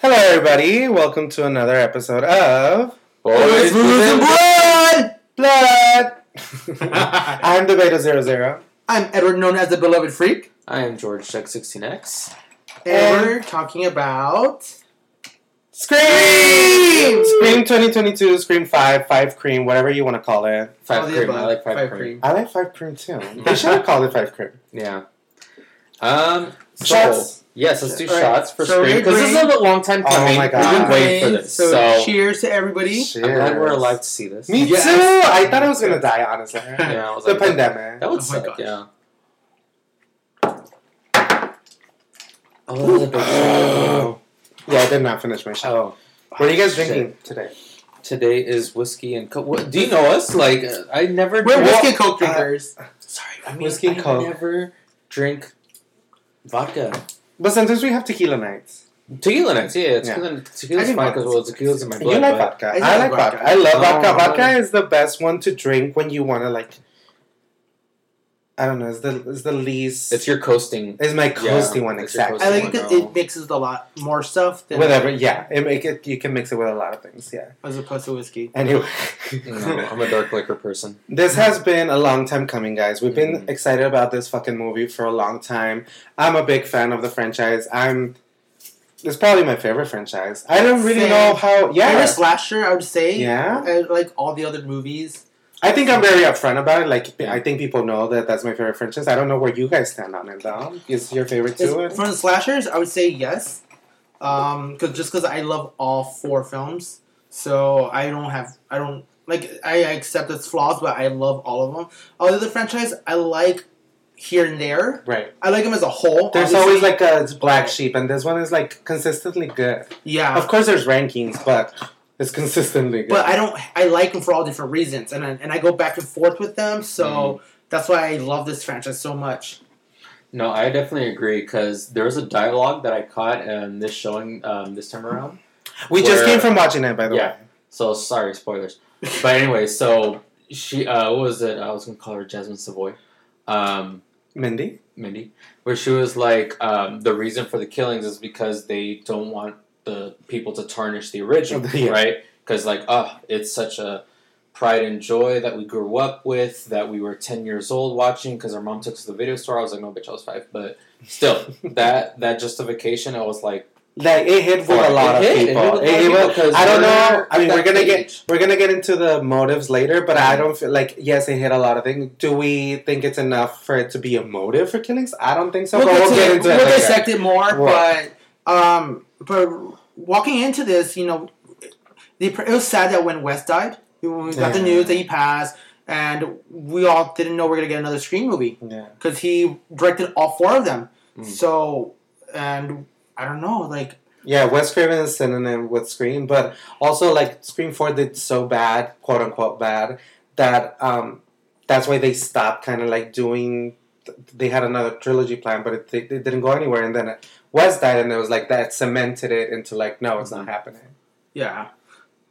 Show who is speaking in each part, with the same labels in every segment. Speaker 1: Hello, everybody. Welcome to another episode of
Speaker 2: Boys, booze, and blood.
Speaker 1: Blood. I'm the Beta Zero Zero.
Speaker 3: I'm Edward, known as the Beloved Freak,
Speaker 2: I am George Chuck 16X.
Speaker 3: and we're talking about
Speaker 1: Scream! Scream 2022, Scream 5, 5 Cream, whatever you want to call it.
Speaker 3: all
Speaker 2: Five
Speaker 3: the
Speaker 2: cream.
Speaker 3: above.
Speaker 2: I like five,
Speaker 3: Five
Speaker 2: cream.
Speaker 3: cream.
Speaker 1: I like 5 Cream too. They should have called it 5 Cream.
Speaker 2: Yeah. Um. So,
Speaker 1: Shots.
Speaker 2: Yes, let's do
Speaker 3: All right.
Speaker 2: shots for
Speaker 3: So
Speaker 2: scream
Speaker 3: we
Speaker 2: because this is a long time
Speaker 1: Oh
Speaker 2: coming.
Speaker 1: my God.
Speaker 2: We've been waiting for this. So,
Speaker 3: So, cheers to everybody.
Speaker 1: Cheers.
Speaker 2: I'm glad we're alive to see this.
Speaker 1: Me
Speaker 3: Yes.
Speaker 1: too! I thought I was going to die, honestly.
Speaker 2: Yeah, I was
Speaker 1: The
Speaker 2: like,
Speaker 1: pandemic.
Speaker 2: That would
Speaker 3: Oh my
Speaker 2: suck.
Speaker 3: gosh.
Speaker 2: Yeah. Oh, that was a big shot.
Speaker 1: Yeah, I did not finish my shot.
Speaker 2: Oh,
Speaker 1: What are you guys
Speaker 2: Shit.
Speaker 1: drinking today?
Speaker 2: today is whiskey and coke. What, do you know us? Like, uh, I never.
Speaker 3: We're
Speaker 2: drink-
Speaker 3: whiskey and coke
Speaker 1: uh,
Speaker 3: drinkers.
Speaker 2: Sorry, I mean,
Speaker 1: Whiskey and
Speaker 2: I
Speaker 1: Coke.
Speaker 2: never drink vodka.
Speaker 1: But sometimes we have tequila nights.
Speaker 2: Tequila nights, yeah, yeah,
Speaker 1: Yeah.
Speaker 2: tequila. Tequila's
Speaker 3: I drink
Speaker 2: fine because well,
Speaker 3: vodka.
Speaker 2: tequila's in my
Speaker 1: You
Speaker 2: blood.
Speaker 1: like
Speaker 2: but-
Speaker 1: vodka.
Speaker 3: I
Speaker 1: I like
Speaker 3: like
Speaker 1: vodka.
Speaker 3: vodka.
Speaker 1: I love
Speaker 2: Oh.
Speaker 1: vodka. Vodka is the best one to drink when you want to like. I don't know. It's the it's the least.
Speaker 2: It's your coasting.
Speaker 1: It's my
Speaker 2: Yeah,
Speaker 1: cozy one
Speaker 2: it's your
Speaker 1: exactly.
Speaker 3: I like it
Speaker 2: Someone
Speaker 3: because
Speaker 2: else.
Speaker 3: it mixes a lot more stuff than
Speaker 1: Whatever. Yeah. It make it. You can mix it with a lot of things. Yeah.
Speaker 3: as opposed to whiskey.
Speaker 1: Anyway.
Speaker 2: No, I'm a dark liquor person.
Speaker 1: This has been a long time coming, guys. We've been
Speaker 2: Mhm.
Speaker 1: excited about this fucking movie for a long time. I'm a big fan of the franchise. I'm. It's probably my favorite franchise. I don't really
Speaker 3: Same.
Speaker 1: know how.
Speaker 3: Favorite
Speaker 1: Yeah.
Speaker 3: slasher, I would say.
Speaker 1: Yeah.
Speaker 3: I like all the other movies.
Speaker 1: I think I'm very upfront about it. Like, I think people know that that's my favorite franchise. I don't know where you guys stand on it, though. Is your favorite
Speaker 3: As-
Speaker 1: too?
Speaker 3: From the slashers, I would say yes, um, cause just because I love all four films, so I don't have I don't like I accept its flaws, but I love all of them. Other the franchise, I like here and there.
Speaker 1: right.
Speaker 3: I like him as a whole.
Speaker 1: There's
Speaker 3: obviously.
Speaker 1: always like a black sheep, and this one is like consistently good.
Speaker 3: yeah,
Speaker 1: Of course, there's rankings, but it's consistently good.
Speaker 3: Uh, but I don't. I like him for all different reasons, and I, and I go back and forth with them. So
Speaker 1: Mm-hmm.
Speaker 3: that's why I love this franchise so much.
Speaker 2: No, I definitely agree because there was a dialogue that I caught in this showing um, this time around.
Speaker 1: we just
Speaker 2: Where-
Speaker 1: came from watching it, by the
Speaker 2: Yeah.
Speaker 1: way.
Speaker 2: So sorry, spoilers. But anyway, so she, uh, what was it? I was gonna call her Jasmine Savoy, um,
Speaker 1: Mindy?
Speaker 2: Mindy, where she was like, um, the reason for the killings is because they don't want the people to tarnish the original,
Speaker 1: Yeah.
Speaker 2: right? Because like, oh, it's such a pride and joy that we grew up with, that we were ten years old watching because our mom took us to the video store. I was like, no, bitch, I was five, but still, that that justification, I was like,
Speaker 1: Like, it hit with a lot of
Speaker 2: It hit, it hit
Speaker 1: people.
Speaker 2: with a lot of
Speaker 1: It hit
Speaker 2: people
Speaker 1: with-
Speaker 2: 'cause
Speaker 1: I don't
Speaker 2: we're
Speaker 1: know. I mean,
Speaker 2: that
Speaker 1: we're gonna get.
Speaker 2: age.
Speaker 1: We're gonna get into the motives later, but I
Speaker 2: Mm-hmm.
Speaker 1: don't feel like yes, it hit a lot of things. Do we think it's enough for it to be a motive for killings? I don't think so. but we'll
Speaker 3: to
Speaker 1: get
Speaker 3: it-
Speaker 1: into
Speaker 3: we'll
Speaker 1: it. later.
Speaker 3: dissect it more,
Speaker 1: Right.
Speaker 3: but um, but walking into this, you know, the, it was sad that when West died, when we got the
Speaker 1: Yeah.
Speaker 3: news that he passed, and we all didn't know we are gonna get another Scream movie
Speaker 1: Yeah.
Speaker 3: because he directed all four of them.
Speaker 1: Hmm.
Speaker 2: Mm.
Speaker 3: So and I don't know, like
Speaker 1: Yeah, Wes Craven is synonym with Scream, but also like Scream Four did so bad, quote unquote bad, that um, that's why they stopped kind of like doing. They had another trilogy plan, but it, they, they didn't go anywhere. And then Wes died, and it was like that cemented it into like no, it's
Speaker 3: Mm-hmm.
Speaker 1: not happening.
Speaker 3: Yeah,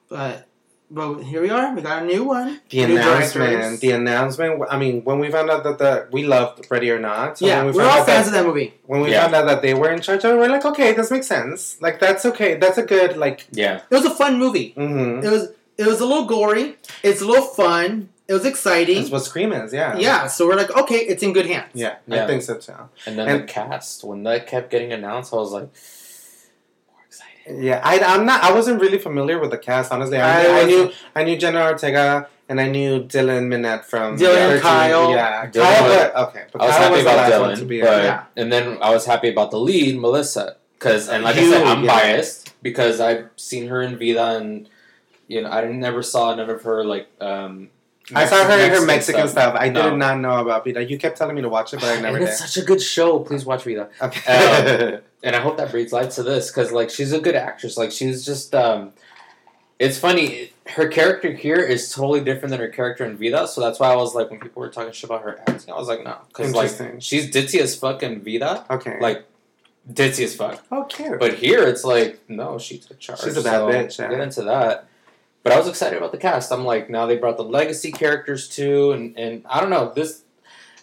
Speaker 3: but but here we are. We got a new one.
Speaker 1: The
Speaker 3: New
Speaker 1: announcement,
Speaker 3: directors.
Speaker 1: the announcement. I mean, when we found out that the we loved Ready or Not, so
Speaker 3: yeah,
Speaker 1: when we
Speaker 3: we're
Speaker 1: found
Speaker 3: all
Speaker 1: out that-
Speaker 3: fans of that movie.
Speaker 1: when we
Speaker 2: Yeah.
Speaker 1: found out that they were in charge, of it, we're like, okay, this makes sense. Like that's okay. That's a good like.
Speaker 2: yeah,
Speaker 3: It was a fun movie.
Speaker 1: Mm-hmm.
Speaker 3: It was it was a little gory. It's a little fun. It was
Speaker 1: That's
Speaker 3: exciting.
Speaker 1: what Scream is. Yeah.
Speaker 3: Yeah, so we're like, okay, it's in good hands.
Speaker 1: Yeah, I
Speaker 2: Yeah.
Speaker 1: think so too.
Speaker 2: and then
Speaker 1: And-
Speaker 2: the cast when that kept getting announced, I was like, more excited.
Speaker 1: Yeah, I, I'm not. I wasn't really familiar with the cast, honestly. I,
Speaker 3: I
Speaker 1: knew- I
Speaker 3: wasn't.
Speaker 1: knew I knew Jenna Ortega and I knew Dylan Minnette from
Speaker 3: Dylan
Speaker 1: yeah, 13
Speaker 3: and Kyle.
Speaker 1: Yeah,
Speaker 2: Dylan
Speaker 1: Kyle.
Speaker 2: was-
Speaker 1: But, okay, but
Speaker 2: I was
Speaker 1: Kyle
Speaker 2: happy
Speaker 1: was the last one
Speaker 2: about
Speaker 1: to
Speaker 2: Dylan,
Speaker 1: be
Speaker 2: but
Speaker 1: in.
Speaker 3: Yeah.
Speaker 2: and then I was happy about the lead, Melissa, because and like I
Speaker 1: You,
Speaker 2: said, I'm
Speaker 1: yeah.
Speaker 2: biased because I've seen her in Vida, and you know I never saw none of her like. um
Speaker 1: I saw her in her Mexican
Speaker 2: Mexican
Speaker 1: stuff. I
Speaker 2: No.
Speaker 1: did not know about Vita. You kept telling me to watch it, but I never
Speaker 2: and
Speaker 1: did.
Speaker 2: it's such a good show. Please watch Vida.
Speaker 1: Okay. Um,
Speaker 2: and I hope that breathes life to this because like she's a good actress. Like she's just um, it's funny. Her character here is totally different than her character in Vida, so that's why I was like, when people were talking shit about her acting, I was like, no, because like
Speaker 1: Interesting.
Speaker 2: she's ditzy as fuck in Vida,
Speaker 1: okay.
Speaker 2: like- ditzy as fuck.
Speaker 1: oh, cute.
Speaker 2: But here it's like, no, she took charge.
Speaker 1: She's a bad
Speaker 2: so
Speaker 1: bitch, yeah.
Speaker 2: Get into that. But I was excited about the cast. I'm like, now they brought the legacy characters too, and and I don't know this.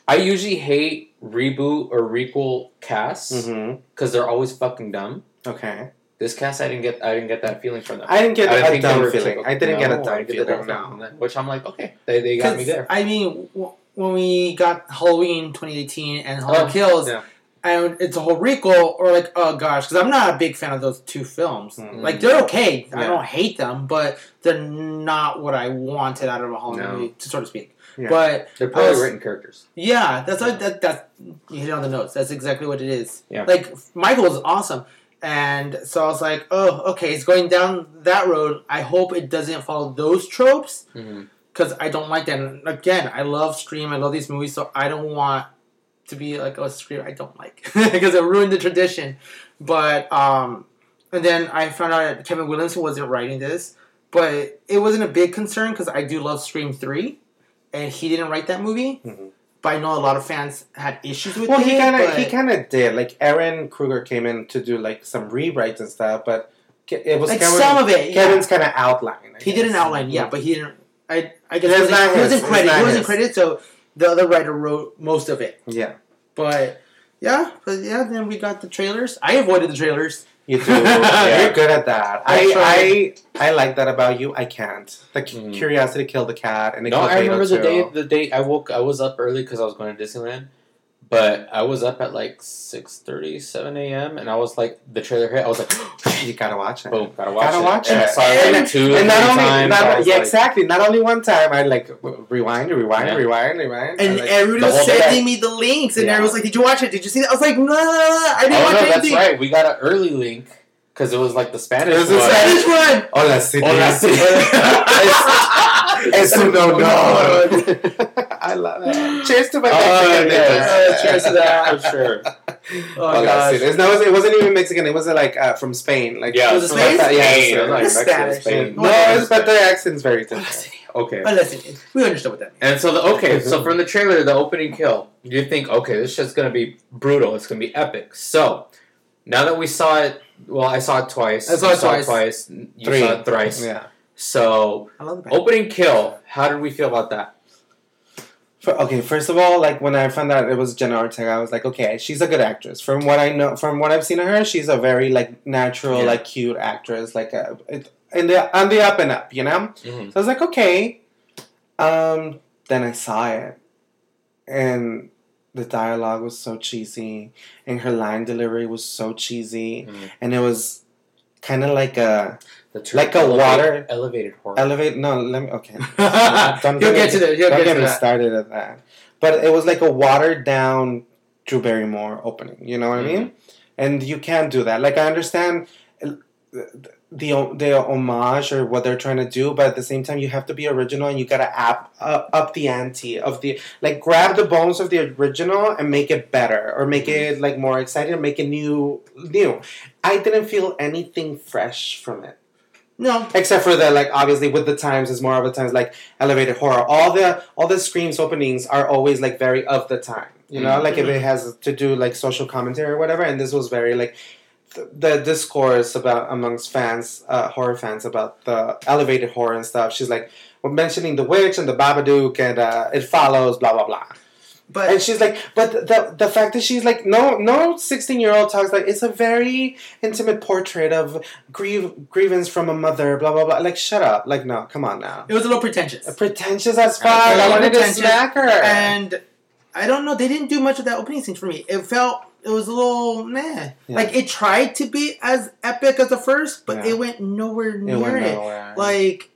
Speaker 2: I usually hate reboot or requel casts
Speaker 1: mm-hmm.
Speaker 2: because they're always fucking dumb.
Speaker 1: Okay.
Speaker 2: This cast, I didn't get. I didn't get that feeling from them.
Speaker 1: I didn't get
Speaker 2: I
Speaker 1: a
Speaker 2: think they
Speaker 1: dumb
Speaker 2: were
Speaker 1: feeling.
Speaker 2: typical-
Speaker 1: I didn't get a
Speaker 2: No,
Speaker 1: dumb
Speaker 2: I get the
Speaker 1: feeling.
Speaker 2: dumb
Speaker 1: No.
Speaker 2: feeling, Which I'm like, okay, they, they got me
Speaker 3: 'Cause,
Speaker 2: there.
Speaker 3: I mean, w- when we got Halloween 2018 and Halloween
Speaker 2: Oh,
Speaker 3: Kills,
Speaker 1: yeah.
Speaker 3: and it's a whole Rico, or like, oh gosh, because I'm not a big fan of those two films.
Speaker 2: Mm-hmm.
Speaker 1: Mm.
Speaker 3: Like they're okay, I
Speaker 1: Yeah.
Speaker 3: don't hate them, but they're not what I wanted out of a Halloween
Speaker 2: No.
Speaker 3: movie, to so to speak.
Speaker 1: Yeah.
Speaker 3: But
Speaker 2: They're poorly
Speaker 3: Us-
Speaker 2: written characters.
Speaker 3: yeah, that's what, that that you hit it on the notes. That's exactly what it is.
Speaker 2: Yeah.
Speaker 3: Like Michael is awesome. And so I was like, oh, okay, it's going down that road. I hope it doesn't follow those tropes.
Speaker 1: Mm-hmm.
Speaker 3: because I don't like that. And again, I love Scream. I love these movies, so I don't want to be like a Scream I don't like because it ruined the tradition. But um, and then I found out that Kevin Williamson wasn't writing this, but it wasn't a big concern because I do love Scream three, and he didn't write that movie.
Speaker 1: Mhm.
Speaker 3: But I know a lot of fans had issues with
Speaker 1: Well,
Speaker 3: it.
Speaker 1: he kind of he
Speaker 3: but-
Speaker 1: kind of did. Like Aaron Kruger came in to do like some rewrites and stuff, but Ke- it was
Speaker 3: like
Speaker 1: Kevin,
Speaker 3: some of it. Yeah.
Speaker 1: Kevin's kind of outline. I
Speaker 3: He did an
Speaker 1: guess.
Speaker 3: outline, yeah, but he didn't. I I
Speaker 1: It's
Speaker 3: guess he wasn't,
Speaker 1: not
Speaker 3: he
Speaker 1: his.
Speaker 3: wasn't
Speaker 1: It's
Speaker 3: credited.
Speaker 1: not
Speaker 3: He wasn't
Speaker 1: his.
Speaker 3: credited, so the other writer wrote most of it.
Speaker 1: Yeah,
Speaker 3: But yeah, but yeah, then we got the trailers. I avoided the trailers.
Speaker 1: you do. yeah. You're good at that. I,
Speaker 3: That's
Speaker 1: I I like that about you. I can't. The cu-
Speaker 2: Mhm.
Speaker 1: curiosity killed the cat, and it
Speaker 2: No,
Speaker 1: killed
Speaker 2: I
Speaker 1: Beto
Speaker 2: remember the
Speaker 1: too.
Speaker 2: day. The day I woke, I was up early because I was going to Disneyland. But I was up at like 6.30, 7 a.m. and I was like, the trailer hit. I was like,
Speaker 1: You gotta watch it.
Speaker 2: boom, gotta watch
Speaker 1: Gotta
Speaker 2: it.
Speaker 1: watch
Speaker 2: and I
Speaker 1: it.
Speaker 2: saw it like
Speaker 1: And-
Speaker 2: two,
Speaker 1: And
Speaker 2: three
Speaker 1: not only,
Speaker 2: times.
Speaker 1: not,
Speaker 2: I was
Speaker 1: yeah,
Speaker 2: like,
Speaker 1: exactly. Not only one time, I like w- rewind, rewind,
Speaker 2: Yeah.
Speaker 1: rewind, rewind.
Speaker 3: And
Speaker 1: I, like,
Speaker 3: everyone
Speaker 2: the
Speaker 3: was
Speaker 2: whole day.
Speaker 3: sending me the links, and
Speaker 2: Yeah.
Speaker 3: everyone was like, "Did you watch it? Did you see that?" I was like, "No, no, no, no, I
Speaker 2: Oh
Speaker 3: didn't watch
Speaker 2: no, that's
Speaker 3: anything."
Speaker 2: right. We got an early link because it was like the Spanish
Speaker 1: It was the
Speaker 2: one.
Speaker 1: Spanish-
Speaker 3: Spanish one.
Speaker 1: Hola, Sydney.
Speaker 2: Hola, Sydney.
Speaker 1: Es un
Speaker 2: Oh,
Speaker 1: honor.
Speaker 2: I love
Speaker 3: it.
Speaker 1: Cheers to my
Speaker 2: Oh,
Speaker 1: Mexican
Speaker 2: yes.
Speaker 1: neighbors.
Speaker 3: Uh, cheers to
Speaker 2: that for sure.
Speaker 3: Oh
Speaker 1: Hola,
Speaker 3: gosh.
Speaker 1: Sydney. It's not- it wasn't even Mexican. It was uh, like uh, from Spain. Like
Speaker 2: Yeah,
Speaker 3: Was it
Speaker 2: so like
Speaker 3: Spain?
Speaker 2: that- yeah,
Speaker 1: Spain.
Speaker 2: so like
Speaker 3: It's
Speaker 2: Mexico,
Speaker 3: Spanish.
Speaker 2: Spain.
Speaker 1: No, it's, but the accent's very
Speaker 3: Hola,
Speaker 1: different.
Speaker 3: Sydney.
Speaker 2: Okay.
Speaker 3: Hola, Sydney. We understood what that meant.
Speaker 2: And so the okay, so from the trailer, the opening kill, you think, okay, this shit's gonna be brutal. It's gonna be epic. So now that we saw it, well, I saw it twice.
Speaker 3: I saw
Speaker 2: you
Speaker 3: it twice.
Speaker 2: twice. You
Speaker 1: Three.
Speaker 2: saw it thrice.
Speaker 1: Yeah.
Speaker 2: So
Speaker 3: I love the band.
Speaker 2: opening kill. How did we feel about that?
Speaker 1: For, okay, first of all, like when I found out it was Jenna Ortega, I was like, okay, she's a good actress. From what I know, from what I've seen of her, she's a very like natural,
Speaker 2: Yeah.
Speaker 1: like cute actress, like uh it, in the on the up and up, you know.
Speaker 2: Mhm.
Speaker 1: So I was like, okay. Um, then I saw it, and the dialogue was so cheesy, and her line delivery was so cheesy,
Speaker 2: Mhm.
Speaker 1: and it was kind of like a
Speaker 2: The
Speaker 1: Like a
Speaker 2: elevate-
Speaker 1: water-
Speaker 2: elevated horror.
Speaker 1: elevate. No, let me. Okay,
Speaker 3: You'll get to that. You'll
Speaker 1: don't
Speaker 3: get
Speaker 1: get
Speaker 3: to
Speaker 1: me
Speaker 3: that.
Speaker 1: started at that. But it was like a watered down Drew Barrymore opening. You know what I mean?
Speaker 3: Mm-hmm.
Speaker 1: And you can't do that. Like I understand uh, the the homage or what they're trying to do, but at the same time, you have to be original and you gotta up uh, up the ante of the like grab the bones of the original and make it better or make
Speaker 3: Mm-hmm.
Speaker 1: it like more exciting or make it new new. I didn't feel anything fresh from it
Speaker 3: No,
Speaker 1: except for the like obviously with the times is more of the times like elevated horror all the all the screams openings are always like very of the time you know
Speaker 2: Mhm.
Speaker 1: like if it has to do like social commentary or whatever and this was very like th- the discourse about amongst fans uh, horror fans about the elevated horror and stuff she's like we're mentioning the witch and the babadook and uh, it follows blah blah blah
Speaker 3: but
Speaker 1: and she's like, but the the fact that she's like, no, no, sixteen year old talks like it's a very intimate portrait of grieve, grievance from a mother, blah blah blah. Like, shut up. Like, no, come on now.
Speaker 3: it was a little pretentious.
Speaker 1: Pretentious as fuck. I
Speaker 2: Okay.
Speaker 1: wanted to
Speaker 3: Pretentious.
Speaker 1: smack her.
Speaker 3: And I don't know, they didn't do much of that opening scene for me. It felt it was a little meh.
Speaker 1: Yeah.
Speaker 3: Like it tried to be as epic as the first, but
Speaker 1: Yeah.
Speaker 3: it went nowhere
Speaker 1: it
Speaker 3: near
Speaker 1: went
Speaker 3: it.
Speaker 1: nowhere.
Speaker 3: Like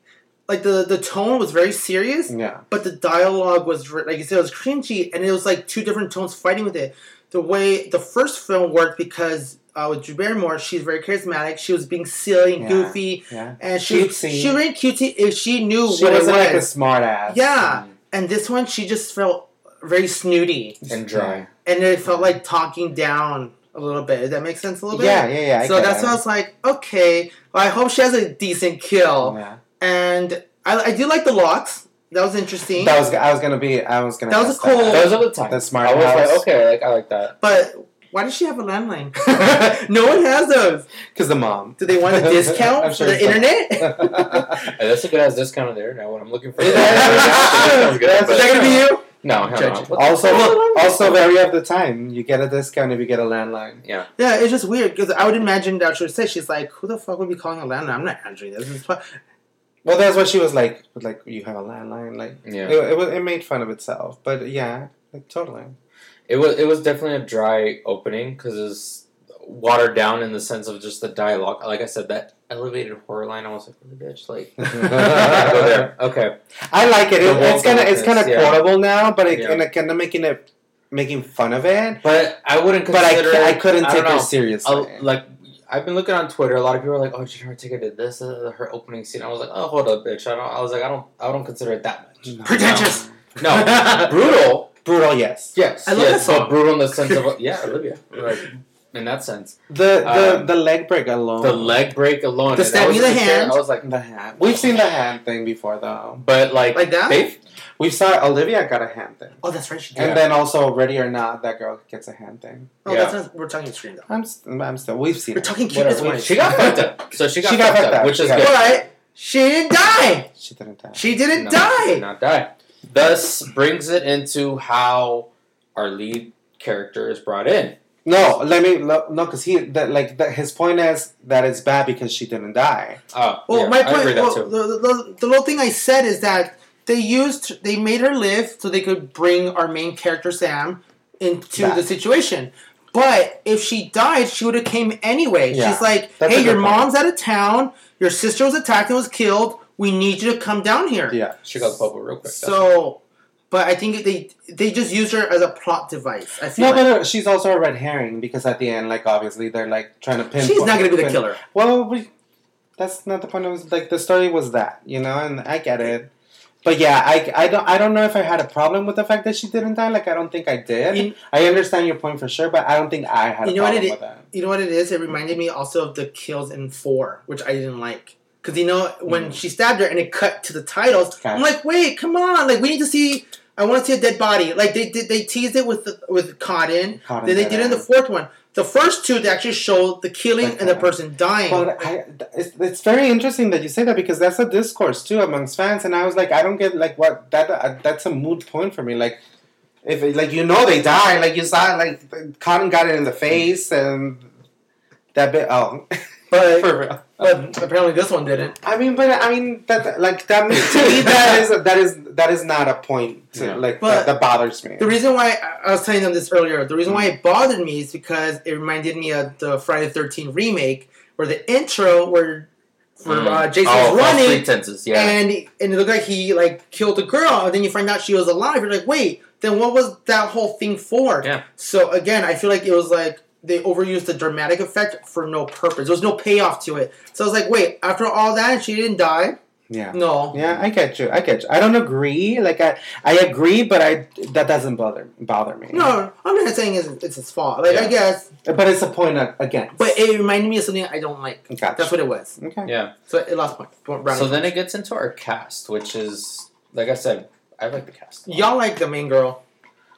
Speaker 3: like the the tone was very serious,
Speaker 1: yeah,
Speaker 3: but the dialogue was re- like you said, it was cringy, and it was like two different tones fighting with it. The way the first film worked because uh, with Drew Barrymore, she's very charismatic. She was being silly and
Speaker 1: Yeah.
Speaker 3: goofy,
Speaker 1: yeah.
Speaker 3: and she
Speaker 1: Cutesy.
Speaker 3: she really cutesy if she knew
Speaker 1: She
Speaker 3: what it
Speaker 1: was
Speaker 3: was.
Speaker 1: like a smart ass.
Speaker 3: yeah, and this one, she just felt very snooty,
Speaker 2: and dry.
Speaker 3: and it felt like talking down a little bit. Does that make sense a little bit?
Speaker 1: yeah, yeah, yeah. I
Speaker 3: so
Speaker 1: get
Speaker 3: that's
Speaker 1: it.
Speaker 3: why I was like, okay, well, I hope she has a decent kill,
Speaker 1: Yeah.
Speaker 3: and I, I do like the locks. That was interesting.
Speaker 1: That was. I was gonna be. I was gonna.
Speaker 3: That was
Speaker 1: ask
Speaker 3: a cool-
Speaker 1: that.
Speaker 2: Those are the times.
Speaker 1: The smart
Speaker 2: I was
Speaker 1: house.
Speaker 2: like, okay, like I like that.
Speaker 3: but why does she have a landline? no one has those.
Speaker 1: Because the mom.
Speaker 3: Do they want a
Speaker 1: I'm
Speaker 3: discount
Speaker 1: sure
Speaker 3: for the
Speaker 1: it's not.
Speaker 3: internet?
Speaker 2: Hey, that's a good ass discount on the internet. What I'm looking for.
Speaker 1: Yeah.
Speaker 2: That's good,
Speaker 3: Is
Speaker 2: but-
Speaker 3: that gonna be you?
Speaker 2: No, hell no.
Speaker 3: Judge.
Speaker 2: What the-
Speaker 1: Also,
Speaker 3: What's the line?
Speaker 1: also very of the time. You get a discount if you get a landline.
Speaker 2: yeah.
Speaker 3: Yeah, it's just weird because I would imagine that she would say she's like, "Who the fuck would be calling a landline? I'm not answering this." It's fu-
Speaker 1: Well, that's what she was like. was Like you have a landline. Like
Speaker 2: Yeah.
Speaker 1: it, it, was- it made fun of itself. But yeah, like totally.
Speaker 2: It was it was definitely a dry opening because it's watered down in the sense of just the dialogue. Like I said, that elevated horror line. I was like, "Really, bitch, like go there. Okay,
Speaker 1: I like it. It-
Speaker 2: The wall
Speaker 1: it's kind of it's kind of
Speaker 2: darkness, yeah.
Speaker 1: quotable now, but it,
Speaker 2: Yeah.
Speaker 1: and it kind of making it making fun of it.
Speaker 2: but I wouldn't
Speaker 1: But I,
Speaker 2: consider.
Speaker 1: ca- I couldn't
Speaker 2: I
Speaker 1: take
Speaker 2: don't
Speaker 1: her
Speaker 2: know.
Speaker 1: seriously.
Speaker 2: I'll- like I've been looking on Twitter. A lot of people are like, "Oh, Jenna Ortega did this, uh, her opening scene." I was like, "Oh, hold up, bitch." I don't. I was like, I don't. I don't consider it that much.
Speaker 1: No.
Speaker 3: Pretentious.
Speaker 2: No, brutal.
Speaker 1: Brutal, yes.
Speaker 2: Yes,
Speaker 3: I love
Speaker 2: yes,
Speaker 3: that
Speaker 2: but
Speaker 3: song.
Speaker 2: brutal in the sense of yeah, Olivia. Like, in that sense,
Speaker 1: The the,
Speaker 2: Um,
Speaker 1: the leg break alone.
Speaker 2: the leg break alone.
Speaker 3: The
Speaker 2: and
Speaker 3: stab
Speaker 2: that was
Speaker 3: you in the
Speaker 2: shit,
Speaker 3: hand.
Speaker 2: I was like,
Speaker 1: The hand. We've seen the hand thing before, though.
Speaker 2: but like,
Speaker 3: Like that?
Speaker 2: They,
Speaker 1: We saw Olivia got a hand thing,
Speaker 3: Oh, that's right. She did.
Speaker 1: and
Speaker 2: Yeah.
Speaker 1: then also Ready or Not, that girl gets a hand thing.
Speaker 3: oh,
Speaker 2: yeah.
Speaker 3: that's not, we're talking scream though.
Speaker 1: I'm st- I'm still. We've seen.
Speaker 3: We're
Speaker 1: it.
Speaker 3: talking cute
Speaker 1: Whatever.
Speaker 3: as well.
Speaker 2: she got fucked up. So she got,
Speaker 1: She got
Speaker 2: fucked
Speaker 1: fucked
Speaker 2: up,
Speaker 1: up.
Speaker 2: which
Speaker 1: She
Speaker 2: is
Speaker 1: got
Speaker 2: good.
Speaker 1: fucked
Speaker 3: But she didn't die.
Speaker 1: She didn't die.
Speaker 3: She didn't
Speaker 2: No,
Speaker 3: die.
Speaker 2: did Not die. Thus brings it into how our lead character is brought in.
Speaker 1: No, let me lo- no, because he that like that, his point is that it's bad because she didn't die.
Speaker 2: Oh,
Speaker 3: Well,
Speaker 2: yeah,
Speaker 3: my
Speaker 2: I agree
Speaker 3: point.
Speaker 2: with
Speaker 3: Well,
Speaker 2: that
Speaker 3: the,
Speaker 2: too.
Speaker 3: the, the, the little thing I said is that they used, they made her live so they could bring our main character Sam into
Speaker 1: Back.
Speaker 3: the situation. But if she died, she would have came anyway.
Speaker 1: Yeah.
Speaker 3: She's like,
Speaker 1: That's a
Speaker 3: "Hey,
Speaker 1: good
Speaker 3: your
Speaker 1: point.
Speaker 3: mom's out of town. Your sister was attacked and was killed. We need you to come down here."
Speaker 1: Yeah,
Speaker 2: She got bubble real quick.
Speaker 3: So, but I think they they just used her as a plot device. I feel
Speaker 1: no,
Speaker 3: like
Speaker 1: but uh, she's also a red herring because at the end, like obviously they're like trying to pin.
Speaker 3: she's not going to be the killer.
Speaker 1: Well, we, that's not the point. It was like the story was that you know, and I get it. But yeah, I, I don't I don't know if I had a problem with the fact that she didn't die. Like I don't think I did.
Speaker 3: You-
Speaker 1: I understand your point for sure, but I don't think I had
Speaker 3: You know
Speaker 1: a
Speaker 3: what
Speaker 1: problem
Speaker 3: it
Speaker 1: with that.
Speaker 3: You know what it is? It reminded me also of the kills in four, which I didn't like. Cause you know when
Speaker 1: Mm.
Speaker 3: she stabbed her and it cut to the titles,
Speaker 1: Gotcha.
Speaker 3: I'm like, wait, come on! Like we need to see. I want to see a dead body. Like they did. They teased it with the, with cotton.
Speaker 1: Cotton
Speaker 3: then they
Speaker 1: Dead
Speaker 3: did it in the
Speaker 1: End.
Speaker 3: fourth one. The first two they actually show the killing
Speaker 1: Like
Speaker 3: and the
Speaker 1: that.
Speaker 3: person dying.
Speaker 1: But I, it's, it's very interesting that you say that because that's a discourse too amongst fans, and I was like, I don't get like what that uh, that's a moot point for me. Like, if like you know they die, like you saw like Cotton got it in the face and that bit. Oh,
Speaker 3: but,
Speaker 1: for real.
Speaker 3: but apparently this one didn't.
Speaker 1: I mean, but I mean that like that to me that is that is that is not a point to,
Speaker 2: Yeah.
Speaker 1: like that,
Speaker 3: But-
Speaker 1: that bothers me.
Speaker 3: The reason why I- I was telling them this earlier, the
Speaker 1: Mm.
Speaker 3: reason why it bothered me is because it reminded me of the Friday the 13th remake, where the intro where where
Speaker 1: Mm.
Speaker 3: uh, Jason's
Speaker 2: oh, false
Speaker 3: running
Speaker 2: pretenses. Yeah,
Speaker 3: and and it looked like he like killed a girl, and then you find out she was alive. You're like, wait, then what was that whole thing for?
Speaker 2: Yeah.
Speaker 3: So again, I feel like it was like they overused the dramatic effect for no purpose. There was no payoff to it. So I was like, wait, after all that, she didn't die.
Speaker 1: yeah.
Speaker 3: No.
Speaker 1: Yeah, I get you. I get you. I don't agree. Like I, I agree, but I that doesn't bother bother me.
Speaker 3: No, I'm not saying it's, it's his fault. Like
Speaker 2: Yeah.
Speaker 3: I guess,
Speaker 1: but it's a point a- against.
Speaker 3: but it reminded me of something I don't like.
Speaker 1: Gotcha.
Speaker 3: That's what it was.
Speaker 1: okay.
Speaker 2: yeah.
Speaker 3: So it lost point. point round
Speaker 2: So
Speaker 3: point.
Speaker 2: then it gets into our cast, which is like I said, I like the cast.
Speaker 3: y'all like the main girl.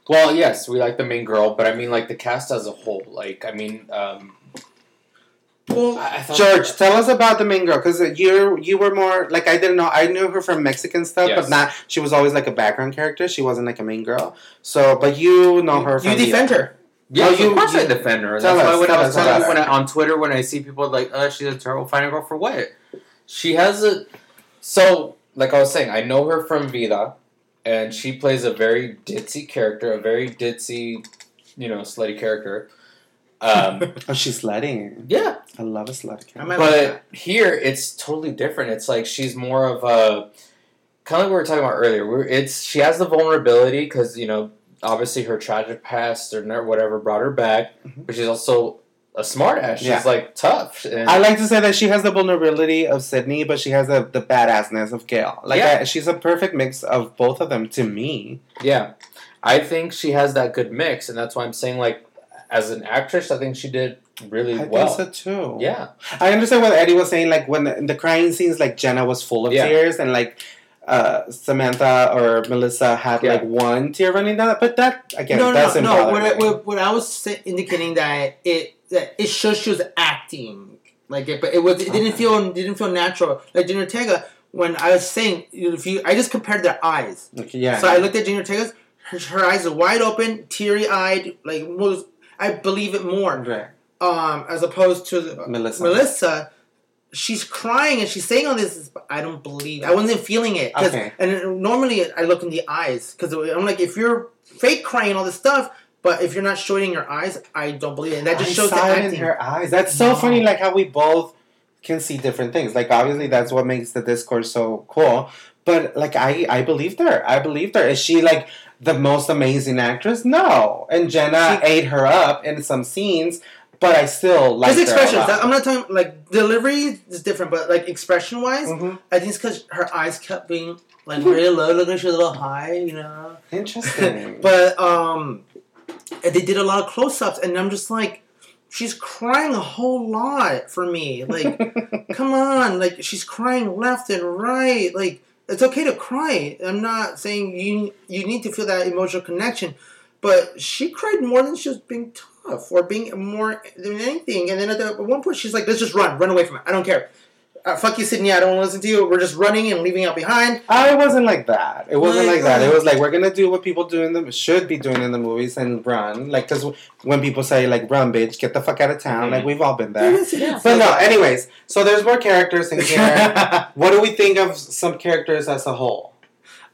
Speaker 2: Well, yes, we like the main girl, but I mean like the cast as a whole. Like I mean, um,
Speaker 3: Well,
Speaker 2: I, I thought
Speaker 1: George, tell us about the main girl because you you were more like I didn't know I knew her from Mexican stuff,
Speaker 2: Yes.
Speaker 1: but not she was always like a background character. She wasn't like a main girl. So, but you know her. From
Speaker 3: you defend her.
Speaker 2: Yeah,
Speaker 1: Oh,
Speaker 2: you,
Speaker 1: you-
Speaker 2: of course
Speaker 1: you-
Speaker 2: I defend her.
Speaker 1: tell
Speaker 2: That's
Speaker 1: us,
Speaker 2: why when
Speaker 1: tell
Speaker 2: I was
Speaker 1: us,
Speaker 2: telling
Speaker 1: tell
Speaker 2: you
Speaker 1: us.
Speaker 2: when I, on Twitter when I see people like, "Oh, she's a terrible final girl for what?" She has a so like I was saying, I know her from Vida, and she plays a very ditzy character, a very ditzy, you know, slutty character. Um,
Speaker 1: Oh, she's slutty.
Speaker 2: yeah,
Speaker 1: I love a slut.
Speaker 3: I might-
Speaker 1: character.
Speaker 2: but here it's totally different. It's like she's more of a kind of like we were talking about earlier. We're, it's she has the vulnerability because you know obviously her tragic past or ne- whatever brought her back, but she's also a smartass. She's
Speaker 1: Mm-hmm. Yeah.
Speaker 2: like tough. And
Speaker 1: I like to say that she has the vulnerability of Sydney, but she has the, the badassness of Gail. Like
Speaker 2: Yeah.
Speaker 1: I, she's a perfect mix of both of them to me.
Speaker 2: yeah, I think she has that good mix, and that's why I'm saying like as an actress, I think she did really
Speaker 1: I
Speaker 2: well.
Speaker 1: think so too.
Speaker 2: Yeah,
Speaker 1: I understand what Eddie was saying. Like when the, in the crying scenes, like Jenna was full of
Speaker 2: Yeah.
Speaker 1: tears, and like uh, Samantha or Melissa had
Speaker 2: Yeah.
Speaker 1: like one tear running down. But that again
Speaker 3: no, no, no,
Speaker 1: doesn't
Speaker 3: no.
Speaker 1: bother
Speaker 3: What I,
Speaker 1: me.
Speaker 3: what, what I was sa- indicating that it that it shows she was acting like it, but it was it didn't
Speaker 1: Okay.
Speaker 3: feel didn't feel natural. Like Jenna Ortega, when I was saying if you, I just compared their eyes.
Speaker 1: Like, yeah,
Speaker 3: So I looked at Jenna Ortega's. her, her eyes are wide open, teary eyed. Like most, I believe it more.
Speaker 1: Right.
Speaker 3: Um, as opposed to the,
Speaker 1: Melissa.
Speaker 3: Melissa, she's crying and she's saying all this. is- I don't believe. I wasn't feeling it. 'Cause-
Speaker 1: Okay.
Speaker 3: And normally I look in the eyes because I'm like, if you're fake crying all this stuff, but if you're not showing your eyes, I don't believe it. And that just
Speaker 1: I
Speaker 3: shows the
Speaker 1: saw it
Speaker 3: acting.
Speaker 1: in her eyes. That's so
Speaker 3: No.
Speaker 1: funny, like how we both can see different things. Like obviously that's what makes the discourse so cool. But like I, I believed her. I believed her. Is she like the most amazing actress? No. And Jenna
Speaker 3: She-
Speaker 1: ate her up in some scenes, but I still like
Speaker 3: Just
Speaker 1: her.
Speaker 3: expressions. I'm not talking like delivery is different, but like expression wise,
Speaker 1: hmm
Speaker 3: I think it's because her eyes kept being like really low, looking like she was a little high, you know.
Speaker 1: Interesting.
Speaker 3: But um, and they did a lot of close ups, and I'm just like, she's crying a whole lot for me. Like, come on, like she's crying left and right. Like, it's okay to cry. I'm not saying you you need to feel that emotional connection, but she cried more than she was being tough or being more than anything. And then at, the, at one point, she's like, "Let's just run, run away from it. I don't care." Uh, fuck you, Sydney. I don't want to listen to you. We're just running and leaving out behind.
Speaker 1: I wasn't like that. It wasn't
Speaker 3: Like,
Speaker 1: like that.
Speaker 3: uh,
Speaker 1: It was like we're gonna do what people do in the should be doing in the movies and run. Like, cause when people say like "run, bitch, get the fuck out of town,"
Speaker 3: Mm-hmm.
Speaker 1: like we've all been there. But no, anyways, so there's more characters in here. what do we think of some characters as a whole?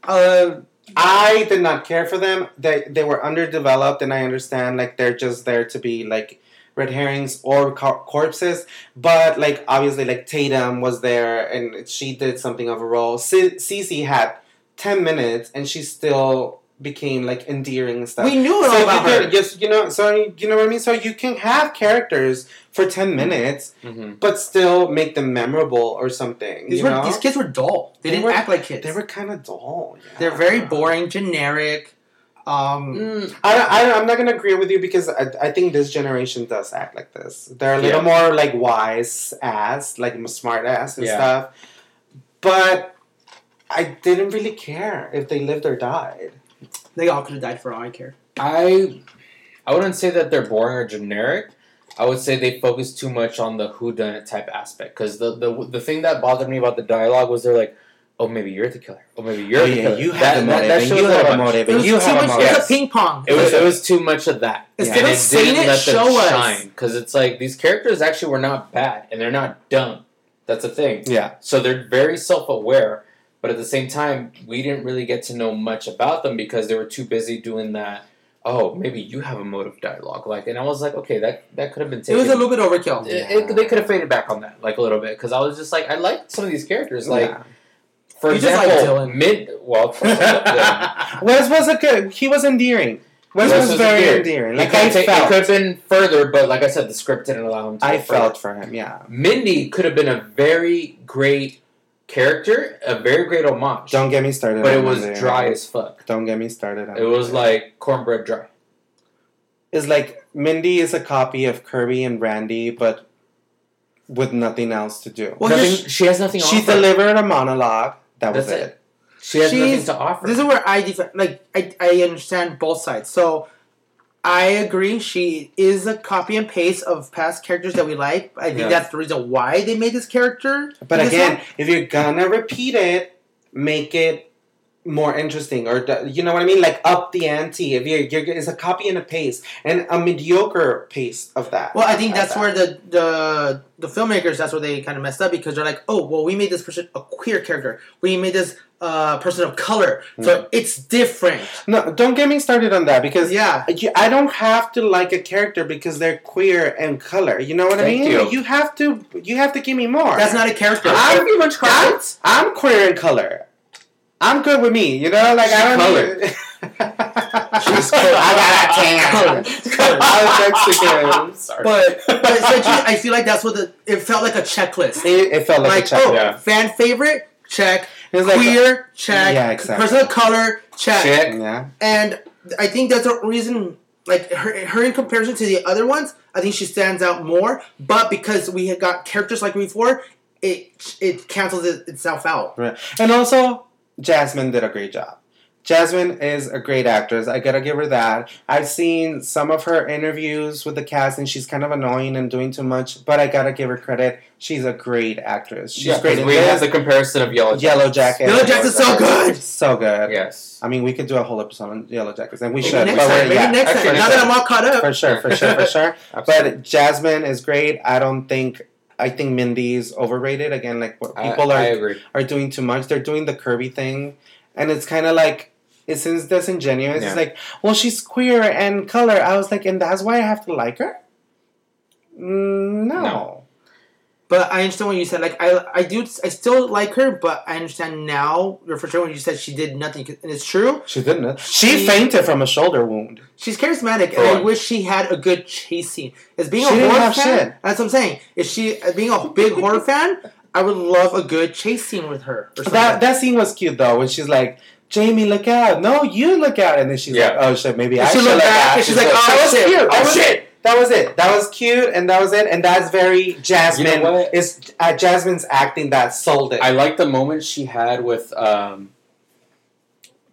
Speaker 3: uh,
Speaker 1: I did not care for them. They they were underdeveloped, and I understand like they're just there to be like red herrings or co- corpses. But like obviously, like Tatum was there, and she did something of a role. C- Cece had ten minutes, and she still became like endearing and stuff.
Speaker 3: we knew it
Speaker 1: So
Speaker 3: all
Speaker 1: you
Speaker 3: about
Speaker 1: can-
Speaker 3: her.
Speaker 1: yes, you know. So you know what I mean. So you can have characters for ten minutes,
Speaker 2: Mm-hmm.
Speaker 1: but still make them memorable or something.
Speaker 3: These,
Speaker 1: you
Speaker 3: were,
Speaker 1: know?
Speaker 3: these kids were dull. They,
Speaker 1: They
Speaker 3: didn't
Speaker 1: were-
Speaker 3: act like kids.
Speaker 1: they were kind of dull. yeah.
Speaker 3: They're very boring, generic.
Speaker 1: Mm.
Speaker 3: Um,
Speaker 2: Mm.
Speaker 1: I don't, I don't, I'm not gonna agree with you because I, I think this generation does act like this. They're a little more like wise ass, like smart ass and
Speaker 2: Yeah.
Speaker 1: stuff. But I didn't really care if they lived or died.
Speaker 3: They all could have died for all I care.
Speaker 2: I I wouldn't say that they're boring or generic. I would say they focus too much on the who done it type aspect because the, the the thing that bothered me about the dialogue was they're like, oh maybe you're the killer, oh maybe you're the killer. that, that, that shit was a bunch.
Speaker 3: It was
Speaker 2: you
Speaker 3: too
Speaker 2: have a
Speaker 3: much.
Speaker 2: motive.
Speaker 3: It's a ping pong.
Speaker 2: It was it was too much of that.
Speaker 3: Instead
Speaker 2: And
Speaker 3: of
Speaker 2: it
Speaker 3: saying
Speaker 2: didn't
Speaker 3: it,
Speaker 2: let them
Speaker 3: show us.
Speaker 2: shine because it's like these characters actually were not bad and they're not dumb. That's the thing.
Speaker 1: Yeah.
Speaker 2: So they're very self aware, but at the same time, we didn't really get to know much about them because they were too busy doing that. Oh, maybe you have a motive dialogue, like, and I was like, okay, that that could have been
Speaker 3: It
Speaker 2: taken.
Speaker 3: was a little bit overkill.
Speaker 2: It- it- they could have faded back on that, like a little bit, because I was just like, I like some of these characters, like.
Speaker 1: Yeah.
Speaker 2: For
Speaker 3: You just like
Speaker 2: example,
Speaker 3: Dylan.
Speaker 2: mid well, yeah.
Speaker 1: Wes was a good. He was endearing. Wes,
Speaker 2: Wes
Speaker 1: was,
Speaker 2: was
Speaker 1: very
Speaker 2: endearing.
Speaker 1: endearing.
Speaker 2: It
Speaker 1: Like
Speaker 2: could
Speaker 1: I
Speaker 2: have ta- it
Speaker 1: felt,
Speaker 2: could have been further, but like I said, the script didn't allow him to.
Speaker 1: I
Speaker 2: go further.
Speaker 1: felt for him. Yeah.
Speaker 2: Mindy could have been a very great character, a very great homage,
Speaker 1: Don't get me started.
Speaker 2: but
Speaker 1: on
Speaker 2: it was
Speaker 1: Monday.
Speaker 2: dry as fuck.
Speaker 1: Don't get me started. on
Speaker 2: It was
Speaker 1: Monday.
Speaker 2: like cornbread dry.
Speaker 1: is like Mindy is a copy of Kirby and Brandy, but with nothing else to do.
Speaker 3: Well,
Speaker 2: Nothing-
Speaker 3: here's-
Speaker 2: she has nothing. to
Speaker 1: she
Speaker 2: offer.
Speaker 1: delivered a monologue. That was
Speaker 2: That's
Speaker 1: it.
Speaker 2: it. She has nothing
Speaker 3: She's-
Speaker 2: to offer.
Speaker 3: This is where I def- like I, I understand both sides. So I agree she is a copy and paste of past characters that we like. I think
Speaker 1: Yeah.
Speaker 3: that's the reason why they made this character.
Speaker 1: But
Speaker 3: this
Speaker 1: again,
Speaker 3: one.
Speaker 1: if you're gonna repeat it, make it more interesting, or d- you know what I mean, like up the ante. If you're, you're it's a copy and a paste, and a mediocre pace of that.
Speaker 3: well, I think
Speaker 1: Of
Speaker 3: that's
Speaker 1: that.
Speaker 3: where the, the the filmmakers that's where they kind of messed up because they're like, oh well, we made this person a queer character. We made this uh, person of color,
Speaker 1: Hmm.
Speaker 3: so it's different.
Speaker 1: No, don't get me started on that because
Speaker 3: Yeah.
Speaker 1: You- I don't have to like a character because they're queer and color. You know what I
Speaker 2: Thank
Speaker 1: mean?
Speaker 2: you.
Speaker 1: have to. You have to give me more.
Speaker 3: That's not a character.
Speaker 1: I-
Speaker 2: pretty much
Speaker 1: I'm, I'm queer in color. I'm good with me, you know. Like I
Speaker 2: She's
Speaker 1: don't
Speaker 2: colored.
Speaker 1: need-
Speaker 2: She's colored.
Speaker 1: I got a tan. I'm Mexican.
Speaker 2: I'm sorry.
Speaker 3: but but essentially, I feel like that's what the it felt like a checklist.
Speaker 1: It, it felt like,
Speaker 3: Like,
Speaker 1: a check.
Speaker 3: oh,
Speaker 2: Yeah.
Speaker 3: fan favorite check,
Speaker 1: It was like
Speaker 3: queer check,
Speaker 1: Yeah, exactly.
Speaker 3: person of color check,
Speaker 2: Check.
Speaker 1: yeah.
Speaker 3: and I think that's the reason. Like her, her in comparison to the other ones, I think she stands out more. But because we had got characters like before, it it cancels it, itself out.
Speaker 1: Right. And also, Jasmine did a great job. Jasmine is a great actress. I gotta give her that. I've seen some of her interviews with the cast, and she's kind of annoying and doing too much. But I gotta give her credit. She's a great actress. She's
Speaker 2: Yeah, 'cause
Speaker 1: great. in
Speaker 2: We
Speaker 1: this.
Speaker 2: have the comparison of Yellow Jackets.
Speaker 1: Yellow Jacket.
Speaker 3: Yellow Jackets so good.
Speaker 1: So good.
Speaker 2: Yes.
Speaker 1: I mean, we could do a whole episode on Yellow Jackets, and we
Speaker 3: Maybe
Speaker 1: should.
Speaker 3: next
Speaker 1: but
Speaker 3: time.
Speaker 1: we're-
Speaker 3: Maybe
Speaker 1: yeah,
Speaker 3: next
Speaker 2: okay,
Speaker 3: time.
Speaker 2: next
Speaker 3: Now that
Speaker 2: time.
Speaker 3: I'm all caught up.
Speaker 1: for sure, for sure, for sure.
Speaker 2: Absolutely.
Speaker 1: But Jasmine is great. I don't think. I think Mindy's overrated again. Like what
Speaker 2: I-
Speaker 1: people
Speaker 2: I
Speaker 1: are
Speaker 2: agree.
Speaker 1: are doing too much. They're doing the curvy thing, and it's kind of like it seems disingenuous.
Speaker 2: Yeah.
Speaker 1: It's like, well, she's queer and color. I was like, and that's why I have to like her. Mm, No,
Speaker 2: No.
Speaker 3: But I understand what you said. Like I, I do, I still like her, but I understand now. Your first when you said she did nothing, and it's true.
Speaker 1: she didn't. She,
Speaker 3: She-
Speaker 1: fainted from a shoulder wound.
Speaker 3: She's charismatic,
Speaker 2: For
Speaker 3: and I
Speaker 2: one.
Speaker 3: wish she had a good chase scene. As being
Speaker 1: She
Speaker 3: a
Speaker 1: didn't
Speaker 3: horror
Speaker 1: have
Speaker 3: fan,
Speaker 1: shit.
Speaker 3: that's what I'm saying. If she as being a big horror fan, I would love a good chase scene with her. Or something.
Speaker 1: That that scene was cute though when she's like. Jamie, look out! No, you look out! And then she's
Speaker 2: Yeah.
Speaker 1: like, "Oh shit, maybe I
Speaker 3: she
Speaker 1: should
Speaker 3: looked
Speaker 1: look
Speaker 3: back
Speaker 1: out."
Speaker 3: and she's like, "Oh,
Speaker 1: that was
Speaker 3: shit.
Speaker 1: cute.
Speaker 3: Oh,
Speaker 1: That was- That was it. That was cute, and that was it. And that's very Jasmine.
Speaker 2: You know what?
Speaker 1: It's uh, Jasmine's acting that sold it.
Speaker 2: I like the moment she had with um.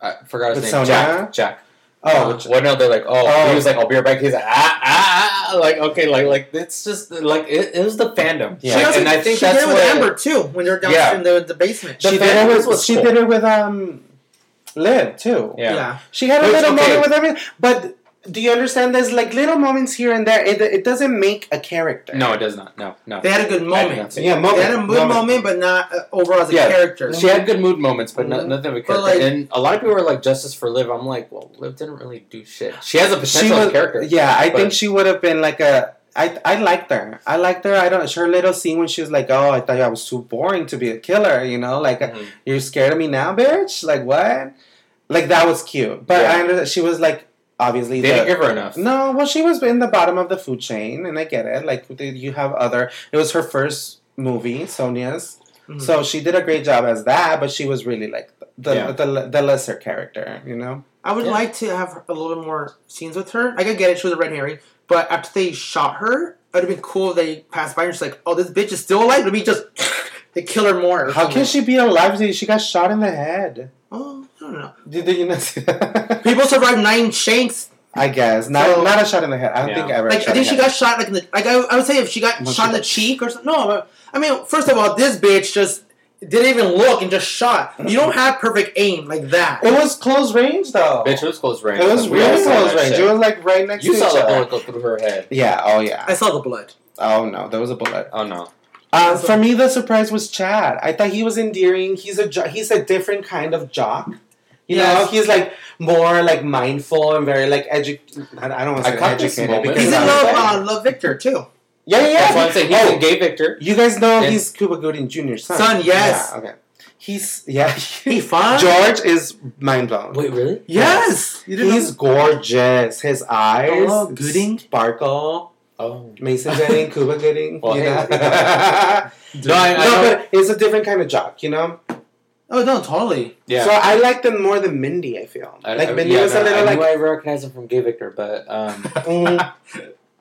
Speaker 2: I forgot his
Speaker 1: With
Speaker 2: name.
Speaker 1: Sonia?
Speaker 2: Jack. Jack.
Speaker 1: oh,
Speaker 2: Uh, what? No, they're like, oh,
Speaker 1: Oh.
Speaker 2: he was like, I'll be right back. He's like, ah, ah, ah, like, okay, like, like, it's just like it, it was the fandom.
Speaker 1: Yeah.
Speaker 3: She
Speaker 2: Like,
Speaker 3: also,
Speaker 2: and I think
Speaker 3: she
Speaker 2: that's
Speaker 3: did it with
Speaker 2: what
Speaker 3: Amber too when they're down
Speaker 2: Yeah.
Speaker 3: in the, the basement.
Speaker 1: she
Speaker 2: The
Speaker 1: did
Speaker 2: fan-
Speaker 1: it
Speaker 2: this
Speaker 1: with
Speaker 2: was
Speaker 1: she
Speaker 2: cool.
Speaker 1: did it with um Liv too.
Speaker 2: Yeah.
Speaker 1: She had a
Speaker 2: Which,
Speaker 1: little
Speaker 2: okay.
Speaker 1: moment with everything. But do you understand? There's like little moments here and there. It, it doesn't make a character.
Speaker 2: No, it does not. No, no.
Speaker 3: they had a good moment.
Speaker 1: Yeah, moment.
Speaker 3: They had a good moment, but not uh, overall as a
Speaker 2: Yeah.
Speaker 3: character.
Speaker 2: She had good mood moments, but no,
Speaker 1: Mhm.
Speaker 2: nothing of a
Speaker 3: Mm-hmm. But,
Speaker 2: character.
Speaker 3: like-
Speaker 2: and a lot of people are like, justice for Liv. I'm like, well, Liv didn't really do shit. She has a potential
Speaker 1: was,
Speaker 2: character.
Speaker 1: Yeah, I
Speaker 2: but-
Speaker 1: think she would have been like a. I, I liked her. I liked her. I don't. Her little scene when she was like, "Oh, I thought I was too boring to be a killer." You know, like
Speaker 2: Mhm.
Speaker 1: you're scared of me now, bitch. Like what? Like that was cute. But
Speaker 2: Yeah.
Speaker 1: I understand. She was like obviously
Speaker 2: They didn't
Speaker 1: the-
Speaker 2: give her enough.
Speaker 1: No, well, she was in the bottom of the food chain, and I get it. Like, the- you have other. It was her first movie, Sonia's.
Speaker 3: Mhm.
Speaker 1: So she did a great job as that, but she was really like the
Speaker 2: Yeah.
Speaker 1: the, the, lesser character, you know?
Speaker 3: I would
Speaker 2: Yeah.
Speaker 3: like to have a little more scenes with her. Like, I get it, she was a red herring, but after they shot her, it would have been cool if they passed by and she's like, oh, this bitch is still alive? Let me just they kill her more. or
Speaker 1: How can
Speaker 3: something.
Speaker 1: she be alive? She got shot in the head.
Speaker 3: Oh, I don't know.
Speaker 1: Did, did you not see that?
Speaker 3: People survived nine shanks.
Speaker 1: I guess. Not
Speaker 3: So-
Speaker 1: not a shot in the head. I don't
Speaker 2: Yeah.
Speaker 1: think ever. a
Speaker 3: Like,
Speaker 1: shot
Speaker 3: I think
Speaker 1: in
Speaker 3: she
Speaker 1: the
Speaker 3: got shot, like, in the, like I, I would say if she got
Speaker 1: No,
Speaker 3: shot
Speaker 1: she
Speaker 3: in the
Speaker 1: got-
Speaker 3: cheek or something. No, but- I mean, first of all, this bitch just didn't even look and just shot. You don't have perfect aim like that.
Speaker 1: head. It was close range, though.
Speaker 2: Bitch, it was close range.
Speaker 1: it was
Speaker 2: Like, we all
Speaker 1: really
Speaker 2: saw
Speaker 1: close
Speaker 2: that
Speaker 1: range.
Speaker 2: shit.
Speaker 1: It was like right next
Speaker 2: You
Speaker 1: to
Speaker 2: saw
Speaker 1: each
Speaker 2: the
Speaker 1: other.
Speaker 2: bullet go through her head.
Speaker 1: Yeah, oh yeah.
Speaker 3: I saw the blood.
Speaker 1: Oh no, there was a bullet.
Speaker 2: Oh no.
Speaker 1: Uh,
Speaker 3: So-
Speaker 1: for me, the surprise was Chad. I thought he was endearing. He's a jo- he's a different kind of jock. You know,
Speaker 3: Yes.
Speaker 1: he's like more like mindful and very like edu. I, I don't want
Speaker 2: I
Speaker 1: to say
Speaker 2: caught this
Speaker 1: educated
Speaker 2: moment.
Speaker 1: because
Speaker 3: He's in
Speaker 1: I was
Speaker 3: love,
Speaker 1: like-
Speaker 3: uh, love Victor, too.
Speaker 1: yeah, yeah, yeah.
Speaker 2: That's why I'm saying he's
Speaker 1: Oh,
Speaker 2: a gay Victor.
Speaker 1: you guys know
Speaker 2: Yeah.
Speaker 1: he's Cuba Gooding Jr.'s son.
Speaker 3: Son, yes.
Speaker 1: Yeah, okay. He's yeah.
Speaker 3: He fine.
Speaker 1: George is mind blown.
Speaker 2: Wait, really?
Speaker 3: Yes! You didn't
Speaker 1: He's gorgeous. His eyes,
Speaker 3: Oh, Gooding?
Speaker 1: sparkle.
Speaker 2: Oh.
Speaker 1: Mason Gooding, Cuba Gooding.
Speaker 2: Well,
Speaker 1: you
Speaker 2: hey.
Speaker 1: know?
Speaker 2: No, I,
Speaker 1: no,
Speaker 2: I know.
Speaker 1: but it's a different kind of jock. You know.
Speaker 3: Oh no, totally.
Speaker 2: yeah.
Speaker 1: So I like them more than Mindy. I feel
Speaker 2: I-
Speaker 1: like
Speaker 2: I-
Speaker 1: Mindy
Speaker 2: yeah,
Speaker 1: was
Speaker 2: no,
Speaker 1: a little
Speaker 2: I
Speaker 1: like
Speaker 2: knew I recognized him from Gay Victor, but um,
Speaker 1: mm,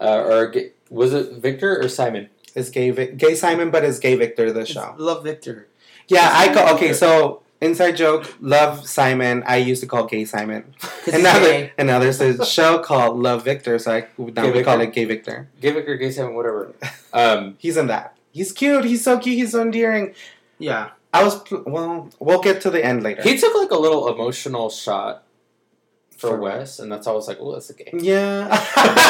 Speaker 2: uh, or Ga- was it Victor or Simon?
Speaker 1: is gay Vic- gay Simon, but is gay Victor the
Speaker 3: It's
Speaker 1: show?
Speaker 3: Love Victor.
Speaker 1: Yeah, I
Speaker 2: It's
Speaker 1: call
Speaker 2: Victor.
Speaker 1: okay. So inside joke, love Simon. I used to call gay Simon,
Speaker 3: 'Cause
Speaker 1: and
Speaker 3: he's
Speaker 1: now,
Speaker 3: gay.
Speaker 1: there- and now there's a show called Love Victor. So I now
Speaker 2: Gay
Speaker 1: we call
Speaker 2: Victor?
Speaker 1: it Gay Victor.
Speaker 2: Gay Victor, Gay Simon, whatever. Um,
Speaker 1: He's in that. He's cute. He's so cute. He's so endearing.
Speaker 3: Yeah.
Speaker 1: I was pl- well. We'll get to the end later.
Speaker 2: he took like a little emotional shot for,
Speaker 1: For-
Speaker 2: Wes, and that's how I was like, "Oh, that's a gay."
Speaker 1: yeah,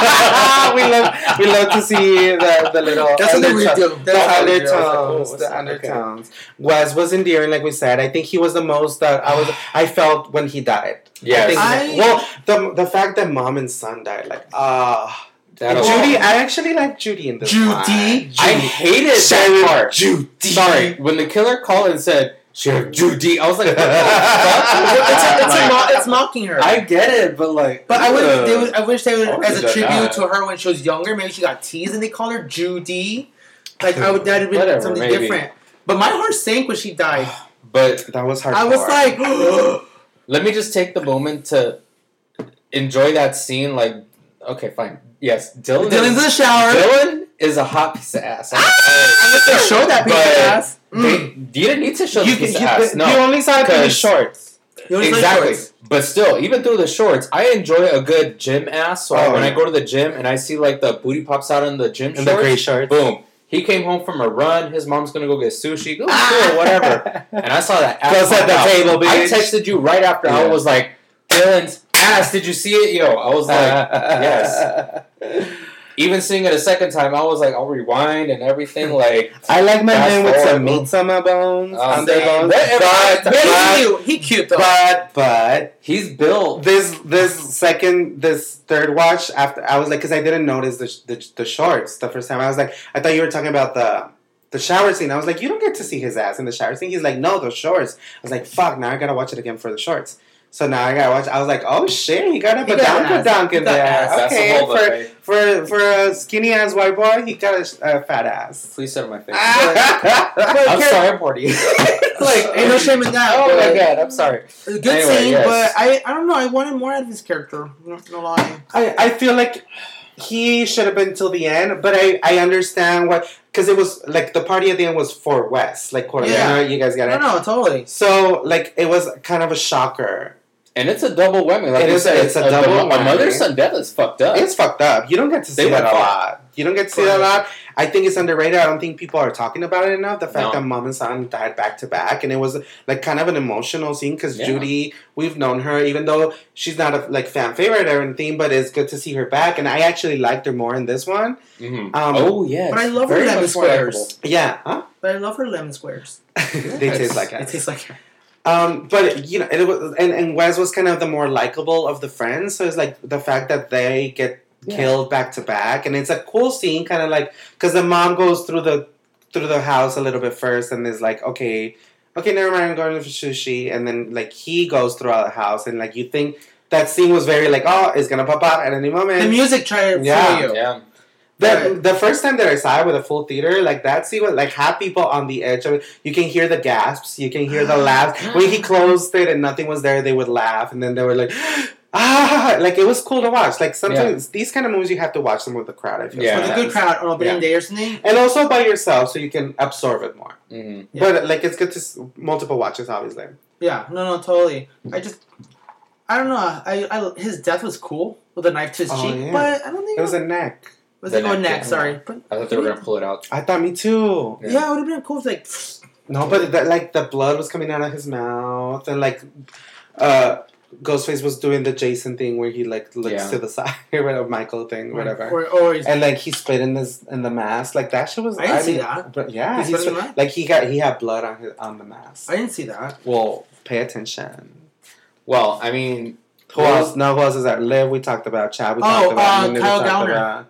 Speaker 1: we love we love to see the, the little
Speaker 3: That's what they
Speaker 1: undertone.
Speaker 3: were doing.
Speaker 1: the
Speaker 3: That's what they were doing.
Speaker 1: undertones,
Speaker 2: what's
Speaker 1: the
Speaker 2: that? oh, Okay.
Speaker 1: undertones. Wes was endearing, like we said. I think he was the most that I was. I felt when he died. I
Speaker 2: Yes,
Speaker 1: think
Speaker 3: I-
Speaker 1: well, the the fact that mom and son died, like ah,
Speaker 2: that
Speaker 1: And
Speaker 2: was-
Speaker 1: Judy. I actually like Judy in this.
Speaker 3: Judy.
Speaker 2: I
Speaker 1: Judy.
Speaker 2: hated that
Speaker 1: Sharon
Speaker 2: part.
Speaker 1: Judy.
Speaker 2: Sorry, when the killer called and said Sheriff Judy, I was like, what the fuck?
Speaker 3: it's, a, it's, a
Speaker 2: Like,
Speaker 3: mo- it's mocking her.
Speaker 2: I get it, but like, uh,
Speaker 3: but I would,
Speaker 2: ugh.
Speaker 3: they would. I wish they would,
Speaker 2: I would've
Speaker 3: as a
Speaker 2: done
Speaker 3: tribute
Speaker 2: that.
Speaker 3: to her when she was younger. Maybe she got teased and they called her Judy. Like I would, that'd have been
Speaker 2: Whatever,
Speaker 3: something
Speaker 2: maybe.
Speaker 3: different. But my heart sank when she died.
Speaker 2: But
Speaker 1: That was hard.
Speaker 3: I was like,
Speaker 2: let me just take the moment to enjoy that scene. Like, okay, fine. Yes, Dylan.
Speaker 3: Dylan's in
Speaker 2: is,
Speaker 3: the shower.
Speaker 2: Dylan is a hot piece of ass. I'm
Speaker 3: I wish they showed that
Speaker 2: But-
Speaker 3: picture. ass.
Speaker 2: sorry. They- you didn't need to show
Speaker 1: you,
Speaker 2: the piece
Speaker 1: you-
Speaker 2: of ass.
Speaker 1: you
Speaker 2: No,
Speaker 1: only saw it in the
Speaker 2: because-
Speaker 1: shorts.
Speaker 3: You only saw
Speaker 2: exactly.
Speaker 3: shorts.
Speaker 2: But still, even through the shorts, I enjoy a good gym ass. So I-
Speaker 1: Oh,
Speaker 2: when I
Speaker 1: yeah.
Speaker 2: go to the gym and I see like the booty pops out in the gym
Speaker 1: in the
Speaker 2: shorts,
Speaker 1: gray shirt.
Speaker 2: boom. He came home from a run. His mom's gonna go get sushi. Go
Speaker 1: Ah!
Speaker 2: chill, whatever. And I saw that. ass
Speaker 1: Go set
Speaker 2: pop
Speaker 1: the
Speaker 2: out.
Speaker 1: table,
Speaker 2: I
Speaker 1: bitch.
Speaker 2: texted you right after. I
Speaker 1: Yeah.
Speaker 2: was like, Dylan's ass. Did you see it? Yo, I was like,
Speaker 1: Uh-huh.
Speaker 2: yes. even seeing it a second time, I was like, I'll rewind and everything. Like,
Speaker 1: I like my
Speaker 2: Fast
Speaker 1: men with
Speaker 2: forward,
Speaker 1: some
Speaker 2: bro.
Speaker 1: meats on my bones,
Speaker 2: Um,
Speaker 1: on their
Speaker 2: same.
Speaker 1: bones.
Speaker 2: Whatever.
Speaker 1: But,
Speaker 3: Very
Speaker 1: but,
Speaker 3: cute. He cute though.
Speaker 1: but, but,
Speaker 2: he's built.
Speaker 1: this this second this third watch after I was like because I didn't notice the, sh- the the shorts the first time I was like I thought you were talking about the the shower scene I was like you don't get to see his ass in the shower scene he's like no the shorts I was like fuck now I gotta watch it again for the shorts so now I gotta watch I was like oh shit he got a
Speaker 3: He got
Speaker 1: badonka
Speaker 3: ass.
Speaker 1: donk
Speaker 3: He
Speaker 1: in
Speaker 3: got
Speaker 1: there
Speaker 3: ass.
Speaker 2: That's the
Speaker 1: okay
Speaker 2: whole
Speaker 1: for,
Speaker 2: buffet.
Speaker 1: for for a skinny ass white boy he got a, sh- a fat ass
Speaker 2: Please sit on my face.
Speaker 1: Ah. But
Speaker 2: I'm
Speaker 1: Karen-
Speaker 2: sorry, I'm
Speaker 1: Oh
Speaker 2: horny. like,
Speaker 3: Ain't no shame Ah. in that.
Speaker 2: Oh
Speaker 3: but-
Speaker 2: my god, I'm sorry.
Speaker 3: Good
Speaker 2: Anyway,
Speaker 3: scene,
Speaker 2: yes.
Speaker 3: but I, I don't know. I wanted more out of his character. No, no lie.
Speaker 1: I, I feel like he should have been till the end, but I, I understand what because it was like the party at the end was for West, like Corleone,
Speaker 3: Yeah.
Speaker 1: you guys got
Speaker 3: No,
Speaker 1: it.
Speaker 3: no, totally.
Speaker 1: So like it was kind of a shocker.
Speaker 2: And it's a double whammy. Like
Speaker 1: It
Speaker 2: you
Speaker 1: is-
Speaker 2: said,
Speaker 1: it's a double
Speaker 2: the- A
Speaker 1: whammy.
Speaker 2: mother's son death is fucked up.
Speaker 1: It's fucked up. You don't get to see
Speaker 2: They
Speaker 1: that
Speaker 2: went
Speaker 1: a
Speaker 2: far.
Speaker 1: lot. You don't get to see that a lot. I think it's underrated. I don't think people are talking about it enough. The fact
Speaker 2: No.
Speaker 1: that mom and son died back to back, and it was like kind of an emotional scene because
Speaker 2: Yeah.
Speaker 1: Judy, we've known her, even though she's not a like fan favorite or anything, but it's good to see her back. And I actually liked her more in this one.
Speaker 2: Mhm.
Speaker 1: Um,
Speaker 2: oh yes,
Speaker 3: But I love her
Speaker 2: Very
Speaker 3: lemon
Speaker 2: much more
Speaker 3: squares.
Speaker 1: yeah, huh?
Speaker 3: But I love her lemon squares.
Speaker 1: they
Speaker 2: Yes.
Speaker 1: taste like
Speaker 3: It
Speaker 1: ass.
Speaker 3: tastes like her.
Speaker 1: Um, but you know, it was and, and Wes was kind of the more likable of the friends, so it's like the fact that they get
Speaker 2: Yeah.
Speaker 1: killed back to back, and it's a cool scene, kind of like because the mom goes through the through the house a little bit first, and is like, okay, okay, never mind, I'm going for sushi, and then like he goes throughout the house, and like you think that scene was very like, oh, it's gonna pop out at any moment.
Speaker 3: The music tried
Speaker 1: Yeah.
Speaker 3: for you.
Speaker 2: Yeah,
Speaker 1: The, the first time that I saw it with a full theater, like that scene was like had people on the edge of it. You can hear the gasps, you can hear the laughs. When he closed it and nothing was there, they would laugh, and then they were like, ah, like it was cool to watch. Like sometimes these kind of movies, you have to watch them with the crowd. I feel
Speaker 2: Yeah.
Speaker 3: With a good crowd oh, on opening
Speaker 1: Yeah.
Speaker 3: day or something.
Speaker 1: and also by yourself, so you can absorb it more.
Speaker 2: hmm
Speaker 3: Yeah.
Speaker 1: But like it's good to s- multiple watches, obviously.
Speaker 3: Yeah, no, no, totally. I just, I don't know. I, I his death was cool with a knife to his
Speaker 1: Oh,
Speaker 3: cheek,
Speaker 1: yeah.
Speaker 3: but I don't think
Speaker 1: It was a neck.
Speaker 3: was
Speaker 2: The
Speaker 3: it oh
Speaker 2: neck,
Speaker 3: neck?
Speaker 2: yeah.
Speaker 3: Sorry, but
Speaker 2: I thought they were gonna pull it out.
Speaker 1: I thought me too.
Speaker 2: Yeah.
Speaker 3: yeah, it would have been cool if like
Speaker 1: No, but that, like the blood was coming out of his mouth, and like uh, Ghostface was doing the Jason thing where he like looks
Speaker 2: Yeah.
Speaker 1: to the side, or Michael thing, whatever.
Speaker 3: or or is,
Speaker 1: and like he split in this in the mask, like that shit was.
Speaker 3: I didn't see
Speaker 1: mean,
Speaker 3: that.
Speaker 1: But yeah,
Speaker 3: He
Speaker 1: he
Speaker 3: split in the
Speaker 1: split-
Speaker 3: mask?
Speaker 1: like he got he had blood on his on the mask.
Speaker 3: I didn't see that.
Speaker 1: well, pay attention.
Speaker 2: Well, I mean,
Speaker 1: Who
Speaker 2: Well-
Speaker 1: else? No, who else is that? Liv, we talked about. Chad, we
Speaker 3: Oh,
Speaker 1: talked about.
Speaker 3: uh,
Speaker 1: Linda, we
Speaker 3: Kyle
Speaker 1: talked
Speaker 3: Downer.
Speaker 1: about-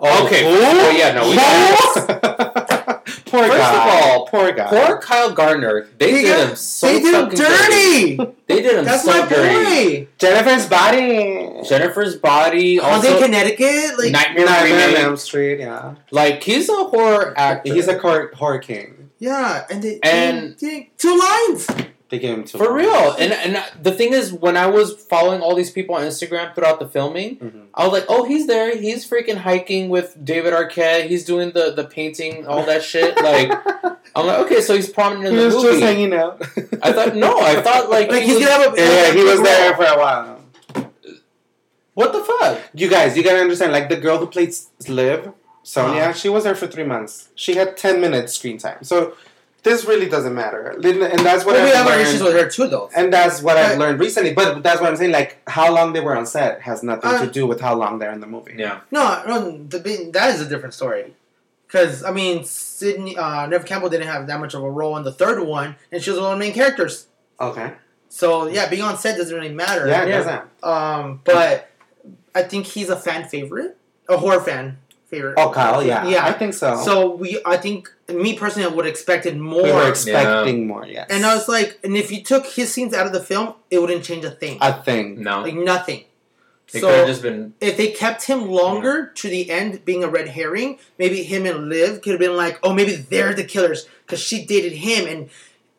Speaker 1: Oh,
Speaker 2: Okay.
Speaker 1: who?
Speaker 2: Oh, yeah, no, we-
Speaker 1: Who? poor
Speaker 2: First of
Speaker 1: guy.
Speaker 2: all,
Speaker 1: poor guy.
Speaker 2: poor Kyle Gardner. They
Speaker 3: They
Speaker 2: did
Speaker 3: got-
Speaker 2: him so
Speaker 3: they did him
Speaker 2: fucking
Speaker 3: dirty.
Speaker 2: They did him
Speaker 3: That's
Speaker 2: so
Speaker 3: my
Speaker 2: dirty.
Speaker 3: boy.
Speaker 1: Jennifer's body.
Speaker 2: Jennifer's body.
Speaker 3: Was in
Speaker 2: Also,
Speaker 3: Connecticut? Oh, Like
Speaker 2: Nightmare,
Speaker 1: Nightmare on
Speaker 2: Remake.
Speaker 1: Elm Street. Yeah,
Speaker 2: Like he's a horror actor.
Speaker 1: he's a cor- horror king.
Speaker 3: Yeah, and they
Speaker 2: And-
Speaker 3: they- they- two lines.
Speaker 1: They gave him two
Speaker 2: for
Speaker 1: lines.
Speaker 2: real. And and the thing is, when I was following all these people on Instagram throughout the filming,
Speaker 1: Mhm.
Speaker 2: I was like, oh, he's there. He's freaking hiking with David Arquette. He's doing the, the painting, all that shit. Like, I'm like, okay, so he's prominent in
Speaker 1: he
Speaker 2: the
Speaker 1: was
Speaker 2: movie.
Speaker 1: just hanging out.
Speaker 2: I thought, no, I thought like,
Speaker 3: Like
Speaker 2: he
Speaker 3: he's
Speaker 2: was-
Speaker 3: gonna have a
Speaker 1: yeah, he was there for a while.
Speaker 2: what the fuck?
Speaker 1: You guys, you gotta understand. Like the girl who played Liv, Sonia, she was there for three months. She had ten minutes screen time. So this really doesn't matter. Lin- And that's what
Speaker 3: But we
Speaker 1: I've
Speaker 3: have our
Speaker 1: learned.
Speaker 3: issues with her too, though.
Speaker 1: and that's what I've
Speaker 3: Right.
Speaker 1: learned recently. But that's what I'm saying. Like how long they were on set has nothing
Speaker 3: Uh,
Speaker 1: to do with how long they're in the movie.
Speaker 2: Yeah.
Speaker 3: No, no, the, big- that is a different story. Because I mean, Sydney, uh, Nev Campbell didn't have that much of a role in the third one, and she was one of the main characters.
Speaker 1: Okay.
Speaker 3: So yeah, being on set doesn't really matter.
Speaker 1: Yeah. it
Speaker 2: Yeah.
Speaker 1: doesn't.
Speaker 3: Um, but I think he's a fan favorite, a horror fan favorite.
Speaker 1: Oh, Kyle. Yeah.
Speaker 3: Yeah.
Speaker 1: I think so.
Speaker 3: So we, I think, me personally, I would have expected more.
Speaker 1: we were expecting more. Yes.
Speaker 3: and I was like, and if you took his scenes out of the film, it wouldn't change a thing.
Speaker 1: a thing.
Speaker 2: No.
Speaker 3: like nothing.
Speaker 2: it could
Speaker 3: so
Speaker 2: have just been.
Speaker 3: if they kept him longer to the end, being a red herring, maybe him and Liv could have been like, oh, maybe they're the killers because she dated him and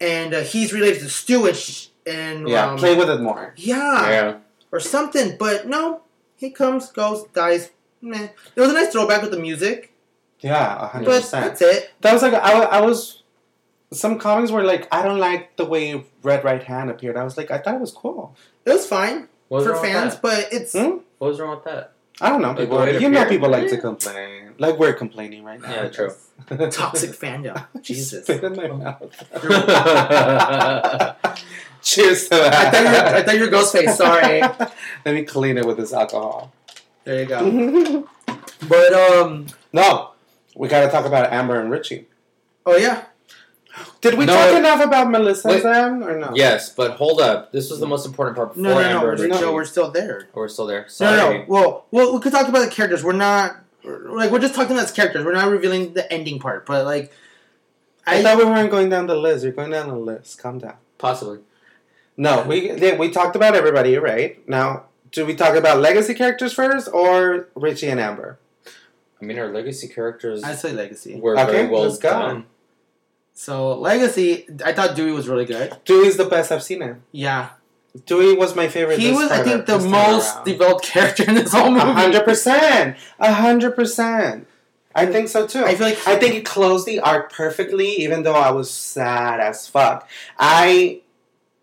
Speaker 3: and uh, he's related to Stu and sh- and
Speaker 1: Yeah.
Speaker 3: um,
Speaker 1: play with it more.
Speaker 3: yeah,
Speaker 2: Yeah.
Speaker 3: or something. But no, he comes, goes, dies. Meh. It was a nice throwback with the music,
Speaker 1: Yeah. hundred
Speaker 3: but
Speaker 1: percent.
Speaker 3: that's it.
Speaker 1: That was like I, wa- I was some comments were like, "I don't like the way Red Right Hand appeared." I was like, "I thought it was cool."
Speaker 3: It was fine
Speaker 2: What was
Speaker 3: for
Speaker 2: wrong with
Speaker 3: fans,
Speaker 2: that?
Speaker 3: but it's
Speaker 1: Hmm?
Speaker 2: What was wrong with that?
Speaker 1: I don't know.
Speaker 2: Like,
Speaker 1: people,
Speaker 2: the way it
Speaker 1: you know,
Speaker 2: appeared?
Speaker 1: people like to
Speaker 2: Yeah.
Speaker 1: complain. Like we're complaining right now.
Speaker 2: Yeah,
Speaker 1: I
Speaker 2: true.
Speaker 1: guess.
Speaker 3: toxic fan, yeah. Jesus.
Speaker 1: Spit in my mouth.
Speaker 2: I
Speaker 1: Cheers to
Speaker 3: I
Speaker 1: that.
Speaker 3: thought you were, I thought you were Ghostface. Sorry.
Speaker 1: Let me clean it with this alcohol.
Speaker 3: There you go.
Speaker 1: no,
Speaker 3: But um,
Speaker 1: we gotta talk about Amber and Richie.
Speaker 3: oh yeah,
Speaker 1: Did we
Speaker 2: No,
Speaker 1: talk
Speaker 2: it-
Speaker 1: enough about Melissa and
Speaker 2: Wait.
Speaker 1: Sam or no?
Speaker 2: Yes, but hold up. This was the most important part before
Speaker 3: no, no, no,
Speaker 2: Amber
Speaker 3: we're,
Speaker 2: and Richie.
Speaker 3: no, we're still there.
Speaker 2: Oh, we're still there.
Speaker 3: No,
Speaker 2: Sorry.
Speaker 3: no, no. Well, well, we could talk about the characters. We're not we're- like we're just talking about characters. We're not revealing the ending part, but like,
Speaker 1: I,
Speaker 3: I
Speaker 1: thought we weren't going down the list. You're going down the list. Calm down.
Speaker 2: Possibly.
Speaker 1: No, we yeah, we talked about everybody, right? Now, do we talk about legacy characters first or Richie and Amber?
Speaker 2: I mean, our legacy characters
Speaker 3: I say legacy.
Speaker 2: were
Speaker 1: Okay,
Speaker 2: very well
Speaker 1: let's go.
Speaker 2: done.
Speaker 3: So legacy, I thought Dewey was really good.
Speaker 1: Dewey's the best I've seen him.
Speaker 3: Yeah,
Speaker 1: Dewey was my favorite.
Speaker 3: he
Speaker 1: this
Speaker 3: was. I
Speaker 1: part
Speaker 3: think
Speaker 1: of
Speaker 3: the
Speaker 1: this time
Speaker 3: most
Speaker 1: around.
Speaker 3: developed character in this whole
Speaker 1: A
Speaker 3: movie.
Speaker 1: hundred percent. A hundred percent. I think so too.
Speaker 3: I feel like
Speaker 1: I think it closed the arc perfectly, even though I was sad as fuck. I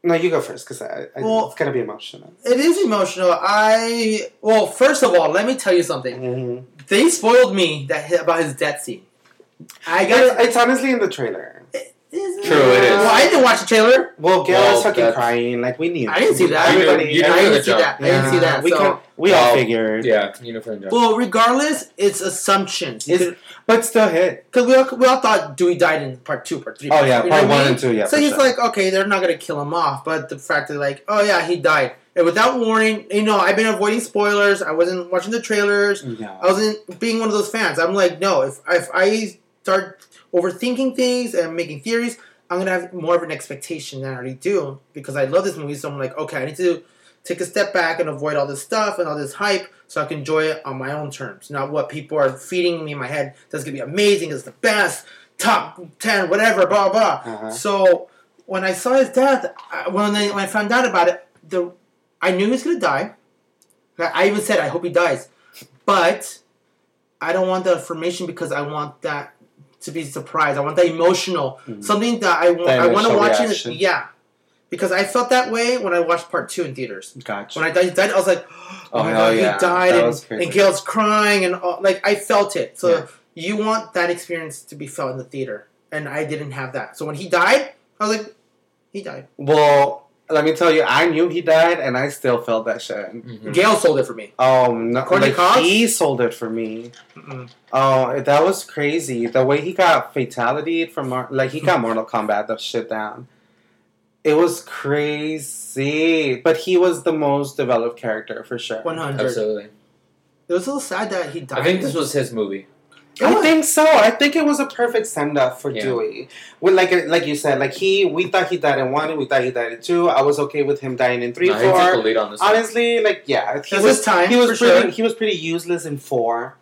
Speaker 1: no, you go first because I, I,
Speaker 3: Well-
Speaker 1: it's gonna be emotional.
Speaker 3: it is emotional. I well, first of all, let me tell you something.
Speaker 1: Mhm.
Speaker 3: They spoiled me that about his death scene. I got
Speaker 1: It's, it's honestly in the trailer.
Speaker 3: Is
Speaker 2: True, it
Speaker 1: is.
Speaker 3: Well, I didn't watch the trailer.
Speaker 1: Well, Gail
Speaker 2: Well,
Speaker 1: is fucking
Speaker 2: that's-
Speaker 1: crying. Like we knew.
Speaker 3: I didn't see that.
Speaker 2: You knew-
Speaker 1: Everybody,
Speaker 2: you
Speaker 3: I
Speaker 2: knew
Speaker 1: everybody-
Speaker 3: didn't
Speaker 2: the
Speaker 3: see
Speaker 2: job.
Speaker 3: that. I didn't see that.
Speaker 1: We
Speaker 3: so.
Speaker 1: could- we all
Speaker 2: Well,
Speaker 1: figured,
Speaker 2: Yeah, you know for the job.
Speaker 3: Well, regardless, it's assumptions.
Speaker 1: It's-
Speaker 3: Because
Speaker 1: but still hit.
Speaker 3: we all, we all thought Dewey died in part two, part three.
Speaker 1: Oh yeah,
Speaker 3: three, you know
Speaker 1: part
Speaker 3: what I
Speaker 1: one
Speaker 3: mean?
Speaker 1: and two. Yeah.
Speaker 3: So
Speaker 1: for
Speaker 3: he's
Speaker 1: sure.
Speaker 3: like, okay, they're not gonna kill him off, but the fact that like, oh yeah, he died, and without warning, you know, I've been avoiding spoilers. I wasn't watching the trailers.
Speaker 1: yeah.
Speaker 3: I wasn't being one of those fans. I'm like, no, if if I start overthinking things and making theories, I'm gonna have more of an expectation than I already do because I love this movie. So I'm like, okay, I need to take a step back and avoid all this stuff and all this hype so I can enjoy it on my own terms, not what people are feeding me in my head. That's gonna be amazing. It's the best, top ten, whatever, blah blah.
Speaker 1: Uh-huh.
Speaker 3: So when I saw his death, I, when, I, when I found out about it, the I knew he was gonna die. I I even said I hope he dies, but I don't want that information because I want that to be surprised. I want that emotional something that I want.
Speaker 1: Mm-hmm. That
Speaker 3: I want to
Speaker 1: initial
Speaker 3: watch
Speaker 1: reaction.
Speaker 3: it. Yeah, because I felt that way when I watched part two in theaters.
Speaker 1: Gotcha.
Speaker 3: When I died, died I was like, oh,
Speaker 1: Oh,
Speaker 3: my
Speaker 1: hell
Speaker 3: god,
Speaker 1: yeah.
Speaker 3: he died,
Speaker 1: That was
Speaker 3: and,
Speaker 1: crazy.
Speaker 3: and Gail's crying, and all, like I felt it. So
Speaker 1: Yeah.
Speaker 3: you want that experience to be felt in the theater, and I didn't have that. So when he died, I was like, he died.
Speaker 1: well, let me tell you, I knew he died, and I still felt that shit.
Speaker 2: Mhm.
Speaker 3: Gail sold it for me.
Speaker 1: Oh no!
Speaker 3: Courtney
Speaker 1: like,
Speaker 3: Cox?
Speaker 1: he sold it for me.
Speaker 3: Mm-mm.
Speaker 1: Oh, that was crazy. The way he got fatality from Mar- like he got Mortal Kombat the shit down. It was crazy, but he was the most developed character for sure.
Speaker 3: One hundred.
Speaker 2: Absolutely.
Speaker 3: It was a little sad that he died.
Speaker 2: I think this was his movie.
Speaker 3: It
Speaker 1: I
Speaker 3: was.
Speaker 1: think so. I think it was a perfect send up for
Speaker 2: Yeah.
Speaker 1: Dewey. With like like you said, like he we thought he died in one, we thought he died in two. I was okay with him dying in three,
Speaker 2: No, he took the
Speaker 1: four.
Speaker 2: lead on this. one.
Speaker 1: Honestly, like yeah, he
Speaker 3: It was
Speaker 1: was
Speaker 3: time,
Speaker 1: he was
Speaker 3: for
Speaker 1: pretty
Speaker 3: sure.
Speaker 1: he was pretty useless in four.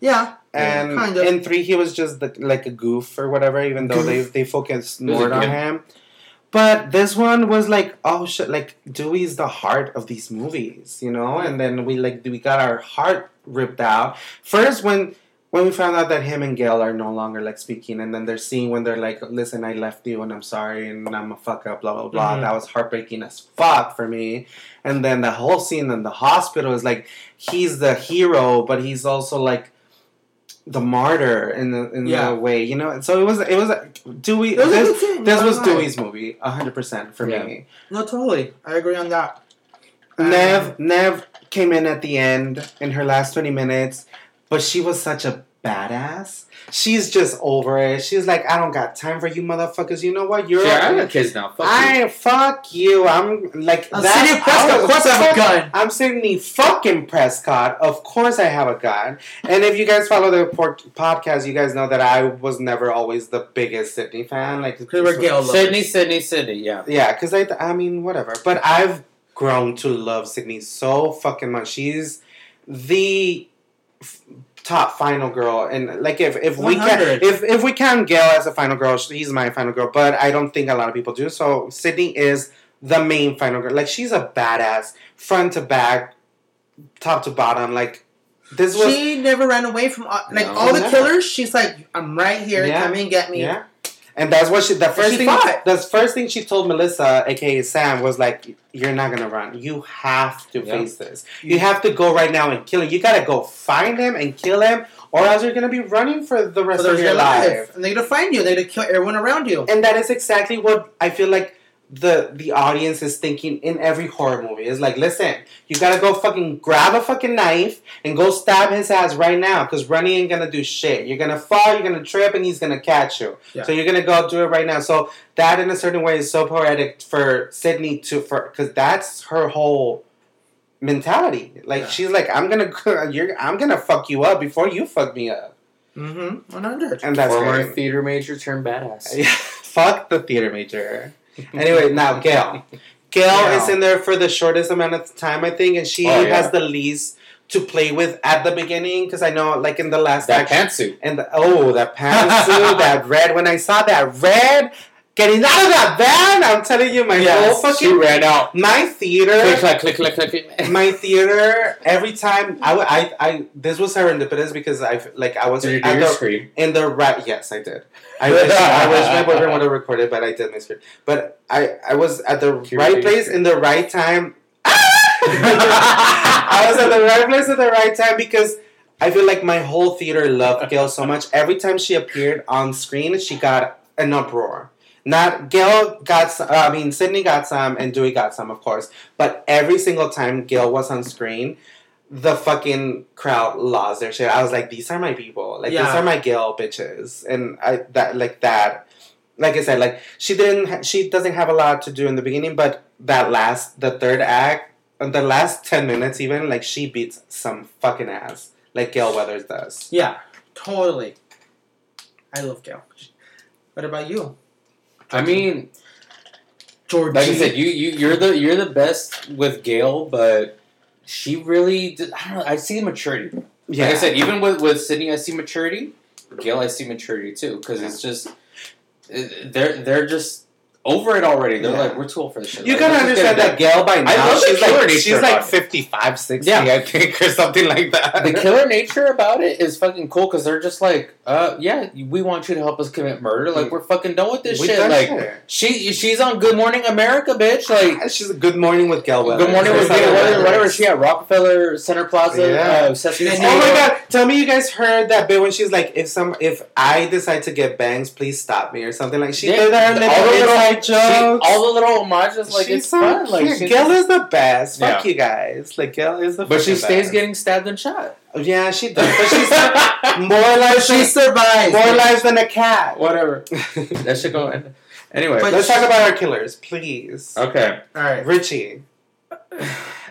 Speaker 3: Yeah,
Speaker 1: And
Speaker 3: Kind of.
Speaker 1: in three, he was just the, like a goof or whatever, even though they they focused
Speaker 2: He was a
Speaker 1: more on
Speaker 2: goof.
Speaker 1: him. But this one was like, oh shit! Like Dewey's the heart of these movies, you know. And then we like we got our heart ripped out first when when we found out that him and Gail are no longer like speaking, and then they're seeing when they're like, listen, I left you, and I'm sorry, and I'm a fuck up, blah blah blah.
Speaker 3: Mhm.
Speaker 1: That was heartbreaking as fuck for me. And then the whole scene in the hospital is like, he's the hero, but he's also like the martyr in the in
Speaker 3: Yeah.
Speaker 1: the way, you know. So it was it was Dewey.
Speaker 3: it was a
Speaker 1: This,
Speaker 3: good scene.
Speaker 1: this was
Speaker 3: Why not?
Speaker 1: Dewey's movie, hundred percent for
Speaker 2: Yeah.
Speaker 1: me.
Speaker 3: No, totally. I agree on that. Um,
Speaker 1: Nev Nev came in at the end in her last twenty minutes, but she was such a badass. She's just over it. She's like, I don't got time for you motherfuckers. You know what? You're
Speaker 2: Yeah, I got kids now. Fuck you.
Speaker 1: I fuck you. I'm like
Speaker 3: I'm Sidney Prescott.
Speaker 1: I
Speaker 3: Of
Speaker 1: was
Speaker 3: course I have a
Speaker 1: fuck-
Speaker 3: gun.
Speaker 1: I'm Sidney fucking Prescott. Of course I have a gun. And if you guys follow the por- podcast, you guys know that I was never always the biggest Sydney fan. Like
Speaker 3: They were Gail lovers.
Speaker 2: Sydney, Sydney, Sydney. Yeah.
Speaker 1: Yeah, because I, I mean, whatever. But I've grown to love Sydney so fucking much. She's the f- top final girl, and like if, if we can
Speaker 3: 100.
Speaker 1: if if we count Gail as a final girl, she's my final girl. But I don't think a lot of people do. So Sydney is the main final girl. Like she's a badass, front to back, top to bottom. Like this was
Speaker 3: She never ran away from all- like
Speaker 2: No.
Speaker 3: all the
Speaker 1: Never.
Speaker 3: killers. She's like, I'm right here.
Speaker 1: Yeah.
Speaker 3: Come and get me.
Speaker 1: yeah. And that's what she. The first
Speaker 3: she
Speaker 1: thing.
Speaker 3: fought.
Speaker 1: The first thing she told Melissa, aka Sam, was like, "You're not gonna run. You have to
Speaker 2: Yeah.
Speaker 1: face this. You have to go right now and kill him. You gotta go find him and kill him, or else you're gonna be running for the rest
Speaker 3: for the
Speaker 1: of
Speaker 3: rest
Speaker 1: your life.
Speaker 3: and they're gonna find you. They're gonna kill everyone around you.
Speaker 1: And that is exactly what I feel like the the audience is thinking in every horror movie. It's like, listen, you gotta go fucking grab a fucking knife and go stab his ass right now, because Runny ain't gonna do shit. You're gonna fall, you're gonna trip, and he's gonna catch you.
Speaker 3: Yeah.
Speaker 1: So you're gonna go do it right now. So that, in a certain way, is so poetic for Sydney to for because that's her whole mentality. Like
Speaker 3: Yeah.
Speaker 1: she's like, I'm gonna you're I'm gonna fuck you up before you fuck me up,
Speaker 3: Mm-hmm. One hundred.
Speaker 1: and that's
Speaker 2: Former
Speaker 1: great.
Speaker 2: theater major turned badass.
Speaker 1: Yeah, fuck the theater major. Anyway, now Gail. Gail
Speaker 3: Gail.
Speaker 1: is in there for the shortest amount of time, I think, and she
Speaker 2: Oh, yeah.
Speaker 1: has the least to play with at the beginning because I know, like in the last
Speaker 2: That
Speaker 1: act-
Speaker 2: pantsuit.
Speaker 1: and the, oh, that pantsuit, that red. When I saw that red, getting out of that van, I'm telling you, my
Speaker 2: Yes,
Speaker 1: whole
Speaker 2: she
Speaker 1: fucking
Speaker 2: ran out.
Speaker 1: my theater
Speaker 2: Click, click, click, click, click, click.
Speaker 1: my theater every time I, w- I I this was serendipitous because I like I was
Speaker 2: Did you
Speaker 1: at
Speaker 2: do your
Speaker 1: the-
Speaker 2: screen?
Speaker 1: in the right, yes, I did. I wish, I wish my boyfriend would have recorded, but I did miss it. But I, I was at the
Speaker 2: Cute
Speaker 1: right
Speaker 2: baby.
Speaker 1: place in the right time. I was at the right place at the right time because I feel like my whole theater loved Gail so much. Every time she appeared on screen, she got an uproar. Not Gail got, some, I mean Sydney got some, and Dewey got some, of course. But every single time Gail was on screen, the fucking crowd lost their shit. I was like, these are my people. Like these
Speaker 3: Yeah.
Speaker 1: are my Gail bitches, and I that like that. Like I said, like she didn't, ha- she doesn't have a lot to do in the beginning, but that last, the third act, uh, the last ten minutes, even like she beats some fucking ass, like Gail Weathers does.
Speaker 3: Yeah, totally. I love Gail. What about you,
Speaker 2: I mean,
Speaker 3: Georgie?
Speaker 2: Like I said, you you you're the you're the best with Gail, but she really did, I don't know. I see maturity.
Speaker 1: Yeah,
Speaker 2: Like I said, even with with Sydney, I see maturity. Gail, I see maturity too, because it's just it- they're they're just over it already. They're
Speaker 1: Yeah.
Speaker 2: like, we're too old for this shit.
Speaker 1: You
Speaker 2: Like,
Speaker 1: gotta
Speaker 2: let's just get
Speaker 1: understand that
Speaker 2: it
Speaker 1: Gail by now
Speaker 2: love the
Speaker 1: she's like
Speaker 2: purity
Speaker 1: she's
Speaker 2: shirt on
Speaker 1: like
Speaker 2: it.
Speaker 1: 55, 60,
Speaker 2: Yeah.
Speaker 1: I think, or something like that.
Speaker 2: done. The killer nature about it is fucking cool because they're just like, uh, yeah, we want you to help us commit murder. Like we're fucking done with this
Speaker 1: Mm. We
Speaker 2: shit.
Speaker 1: done
Speaker 2: Like
Speaker 1: shit.
Speaker 2: she she's on Good Morning America, bitch. Like
Speaker 1: she's a good morning with Gail Weathers.
Speaker 2: Good morning,
Speaker 1: Or
Speaker 2: was
Speaker 1: something
Speaker 2: Gail
Speaker 1: like
Speaker 2: Weathers.
Speaker 1: that.
Speaker 2: Whatever she at Rockefeller Center Plaza,
Speaker 1: Yeah.
Speaker 2: uh, Sesame
Speaker 3: Oh
Speaker 2: Street.
Speaker 1: Oh my god! Tell me you guys heard that bit when she's like, "If some, if I decide to get bangs, please stop me" or something like. She
Speaker 2: Yeah,
Speaker 1: did that.
Speaker 2: all the little-
Speaker 1: inside
Speaker 2: she-
Speaker 1: jokes.
Speaker 2: all the little homages, like
Speaker 1: she's
Speaker 2: it's
Speaker 1: so
Speaker 2: fun. Like
Speaker 1: cute.
Speaker 2: she's-
Speaker 1: Gail is the best. Fuck you guys. Like Gail is the.
Speaker 2: but she
Speaker 1: fucking
Speaker 2: stays
Speaker 1: best.
Speaker 2: getting stabbed and shot.
Speaker 1: Yeah, she does. But she's more
Speaker 3: But
Speaker 1: lives.
Speaker 3: she
Speaker 1: She's
Speaker 3: survived.
Speaker 1: more lives than a cat.
Speaker 2: whatever.
Speaker 1: Let's
Speaker 2: That should go in. Anyway,
Speaker 3: But-
Speaker 1: talk about our killers, please.
Speaker 2: okay.
Speaker 3: All right.
Speaker 1: Richie.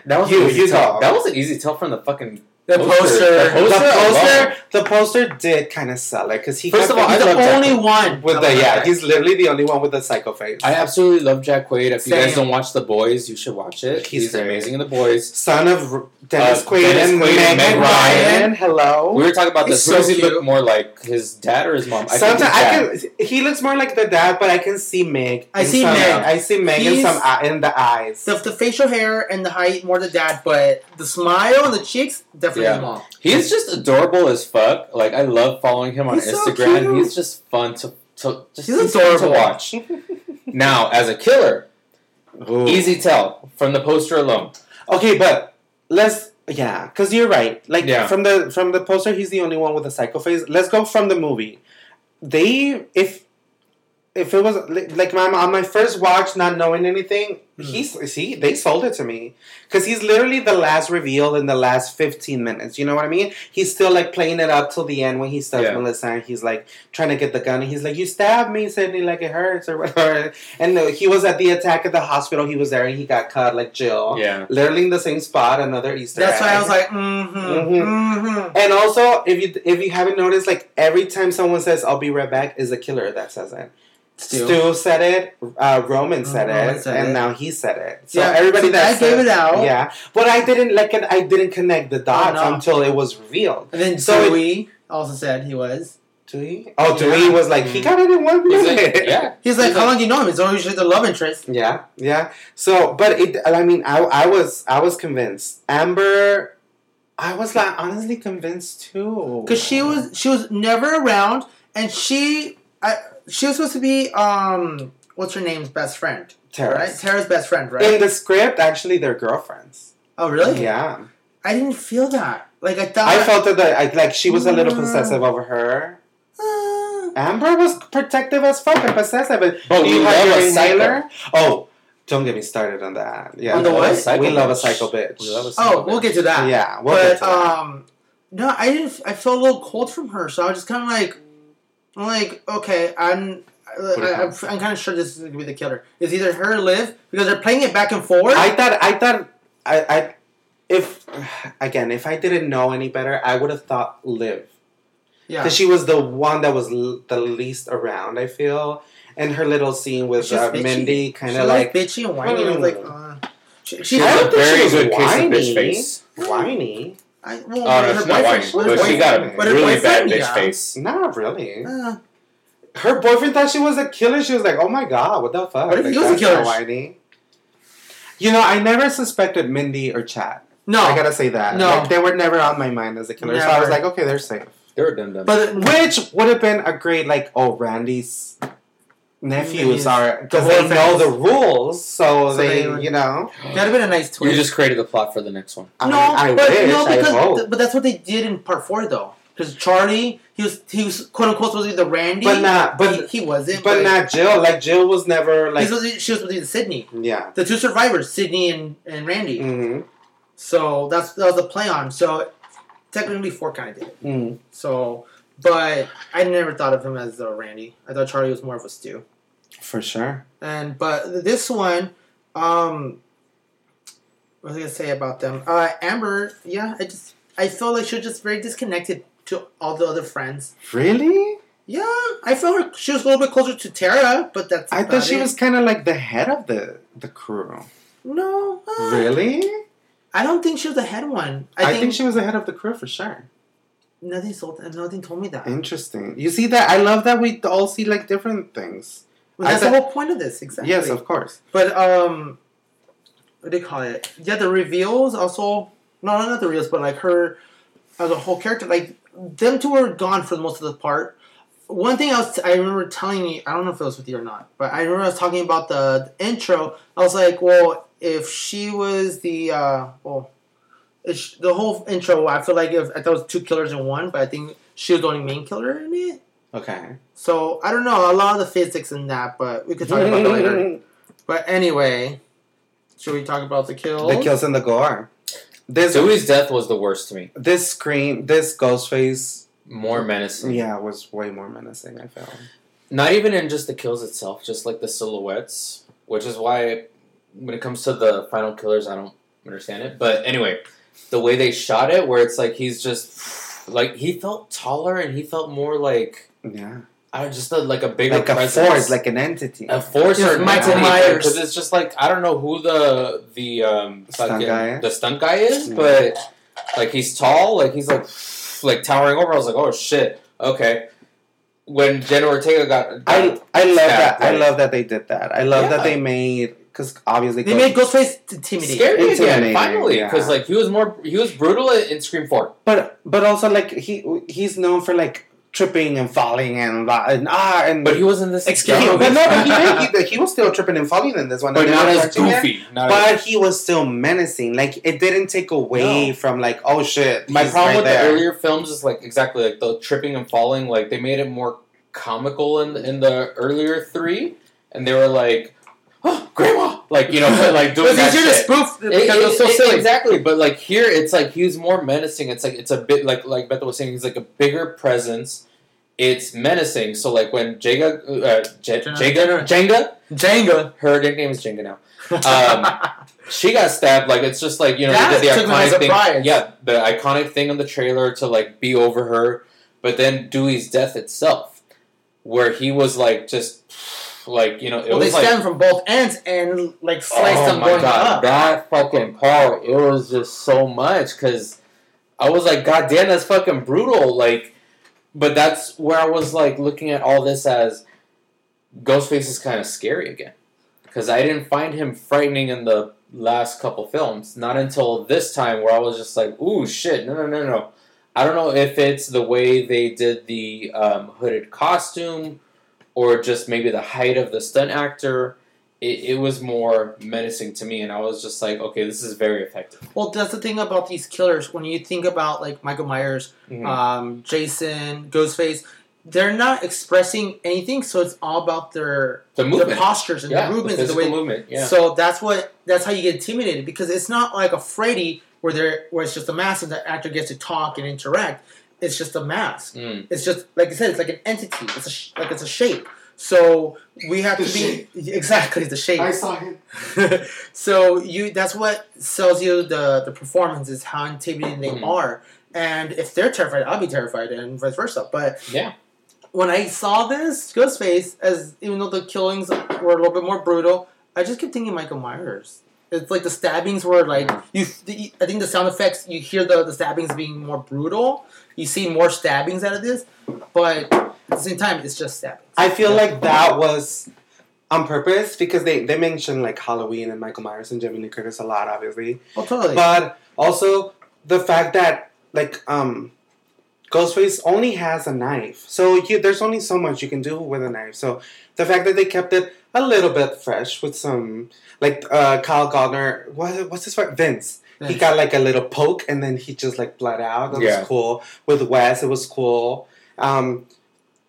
Speaker 2: That was
Speaker 1: You-
Speaker 2: an easy
Speaker 1: you
Speaker 2: tell.
Speaker 1: talk.
Speaker 2: That was an easy tell from the fucking
Speaker 3: The
Speaker 2: poster.
Speaker 3: poster.
Speaker 1: The
Speaker 2: Poster
Speaker 1: poster, the poster did kind of sell it because he.
Speaker 2: First
Speaker 1: kept
Speaker 2: of all,
Speaker 1: it-
Speaker 2: I
Speaker 3: He's the
Speaker 2: love that
Speaker 3: only one
Speaker 1: with
Speaker 3: I
Speaker 1: the
Speaker 3: love
Speaker 1: yeah,
Speaker 3: that.
Speaker 1: he's literally the only one with the psycho face.
Speaker 2: I absolutely love Jack Quaid. If you guys
Speaker 3: Same.
Speaker 2: don't watch The Boys, you should watch it.
Speaker 1: He's
Speaker 2: He's,
Speaker 1: great.
Speaker 2: amazing in The Boys.
Speaker 1: son of R- Dennis
Speaker 2: Uh,
Speaker 1: Quaid
Speaker 2: Dennis
Speaker 1: and
Speaker 2: Quaid
Speaker 1: Meg
Speaker 2: and Meg
Speaker 1: Ryan.
Speaker 2: Ryan.
Speaker 1: Hello.
Speaker 2: We were talking about
Speaker 3: He's
Speaker 2: this. Who does
Speaker 3: so
Speaker 2: he
Speaker 3: cute.
Speaker 2: look more like? His dad or his mom? I think
Speaker 1: Sometimes
Speaker 2: his dad.
Speaker 1: I can. He looks more like the dad, but I can see Meg.
Speaker 3: I
Speaker 1: in
Speaker 3: see
Speaker 1: some-
Speaker 2: Meg.
Speaker 1: I see Meg in
Speaker 3: He's-
Speaker 1: some eye- in the eyes.
Speaker 3: The, the facial hair and the height more the dad, but the smile and the cheeks definitely
Speaker 2: Yeah.
Speaker 3: the mom.
Speaker 2: He's just adorable as fuck. Like I love following him on
Speaker 3: He's so
Speaker 2: Instagram.
Speaker 3: cute.
Speaker 2: he's just fun to to just
Speaker 3: He's
Speaker 2: he's fun to
Speaker 3: adorable.
Speaker 2: watch. now, as a killer, easy tell from the poster alone.
Speaker 1: Okay, but let's yeah, because you're right. Like
Speaker 2: Yeah.
Speaker 1: from the from the poster, he's the only one with a psycho face. Let's go from the movie. They if if it was li- like my on my first watch, not knowing anything,
Speaker 2: Hmm.
Speaker 1: he's see they sold it to me because he's literally the last reveal in the last fifteen minutes. You know what I mean? He's still like playing it up till the end when he stabs
Speaker 2: Yeah.
Speaker 1: Melissa and he's like trying to get the gun and he's like, "You stabbed me, Sydney, like it hurts or whatever." And uh, he was at the attack at the hospital. He was there and he got cut like Jill
Speaker 2: Yeah.
Speaker 1: literally in the same spot another easter
Speaker 3: That's why I
Speaker 1: egg.
Speaker 3: was like, mm-hmm,
Speaker 1: Mhm.
Speaker 3: mm-hmm.
Speaker 1: and also if you if you haven't noticed like every time someone says i'll be right back is a killer that says it stu, said it uh, roman said
Speaker 3: Oh, Roman
Speaker 1: it
Speaker 3: said
Speaker 1: and
Speaker 3: it.
Speaker 1: now he said it so
Speaker 3: Yeah,
Speaker 1: everybody
Speaker 3: so
Speaker 1: that
Speaker 3: I gave
Speaker 1: said-
Speaker 3: it out.
Speaker 1: yeah but i didn't like and i didn't connect the dots
Speaker 3: no.
Speaker 1: until it was revealed
Speaker 3: And then
Speaker 1: So it-
Speaker 3: Dewey also said he was.
Speaker 1: Dewey? oh
Speaker 3: Yeah.
Speaker 1: Dewey was like he got it in one
Speaker 2: He's
Speaker 1: minute
Speaker 2: like, yeah.
Speaker 3: He's like,
Speaker 2: He's
Speaker 3: how
Speaker 2: like-
Speaker 3: long do you know him? He's always the love interest.
Speaker 1: Yeah, yeah. So, but it. I mean, I, I was I was convinced. Amber, I was like honestly convinced too.
Speaker 3: Cause she was she was never around, and she I she was supposed to be um what's her name's best friend, right?
Speaker 1: Terrace.
Speaker 3: Tara's best friend, right?
Speaker 1: In the script, actually, they're girlfriends.
Speaker 3: oh really?
Speaker 1: Yeah.
Speaker 3: I didn't feel that. Like I thought.
Speaker 1: I felt that the, I, like she was a little
Speaker 3: Mm.
Speaker 1: possessive over her.
Speaker 3: Uh,
Speaker 1: Amber was protective as fuck and possessive. But
Speaker 2: But we
Speaker 1: you had
Speaker 2: love
Speaker 1: your
Speaker 2: a psycho.
Speaker 1: inhaler. Oh, don't get me started on that. Yeah,
Speaker 3: On the
Speaker 1: we
Speaker 3: what?
Speaker 1: love a psycho
Speaker 2: We love a
Speaker 1: bitch.
Speaker 2: psycho bitch.
Speaker 1: We love a
Speaker 3: oh, we'll get to that.
Speaker 1: Yeah, we'll get
Speaker 3: but
Speaker 1: to that.
Speaker 3: um, no, I didn't. I felt a little cold from her, so I was just kind of like, I'm like, okay, I'm.
Speaker 1: it
Speaker 3: I, I'm, I'm kind of sure this is gonna be the killer. It's either her or Liv because they're playing it back and forth.
Speaker 1: I thought I thought I, I if again if I didn't know any better I would have thought Liv
Speaker 3: yeah,
Speaker 1: because she was the one that was l- the least around I feel and her little scene with
Speaker 3: She's
Speaker 1: uh,
Speaker 3: bitchy.
Speaker 1: Mindy kind
Speaker 3: she
Speaker 1: of
Speaker 3: was
Speaker 1: like
Speaker 3: bitchy and whiny. and I was like, uh, she, she,
Speaker 1: I
Speaker 2: She's a
Speaker 1: don't think she
Speaker 2: very
Speaker 1: was
Speaker 2: good case of
Speaker 1: whiny.
Speaker 2: bitch face. Uh,
Speaker 1: whiny
Speaker 3: I, well,
Speaker 4: Oh, no,
Speaker 3: her
Speaker 4: she's not whining.
Speaker 3: boyfriend- her
Speaker 4: But she got a
Speaker 3: boyfriend- but her
Speaker 4: really bad
Speaker 3: boyfriend,
Speaker 4: bitch
Speaker 3: yeah.
Speaker 4: face.
Speaker 1: not really
Speaker 3: Uh,
Speaker 1: her boyfriend thought she was a killer she was like oh my god what the fuck
Speaker 3: What if
Speaker 1: Like,
Speaker 3: he was a
Speaker 1: that's
Speaker 3: killer?
Speaker 1: not whiny you know I never suspected Mindy or Chad
Speaker 3: no,
Speaker 1: I gotta say that
Speaker 3: No.
Speaker 1: Like, they were never on my mind as a killer so I was
Speaker 3: Never.
Speaker 1: like okay they're safe.
Speaker 2: They're dumb dumb.
Speaker 3: but
Speaker 1: Which would have been a great like, oh, Randy's nephews
Speaker 3: Nephews.
Speaker 1: are because
Speaker 3: The whole
Speaker 1: they know
Speaker 3: family.
Speaker 1: the rules, so,
Speaker 3: So
Speaker 1: they,
Speaker 3: they would-
Speaker 1: you know.
Speaker 3: that'd have been a nice
Speaker 2: you
Speaker 3: twist.
Speaker 2: just created the plot for the next one.
Speaker 1: I-
Speaker 3: no,
Speaker 1: I,
Speaker 3: but
Speaker 1: wish.
Speaker 3: no, because
Speaker 1: I hope.
Speaker 3: th- but that's what they did in part four though. Because Charlie, he was he was quote unquote supposed to be the Randy,
Speaker 1: but not, but
Speaker 3: he, he wasn't.
Speaker 1: but not Jill. Like Jill was never
Speaker 3: Like,
Speaker 1: like,
Speaker 3: she was supposed to be the Sydney,
Speaker 1: yeah.
Speaker 3: the two survivors, Sydney and, and Randy.
Speaker 1: hmm
Speaker 3: So that's that was the play on. So technically, four kind of did it.
Speaker 1: Mm.
Speaker 3: So, but I never thought of him as the Randy. I thought Charlie was more of a stew.
Speaker 1: For sure.
Speaker 3: And but this one, um, what was I gonna say about them? Uh, Amber, yeah, I just I felt like she was just very disconnected to all the other friends.
Speaker 1: Really?
Speaker 3: Yeah, I felt her, she was a little bit closer to Tara, but that's
Speaker 1: I
Speaker 3: about
Speaker 1: thought she
Speaker 3: it.
Speaker 1: was kind of like the head of the the crew.
Speaker 3: no. uh,
Speaker 1: Really?
Speaker 3: I don't think she was the head one.
Speaker 1: I,
Speaker 3: I,
Speaker 1: think, she was the head of the crew for sure.
Speaker 3: nothing told nothing told me that.
Speaker 1: Interesting. You see that? I love that we all see like different things.
Speaker 3: Well,
Speaker 1: I
Speaker 3: that's the
Speaker 1: thought-
Speaker 3: whole point of this, exactly.
Speaker 1: Yes, of course.
Speaker 3: But um, what do you call it? Yeah, the reveals also. No, no, not the reveals, but like her as a whole character. Like them two were gone for the most of the part. One thing I was I remember telling you, I don't know if it was with you or not, but I remember I was talking about the, the intro. I was like, well, if she was the uh, well, it's, the whole intro. I feel like if I thought it was two killers in one, but I think she was the only main killer in it.
Speaker 1: Okay.
Speaker 3: So I don't know a lot of the physics in that, but we could talk about that later. But anyway, should we talk about the kills?
Speaker 1: The kills and the gore. This
Speaker 2: Zoe's death was the worst to me.
Speaker 1: this scream, this ghost face,
Speaker 2: More menacing.
Speaker 1: yeah, was way more menacing. I felt.
Speaker 2: Not even in just the kills itself, just like the silhouettes, which is why when it comes to the final killers, I don't understand it. But anyway, the way they shot it, where it's like he's just like he felt taller and he felt more like
Speaker 1: Yeah,
Speaker 2: I don't just a, like a bigger
Speaker 1: like a
Speaker 2: presence.
Speaker 1: force, like an entity.
Speaker 2: a force
Speaker 3: Just
Speaker 2: or
Speaker 3: Michael Myers.
Speaker 2: because it's just like I don't know who the the um
Speaker 1: Stunt
Speaker 2: fucking-
Speaker 1: guy.
Speaker 2: the stunt guy is,
Speaker 1: Yeah.
Speaker 2: but like he's tall, like he's like like towering over. I was like, oh shit, okay. When Jenna Ortega got,
Speaker 1: I I love
Speaker 2: Stab,
Speaker 1: that. I
Speaker 2: right.
Speaker 1: love that they did that. I love that
Speaker 2: Yeah.
Speaker 1: they made because obviously
Speaker 3: they made Ghostface intimidating.
Speaker 2: scared me again
Speaker 1: Intimidating,
Speaker 2: finally
Speaker 1: yeah.
Speaker 2: because like he was more he was brutal in, in Scream Four.
Speaker 1: but but also like he he's known for like tripping and falling and blah, and ah and
Speaker 2: But he was in this.
Speaker 1: but no,
Speaker 3: Excuse me.
Speaker 1: but he, did, he, he was still tripping and falling in this one.
Speaker 2: but
Speaker 1: And
Speaker 2: not
Speaker 1: then
Speaker 2: as
Speaker 1: watching it,
Speaker 2: goofy. Not as-
Speaker 1: But he was still menacing. Like it didn't take away
Speaker 2: No.
Speaker 1: from like, oh shit.
Speaker 2: My
Speaker 1: he's
Speaker 2: problem
Speaker 1: right
Speaker 2: with
Speaker 1: there.
Speaker 2: the earlier films is like exactly like the tripping and falling. Like they made it more comical in in the earlier three, and they were like, "Oh, grandma!" Like you know, but, like doing
Speaker 3: It
Speaker 2: that
Speaker 3: was easier to
Speaker 2: shit.
Speaker 3: spoof
Speaker 2: It-
Speaker 3: because it,
Speaker 2: it-
Speaker 3: was so
Speaker 2: it-
Speaker 3: silly.
Speaker 2: Exactly, but like here, it's like he's more menacing. It's like it's a bit like like Beth was saying, he's like a bigger presence. It's menacing. So like when Jenga, uh, Je-
Speaker 3: Jenna-
Speaker 2: Jenga, Jenga,
Speaker 3: Django.
Speaker 2: her nickname is Jenga now. Um, she got stabbed. Like it's just like you know
Speaker 3: That
Speaker 2: they did the
Speaker 3: took me by
Speaker 2: iconic
Speaker 3: surprise.
Speaker 2: thing. Yeah, the iconic thing on the trailer to like be over her, but then Dewey's death itself, where he was like just like you know it
Speaker 3: Well, they
Speaker 2: was like
Speaker 3: stand from both ends and like slice
Speaker 2: oh
Speaker 3: them
Speaker 2: my
Speaker 3: going
Speaker 2: god
Speaker 3: up.
Speaker 2: that fucking part it was just so much because I was like god damn that's fucking brutal like, but that's where I was like looking at all this as Ghostface is kind of scary again because I didn't find him frightening in the last couple films. Not until this time where I was just like, "Ooh, shit! No, no, no, no." I don't know if it's the way they did the um, hooded costume, or just maybe the height of the stunt actor. It, it was more menacing to me, and I was just like, okay, this is very effective.
Speaker 3: Well, that's the thing about these killers. When you think about like Michael Myers,
Speaker 1: Mm-hmm.
Speaker 2: Mhm.
Speaker 3: um, Jason, Ghostface, they're not expressing anything. So it's all about their
Speaker 2: the
Speaker 3: the
Speaker 2: movement,
Speaker 3: postures and
Speaker 2: yeah,
Speaker 3: the
Speaker 2: the
Speaker 3: movements, the
Speaker 2: physical
Speaker 3: way.
Speaker 2: movement, yeah.
Speaker 3: So that's what that's how you get intimidated because it's not like a Freddy where there where it's just a mask and the actor gets to talk and interact. It's just a mask.
Speaker 2: Mm.
Speaker 3: It's just like I said. It's like an entity. It's a sh- like it's a shape. So we have
Speaker 4: The
Speaker 3: to be exactly the shape.
Speaker 4: I saw him.
Speaker 3: so you that's what sells you the the performance is how intimidating they
Speaker 2: Mhm.
Speaker 3: are and if they're terrified i'll be terrified and vice versa but
Speaker 2: Yeah.
Speaker 3: when i saw this ghostface as even though the killings were a little bit more brutal i just kept thinking michael myers it's like the stabbings were like
Speaker 1: Mm.
Speaker 2: Mhm.
Speaker 3: you the, i think the sound effects you hear the, the stabbings being more brutal you see more stabbings out of this but at the same time it's just stabbings
Speaker 1: I feel like that was on purpose because they, they mentioned like Halloween and Michael Myers and Jamie Lee Curtis a lot, obviously.
Speaker 3: oh totally
Speaker 1: But also the fact that like um Ghostface only has a knife, so you, there's only so much you can do with a knife. So the fact that they kept it a little bit fresh with some like uh, Kyle Gardner, what, what's his fir- Vince. He got like a little poke and then he just like bled out. That
Speaker 2: Yeah.
Speaker 1: was cool. With Wes, it was cool. Um,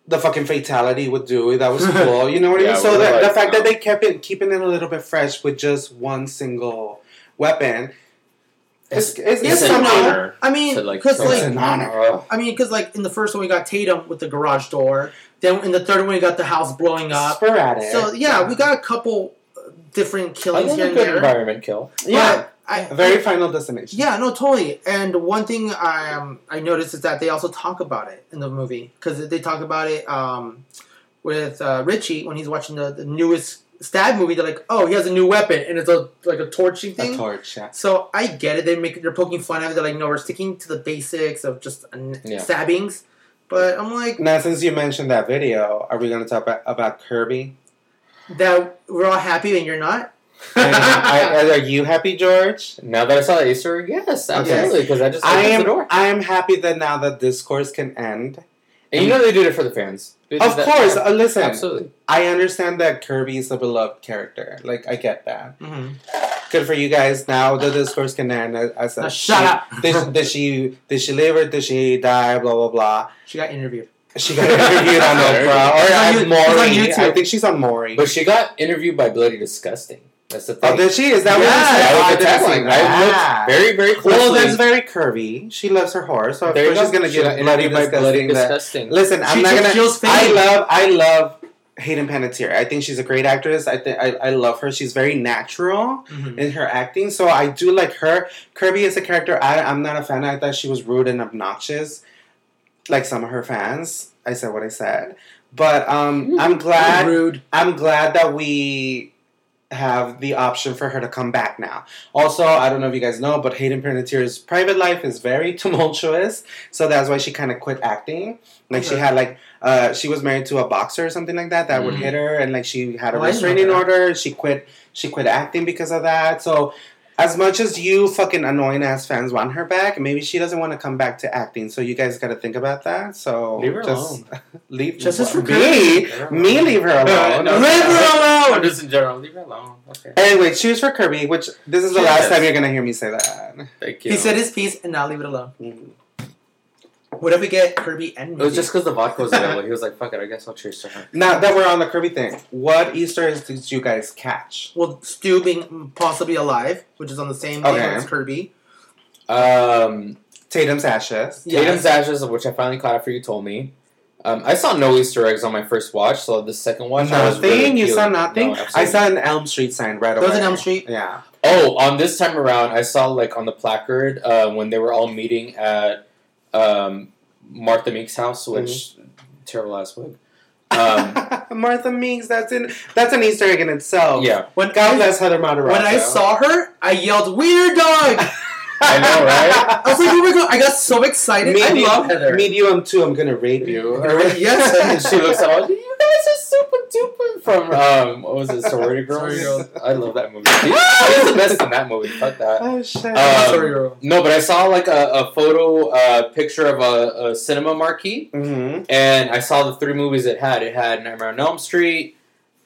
Speaker 1: the fucking fatality with Dewey, that was cool. You know what I
Speaker 2: Yeah,
Speaker 1: mean? So
Speaker 2: we're
Speaker 1: the,
Speaker 2: like,
Speaker 1: the fact that
Speaker 2: um,
Speaker 1: they kept it keeping it a little bit fresh with just one single weapon. It's, it's,
Speaker 2: It's
Speaker 1: it's
Speaker 2: an
Speaker 1: somehow-
Speaker 2: honor
Speaker 3: i mean
Speaker 2: to like.
Speaker 3: because
Speaker 2: kill
Speaker 3: like
Speaker 1: It's
Speaker 2: him.
Speaker 1: an honor.
Speaker 2: Ugh.
Speaker 3: I mean, because like in the first one we got Tatum with the garage door. Then in the third one we got the house blowing up.
Speaker 1: sporadic.
Speaker 3: So yeah, we got a couple uh, different killings
Speaker 2: Another
Speaker 3: here and
Speaker 2: good
Speaker 3: there.
Speaker 2: environment kill.
Speaker 1: yeah,
Speaker 3: But I,
Speaker 1: very final destination.
Speaker 3: yeah, no, totally. And one thing I um, I noticed is that they also talk about it in the movie because they talk about it um, with uh, Richie when he's watching the, the newest stab movie. They're like, oh, he has a new weapon, and it's a like a torching thing.
Speaker 1: a torch. Yeah.
Speaker 3: So I get it. They make they're poking fun at it. They're like, no, we're sticking to the basics of just n-
Speaker 2: Yeah.
Speaker 3: stabbings. But I'm like
Speaker 1: Now, since you mentioned that video, are we going to talk about, about Kirby?
Speaker 3: that we're all happy and you're not.
Speaker 1: And I, are you happy, George?
Speaker 2: Now that I saw the Easter, egg, yes, absolutely, because I just
Speaker 1: I
Speaker 2: opened the
Speaker 1: am.
Speaker 2: door.
Speaker 1: I am happy that now that this course can end.
Speaker 2: And you know they did it for the fans. They did
Speaker 1: Of
Speaker 2: that-
Speaker 1: course, uh, listen.
Speaker 2: absolutely.
Speaker 1: I understand that Kirby is a beloved character. Like I get that.
Speaker 3: Mhm.
Speaker 1: Good for you guys. Now that this course can end, as as
Speaker 3: Now
Speaker 1: a,
Speaker 3: shut up.
Speaker 1: Did, did she did she live or did she die? Blah blah blah.
Speaker 3: She got interviewed.
Speaker 1: She got interviewed on Oprah or
Speaker 3: She's
Speaker 1: at
Speaker 3: on you- she's on
Speaker 1: Maury. I
Speaker 3: YouTube.
Speaker 1: think she's on Maury.
Speaker 2: But she got interviewed by Bloody Disgusting. That's the thing.
Speaker 1: Oh, did she? Is that
Speaker 3: Yeah,
Speaker 2: that
Speaker 1: what you
Speaker 2: was
Speaker 1: said?
Speaker 2: the
Speaker 1: Oh, I didn't
Speaker 2: tagline.
Speaker 1: see that.
Speaker 2: I looked very, very closely.
Speaker 1: Well, that's very curvy. She loves her horse, so of
Speaker 2: There you
Speaker 1: course she's
Speaker 2: go.
Speaker 1: gonna
Speaker 2: She
Speaker 1: get
Speaker 2: got
Speaker 1: a bloody
Speaker 2: interviewed by Bloody
Speaker 1: disgusting. that-
Speaker 2: Disgusting.
Speaker 1: Listen, I'm
Speaker 3: She
Speaker 1: not
Speaker 3: just
Speaker 1: gonna.
Speaker 3: feels fame.
Speaker 1: I love, I love Hayden Panettiere. I think she's a great actress. I think I, I love her. She's very natural
Speaker 3: Mm-hmm.
Speaker 1: in her acting, so I do like her. Kirby is a character I, I'm not a fan. of. I thought she was rude and obnoxious, like some of her fans. I said what I said, but um, I'm glad.
Speaker 3: Rude.
Speaker 1: I'm glad that we have the option for her to come back now. Also, I don't know if you guys know, but Hayden Panettiere's private life is very tumultuous, so that's why she kind of quit acting. Like she
Speaker 3: Okay.
Speaker 1: had like uh, she was married to a boxer or something like that that would
Speaker 2: Mm.
Speaker 1: hit her, and like she had a
Speaker 3: Oh, I didn't know
Speaker 1: restraining
Speaker 3: that.
Speaker 1: order. She quit. She quit acting because of that. So. As much as you fucking annoying ass fans want her back, maybe she doesn't want to come back to acting. So you guys got to think about that. So
Speaker 2: Leave her
Speaker 1: just
Speaker 2: alone.
Speaker 1: leave
Speaker 3: Justice for
Speaker 1: me. Me leave her alone.
Speaker 2: No,
Speaker 3: Leave
Speaker 2: no,
Speaker 3: her
Speaker 2: no,
Speaker 3: alone.
Speaker 2: Just in general, Oh, leave her alone. Okay.
Speaker 1: Anyway, choose for Kirby, which this is the last
Speaker 2: Yes.
Speaker 1: time you're gonna hear me say that.
Speaker 2: Thank you.
Speaker 3: He said his piece and now leave it alone.
Speaker 1: Mm.
Speaker 3: What if we get Kirby and
Speaker 2: it was
Speaker 3: Mindy?
Speaker 2: just because the vodka was available. He was like, "Fuck it, I guess I'll cheers to her."
Speaker 1: Now that we're on the Kirby thing, what Easter eggs did you guys catch?
Speaker 3: well, Stu being possibly alive, which is on the same day
Speaker 1: Okay.
Speaker 3: as Kirby.
Speaker 2: Um,
Speaker 1: Tatum's ashes.
Speaker 3: Yeah.
Speaker 2: Tatum's Ashes, which I finally caught after you told me. Um, I saw no Easter eggs on my first watch, so the second watch I was
Speaker 1: nothing.
Speaker 2: really
Speaker 1: you saw
Speaker 2: peeling-
Speaker 1: nothing.
Speaker 2: No,
Speaker 1: I
Speaker 2: absolutely
Speaker 1: saw an Elm Street sign right
Speaker 3: There
Speaker 1: away.
Speaker 3: was an Elm Street?
Speaker 1: Yeah.
Speaker 2: Oh, on this time around, I saw like on the placard uh, when they were all meeting at um, Martha Meek's house,
Speaker 1: Mm-hmm.
Speaker 2: which terrible ass wig. Um,
Speaker 1: Martha Meeks. That's in. That's an Easter egg in itself.
Speaker 2: yeah,
Speaker 3: When
Speaker 1: God
Speaker 3: I,
Speaker 1: bless Heather Matarazzo.
Speaker 3: when I saw her, I yelled, "Weird dog!"
Speaker 2: I know, right?
Speaker 3: I was like, "Oh my god!" I got so excited. I
Speaker 1: Medium-
Speaker 3: love Heather.
Speaker 1: Medium two. I'm gonna rape you.
Speaker 3: Yes.
Speaker 2: and she looks at all. You guys are super duper from um, what was it, Sorority Girls?
Speaker 3: Sorority Girls.
Speaker 2: I love that movie. She- She's the best in that movie. Fuck that.
Speaker 1: Oh shit!
Speaker 2: Uh,
Speaker 3: Sorry, girl.
Speaker 2: No, but I saw like a, a photo uh, picture of a, a cinema marquee,
Speaker 1: mm-hmm.
Speaker 2: and I saw the three movies it had. It had Nightmare on Elm Street,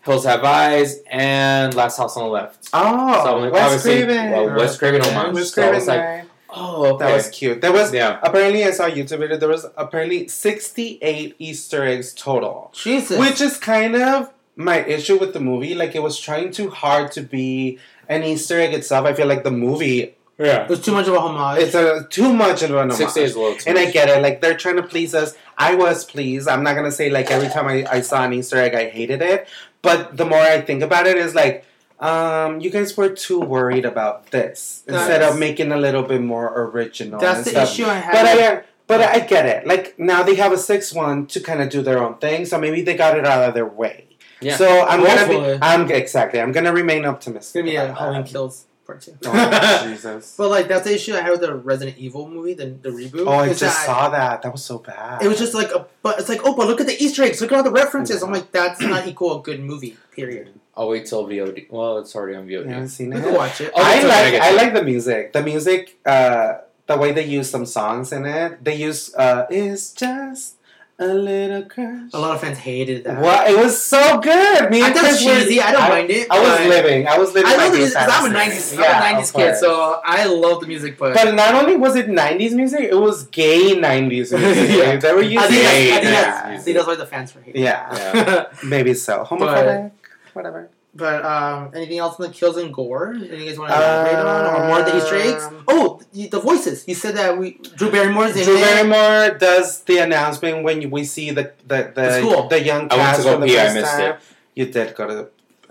Speaker 2: Hills Have Eyes, and Last House on the Left.
Speaker 1: Oh,
Speaker 2: so I'm like,
Speaker 1: Wes
Speaker 2: obviously,
Speaker 1: Craven.
Speaker 2: well, Wes Craven homage.
Speaker 1: Wes
Speaker 2: so I was
Speaker 1: Craven,
Speaker 2: like,
Speaker 1: right.
Speaker 2: oh, okay.
Speaker 1: That was cute. There was
Speaker 2: yeah.
Speaker 1: apparently I saw a YouTube video. There was apparently sixty-eight Easter eggs total.
Speaker 3: Jesus.
Speaker 1: Which is kind of my issue with the movie. Like, it was trying too hard to be an Easter egg itself. I feel like the movie,
Speaker 2: Yeah.
Speaker 3: There's too much of a homage.
Speaker 1: it's a, too much of an
Speaker 2: Six
Speaker 1: homage.
Speaker 2: days low. too
Speaker 1: And I
Speaker 2: much.
Speaker 1: get it. Like, they're trying to please us. I was pleased. I'm not going to say, like, every time I, I saw an Easter egg, I hated it. But the more I think about it, is like, um, you guys were too worried about this instead
Speaker 3: That's-
Speaker 1: of making a little bit more original.
Speaker 3: That's
Speaker 1: and
Speaker 3: the
Speaker 1: stuff.
Speaker 3: issue I
Speaker 1: But
Speaker 3: had.
Speaker 1: I, but I get it. Like now they have a six one to kind of do their own thing, so maybe they got it out of their way.
Speaker 2: Yeah.
Speaker 1: So I'm gonna
Speaker 3: Hopefully.
Speaker 1: be. I'm exactly. I'm gonna remain
Speaker 3: It's
Speaker 1: optimistic.
Speaker 3: gonna be a
Speaker 1: about that.
Speaker 3: Halloween Kills part two.
Speaker 1: Oh, Jesus.
Speaker 3: But like that's the issue I had with the Resident Evil movie, the, the reboot.
Speaker 1: Oh, I
Speaker 3: is
Speaker 1: just
Speaker 3: that
Speaker 1: saw that. That was so bad.
Speaker 3: It was just like, a, but it's like, oh, but look at the Easter eggs, look at all the references. I'm like, that's
Speaker 1: Mm.
Speaker 3: not equal a good movie. Period.
Speaker 2: I'll wait till VOD. Well, it's already on
Speaker 1: You
Speaker 2: VOD.
Speaker 1: haven't seen
Speaker 3: We
Speaker 1: it.
Speaker 3: can watch it.
Speaker 2: Oh,
Speaker 1: I
Speaker 2: it's okay, I
Speaker 1: like.
Speaker 2: get
Speaker 1: I
Speaker 2: you.
Speaker 1: like the music. The music. Uh, the way they use some songs in it. They use. Uh, it's just a little crush.
Speaker 3: A lot of fans hated that.
Speaker 1: What? It was so good. Me
Speaker 3: I
Speaker 1: and
Speaker 3: thought
Speaker 1: Chris were-
Speaker 3: cheesy. I don't mind it.
Speaker 1: I was
Speaker 3: but
Speaker 1: living. I was living.
Speaker 3: I love
Speaker 1: my
Speaker 3: the music 'cause I'm a
Speaker 1: fantasy.
Speaker 3: '90s,
Speaker 1: Yeah,
Speaker 3: I'm a
Speaker 1: of
Speaker 3: '90s kid,
Speaker 1: course.
Speaker 3: so I love the music. But,
Speaker 1: But not only was it '90s music, it was gay '90s music.
Speaker 3: Yeah.
Speaker 1: They were
Speaker 3: I think, that's,
Speaker 1: using
Speaker 2: hate
Speaker 3: I
Speaker 1: gay
Speaker 2: that
Speaker 3: think that's,
Speaker 2: music.
Speaker 3: see, that's why the fans were hating.
Speaker 1: Yeah. maybe so. Homophobic, whatever.
Speaker 3: But um, anything else in the kills and gore? Anything you guys want to elaborate on, or more of the Easter eggs?
Speaker 1: Um,
Speaker 3: Oh, the, the voices. You said that we Drew Barrymore's in
Speaker 1: Drew
Speaker 3: it.
Speaker 1: Barrymore does the announcement when we see the the
Speaker 3: The
Speaker 1: the,
Speaker 3: school.
Speaker 1: the young
Speaker 2: I went
Speaker 1: cast
Speaker 2: to
Speaker 1: for
Speaker 2: go
Speaker 1: the
Speaker 2: pee. I
Speaker 1: first
Speaker 2: missed
Speaker 1: time.
Speaker 2: it.
Speaker 1: You did go to the.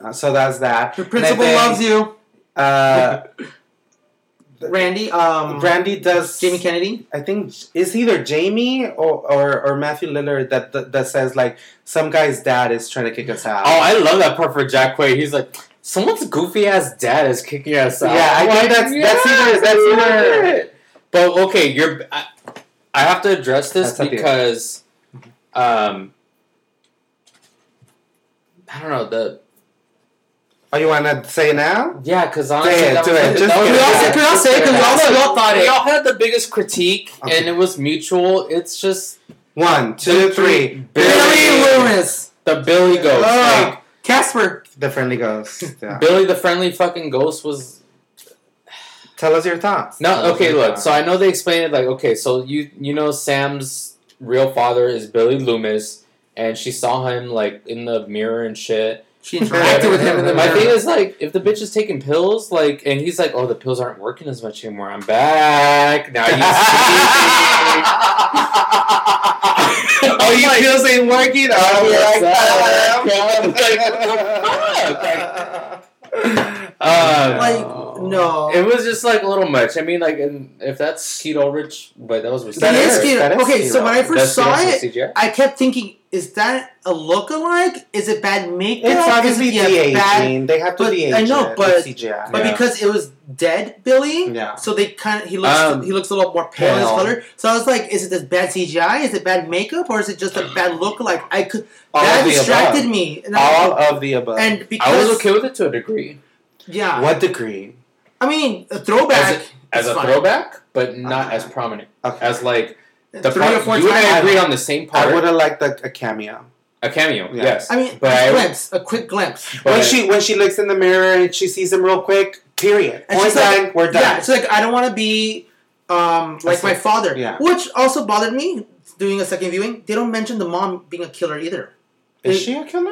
Speaker 1: Uh, so that's that.
Speaker 3: Your principal
Speaker 1: Nathan-
Speaker 3: loves you,
Speaker 1: Uh,
Speaker 3: Randy. Um,
Speaker 1: Brandy does.
Speaker 3: Jamie Kennedy.
Speaker 1: I think it's either Jamie or, or, or Matthew Lillard that, that that says like some guy's dad is trying to kick us out.
Speaker 2: Oh, I love that part for Jack Quaid. He's like, someone's goofy ass dad is kicking us out.
Speaker 1: Yeah, I
Speaker 2: I'm
Speaker 1: think
Speaker 2: like,
Speaker 1: that's- that's
Speaker 2: "Yeah,
Speaker 1: either- that's either-
Speaker 2: it." But okay, you're. I, I have to address this
Speaker 1: That's up to you.
Speaker 2: because, um, I don't know the
Speaker 1: oh, you wanna say it now?
Speaker 2: yeah because honestly
Speaker 1: it,
Speaker 2: that
Speaker 1: do
Speaker 2: was-
Speaker 1: it, just
Speaker 2: that was-
Speaker 1: do
Speaker 3: Could
Speaker 1: it.
Speaker 3: y'all say?
Speaker 1: Yeah.
Speaker 3: Could y'all say? Could y'all say? Y'all thought
Speaker 2: We
Speaker 3: it.
Speaker 2: all had the biggest critique,
Speaker 1: Okay.
Speaker 2: and it was mutual. It's just
Speaker 1: One, two, three.
Speaker 2: Billy
Speaker 3: Billy Loomis.
Speaker 2: the Billy Ghost.
Speaker 1: Ah.
Speaker 2: Like,
Speaker 3: Casper.
Speaker 1: The friendly ghost. Yeah.
Speaker 2: Billy the friendly fucking ghost was
Speaker 1: Tell us your thoughts. Tell
Speaker 2: No,
Speaker 1: us
Speaker 2: okay,
Speaker 1: your
Speaker 2: look.
Speaker 1: thoughts.
Speaker 2: So I know they explained it like, okay, so you you know Sam's real father is Billy Loomis, and she saw him like in the mirror and shit.
Speaker 3: She interacted with him in the
Speaker 2: My
Speaker 3: mirror.
Speaker 2: thing is like, if the bitch is taking pills, like, and he's like, oh, the pills aren't working as much anymore. I'm back now. You see.
Speaker 1: oh, you
Speaker 2: like,
Speaker 1: feels ain't working. Oh,
Speaker 2: Yes,
Speaker 1: yeah,
Speaker 2: I
Speaker 3: Uh,
Speaker 2: um,
Speaker 3: Like, no.
Speaker 2: It was just like a little much. I mean, like, and if that's keto rich, but that was
Speaker 1: That
Speaker 3: He is
Speaker 1: is-
Speaker 3: cute.
Speaker 1: that is
Speaker 3: Okay, so
Speaker 1: Kiro.
Speaker 3: when I first
Speaker 2: That's
Speaker 3: saw
Speaker 2: Kiro
Speaker 3: it,
Speaker 2: from CGI.
Speaker 3: I kept thinking, is that a look-alike? Is it bad makeup?
Speaker 1: It's obviously
Speaker 3: is it, yeah,
Speaker 1: de
Speaker 3: bad
Speaker 1: aging. They have to E.
Speaker 3: but-
Speaker 1: de age
Speaker 3: I know,
Speaker 1: it
Speaker 3: but-
Speaker 1: with CGI.
Speaker 3: But
Speaker 2: Yeah.
Speaker 3: because it was dead Billy,
Speaker 1: Yeah.
Speaker 3: so they kind of he looks
Speaker 2: Um,
Speaker 3: he looks a little more pale in his
Speaker 1: pale.
Speaker 3: color. So I was like, is it this bad CGI? Is it bad makeup, or is it just a bad look? Like I could
Speaker 1: All
Speaker 3: that
Speaker 1: of the
Speaker 3: distracted
Speaker 1: above.
Speaker 3: me, and, I,
Speaker 1: All of the above.
Speaker 3: and
Speaker 2: I
Speaker 3: because
Speaker 2: was okay with it to a degree.
Speaker 3: yeah,
Speaker 1: what degree?
Speaker 3: I mean a
Speaker 2: As
Speaker 3: throwback,
Speaker 2: a, as
Speaker 3: is
Speaker 2: a
Speaker 3: fine. Uh-huh.
Speaker 2: throwback, but not
Speaker 1: Okay.
Speaker 2: as prominent.
Speaker 1: Okay.
Speaker 2: As like the
Speaker 3: three
Speaker 2: part,
Speaker 3: or four
Speaker 2: you and I
Speaker 3: times.
Speaker 2: agreed on the same part.
Speaker 1: I would have liked a, a cameo.
Speaker 2: a cameo,
Speaker 1: Yeah.
Speaker 2: yes.
Speaker 3: I mean,
Speaker 2: But
Speaker 3: a
Speaker 2: I-
Speaker 3: glimpse, a quick glimpse.
Speaker 2: But-
Speaker 1: when she when she looks in the mirror and she sees him real quick. Period.
Speaker 3: And
Speaker 1: Point
Speaker 3: she's like-
Speaker 1: blank, we're done.
Speaker 3: Yeah, it's like I don't want to be um, like
Speaker 1: see.
Speaker 3: my father,
Speaker 1: Yeah.
Speaker 3: which also bothered me doing a second viewing. They don't mention the mom being a killer either.
Speaker 1: Is she a killer?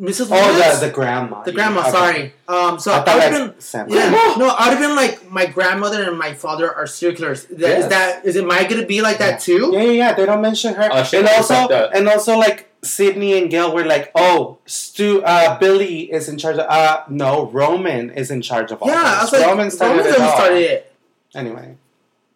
Speaker 3: Mrs.
Speaker 1: Oh,
Speaker 3: Lawrence?
Speaker 1: the, the grandma.
Speaker 3: The
Speaker 1: Yeah,
Speaker 3: grandma,
Speaker 1: okay.
Speaker 3: sorry. Um, so
Speaker 1: I
Speaker 3: I,
Speaker 1: thought
Speaker 3: would have
Speaker 1: that
Speaker 3: been,
Speaker 1: was Sam.
Speaker 3: yeah, no, I would have been like my grandmother and my father are serial killers. That,
Speaker 2: Yes.
Speaker 3: Is that is it? Am I gonna be like that too?
Speaker 1: yeah, yeah, yeah. They don't mention her.
Speaker 2: Oh, shit,
Speaker 1: and
Speaker 2: I
Speaker 1: also,
Speaker 2: fucked up.
Speaker 1: and also, like Sydney and Gail were like, "Oh, Stu, uh, Billy is in charge of. Uh, no, Roman is in charge of all.
Speaker 3: Yeah, I was
Speaker 1: this.
Speaker 3: like,
Speaker 1: Roman started
Speaker 3: Roman's
Speaker 1: it.
Speaker 3: the one
Speaker 1: all.
Speaker 3: started it.
Speaker 1: Anyway,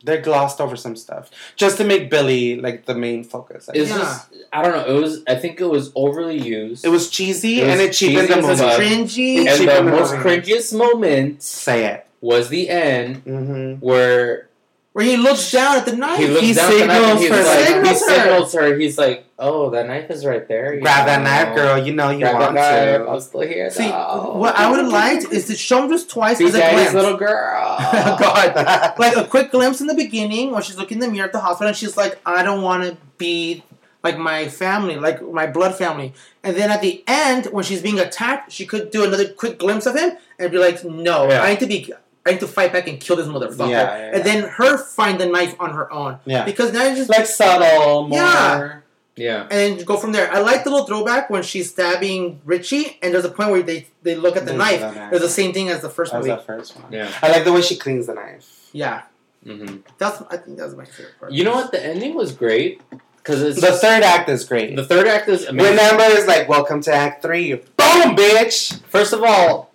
Speaker 1: they glossed over some stuff just to make Billy like the main focus. I
Speaker 2: It's
Speaker 1: guess.
Speaker 3: Yeah.
Speaker 2: just I don't know. It was I think it was overly used.
Speaker 1: it was cheesy
Speaker 2: It was
Speaker 1: and it cheapened
Speaker 2: cheesy
Speaker 1: the
Speaker 2: as
Speaker 3: It's
Speaker 1: movie.
Speaker 2: fuck.
Speaker 3: cringy.
Speaker 1: It's
Speaker 2: and
Speaker 1: cheap
Speaker 2: the
Speaker 1: and
Speaker 2: most
Speaker 1: annoying.
Speaker 2: cringiest moment
Speaker 1: Say it.
Speaker 2: was the end
Speaker 1: Mm-hmm.
Speaker 2: where
Speaker 3: where he looks down at the knife.
Speaker 2: He looks
Speaker 1: He
Speaker 2: down at the knife
Speaker 1: signals
Speaker 2: and he's
Speaker 1: her.
Speaker 2: like,
Speaker 3: Signals
Speaker 2: he
Speaker 3: her.
Speaker 2: signals her. He's like, "Oh, that knife is right there. you
Speaker 1: Grab that
Speaker 2: know.
Speaker 1: knife, girl. You know you
Speaker 2: Grab
Speaker 1: want
Speaker 2: that knife.
Speaker 1: to.
Speaker 2: I'm still here.
Speaker 3: See,
Speaker 2: though.
Speaker 1: Oh,
Speaker 3: what I would have liked is to show him just twice
Speaker 2: See
Speaker 3: as a
Speaker 2: daddy's
Speaker 3: glimpse.
Speaker 2: little girl.
Speaker 1: God.
Speaker 3: like a quick glimpse in the beginning when she's looking in the mirror at the hospital and she's like, I don't want to be like my family, like my blood family. And then at the end, when she's being attacked, she could do another quick glimpse of him and be like, No,
Speaker 1: Yeah.
Speaker 3: I need to be, I need to fight back and kill this motherfucker.
Speaker 1: Yeah, yeah,
Speaker 3: And then her find the knife on her own
Speaker 1: yeah.
Speaker 3: because now you just
Speaker 1: Like subtle, more.
Speaker 3: Yeah.
Speaker 2: Yeah.
Speaker 3: and go from there. I like the little throwback when she's stabbing Richie, and there's a point where they, they look at the
Speaker 1: There's
Speaker 3: knife.
Speaker 1: the knife.
Speaker 3: It's the same thing as the first
Speaker 1: That was
Speaker 3: movie.
Speaker 1: the first one.
Speaker 2: Yeah.
Speaker 1: I like the way she cleans the knife.
Speaker 3: Yeah,
Speaker 2: hmm
Speaker 3: that's I think that's my favorite part.
Speaker 2: You know what? The ending was great because it's
Speaker 1: The third act is great.
Speaker 2: the third act is amazing.
Speaker 1: Remember, it's like, welcome to Act 3. Boom, bitch!
Speaker 2: First of all,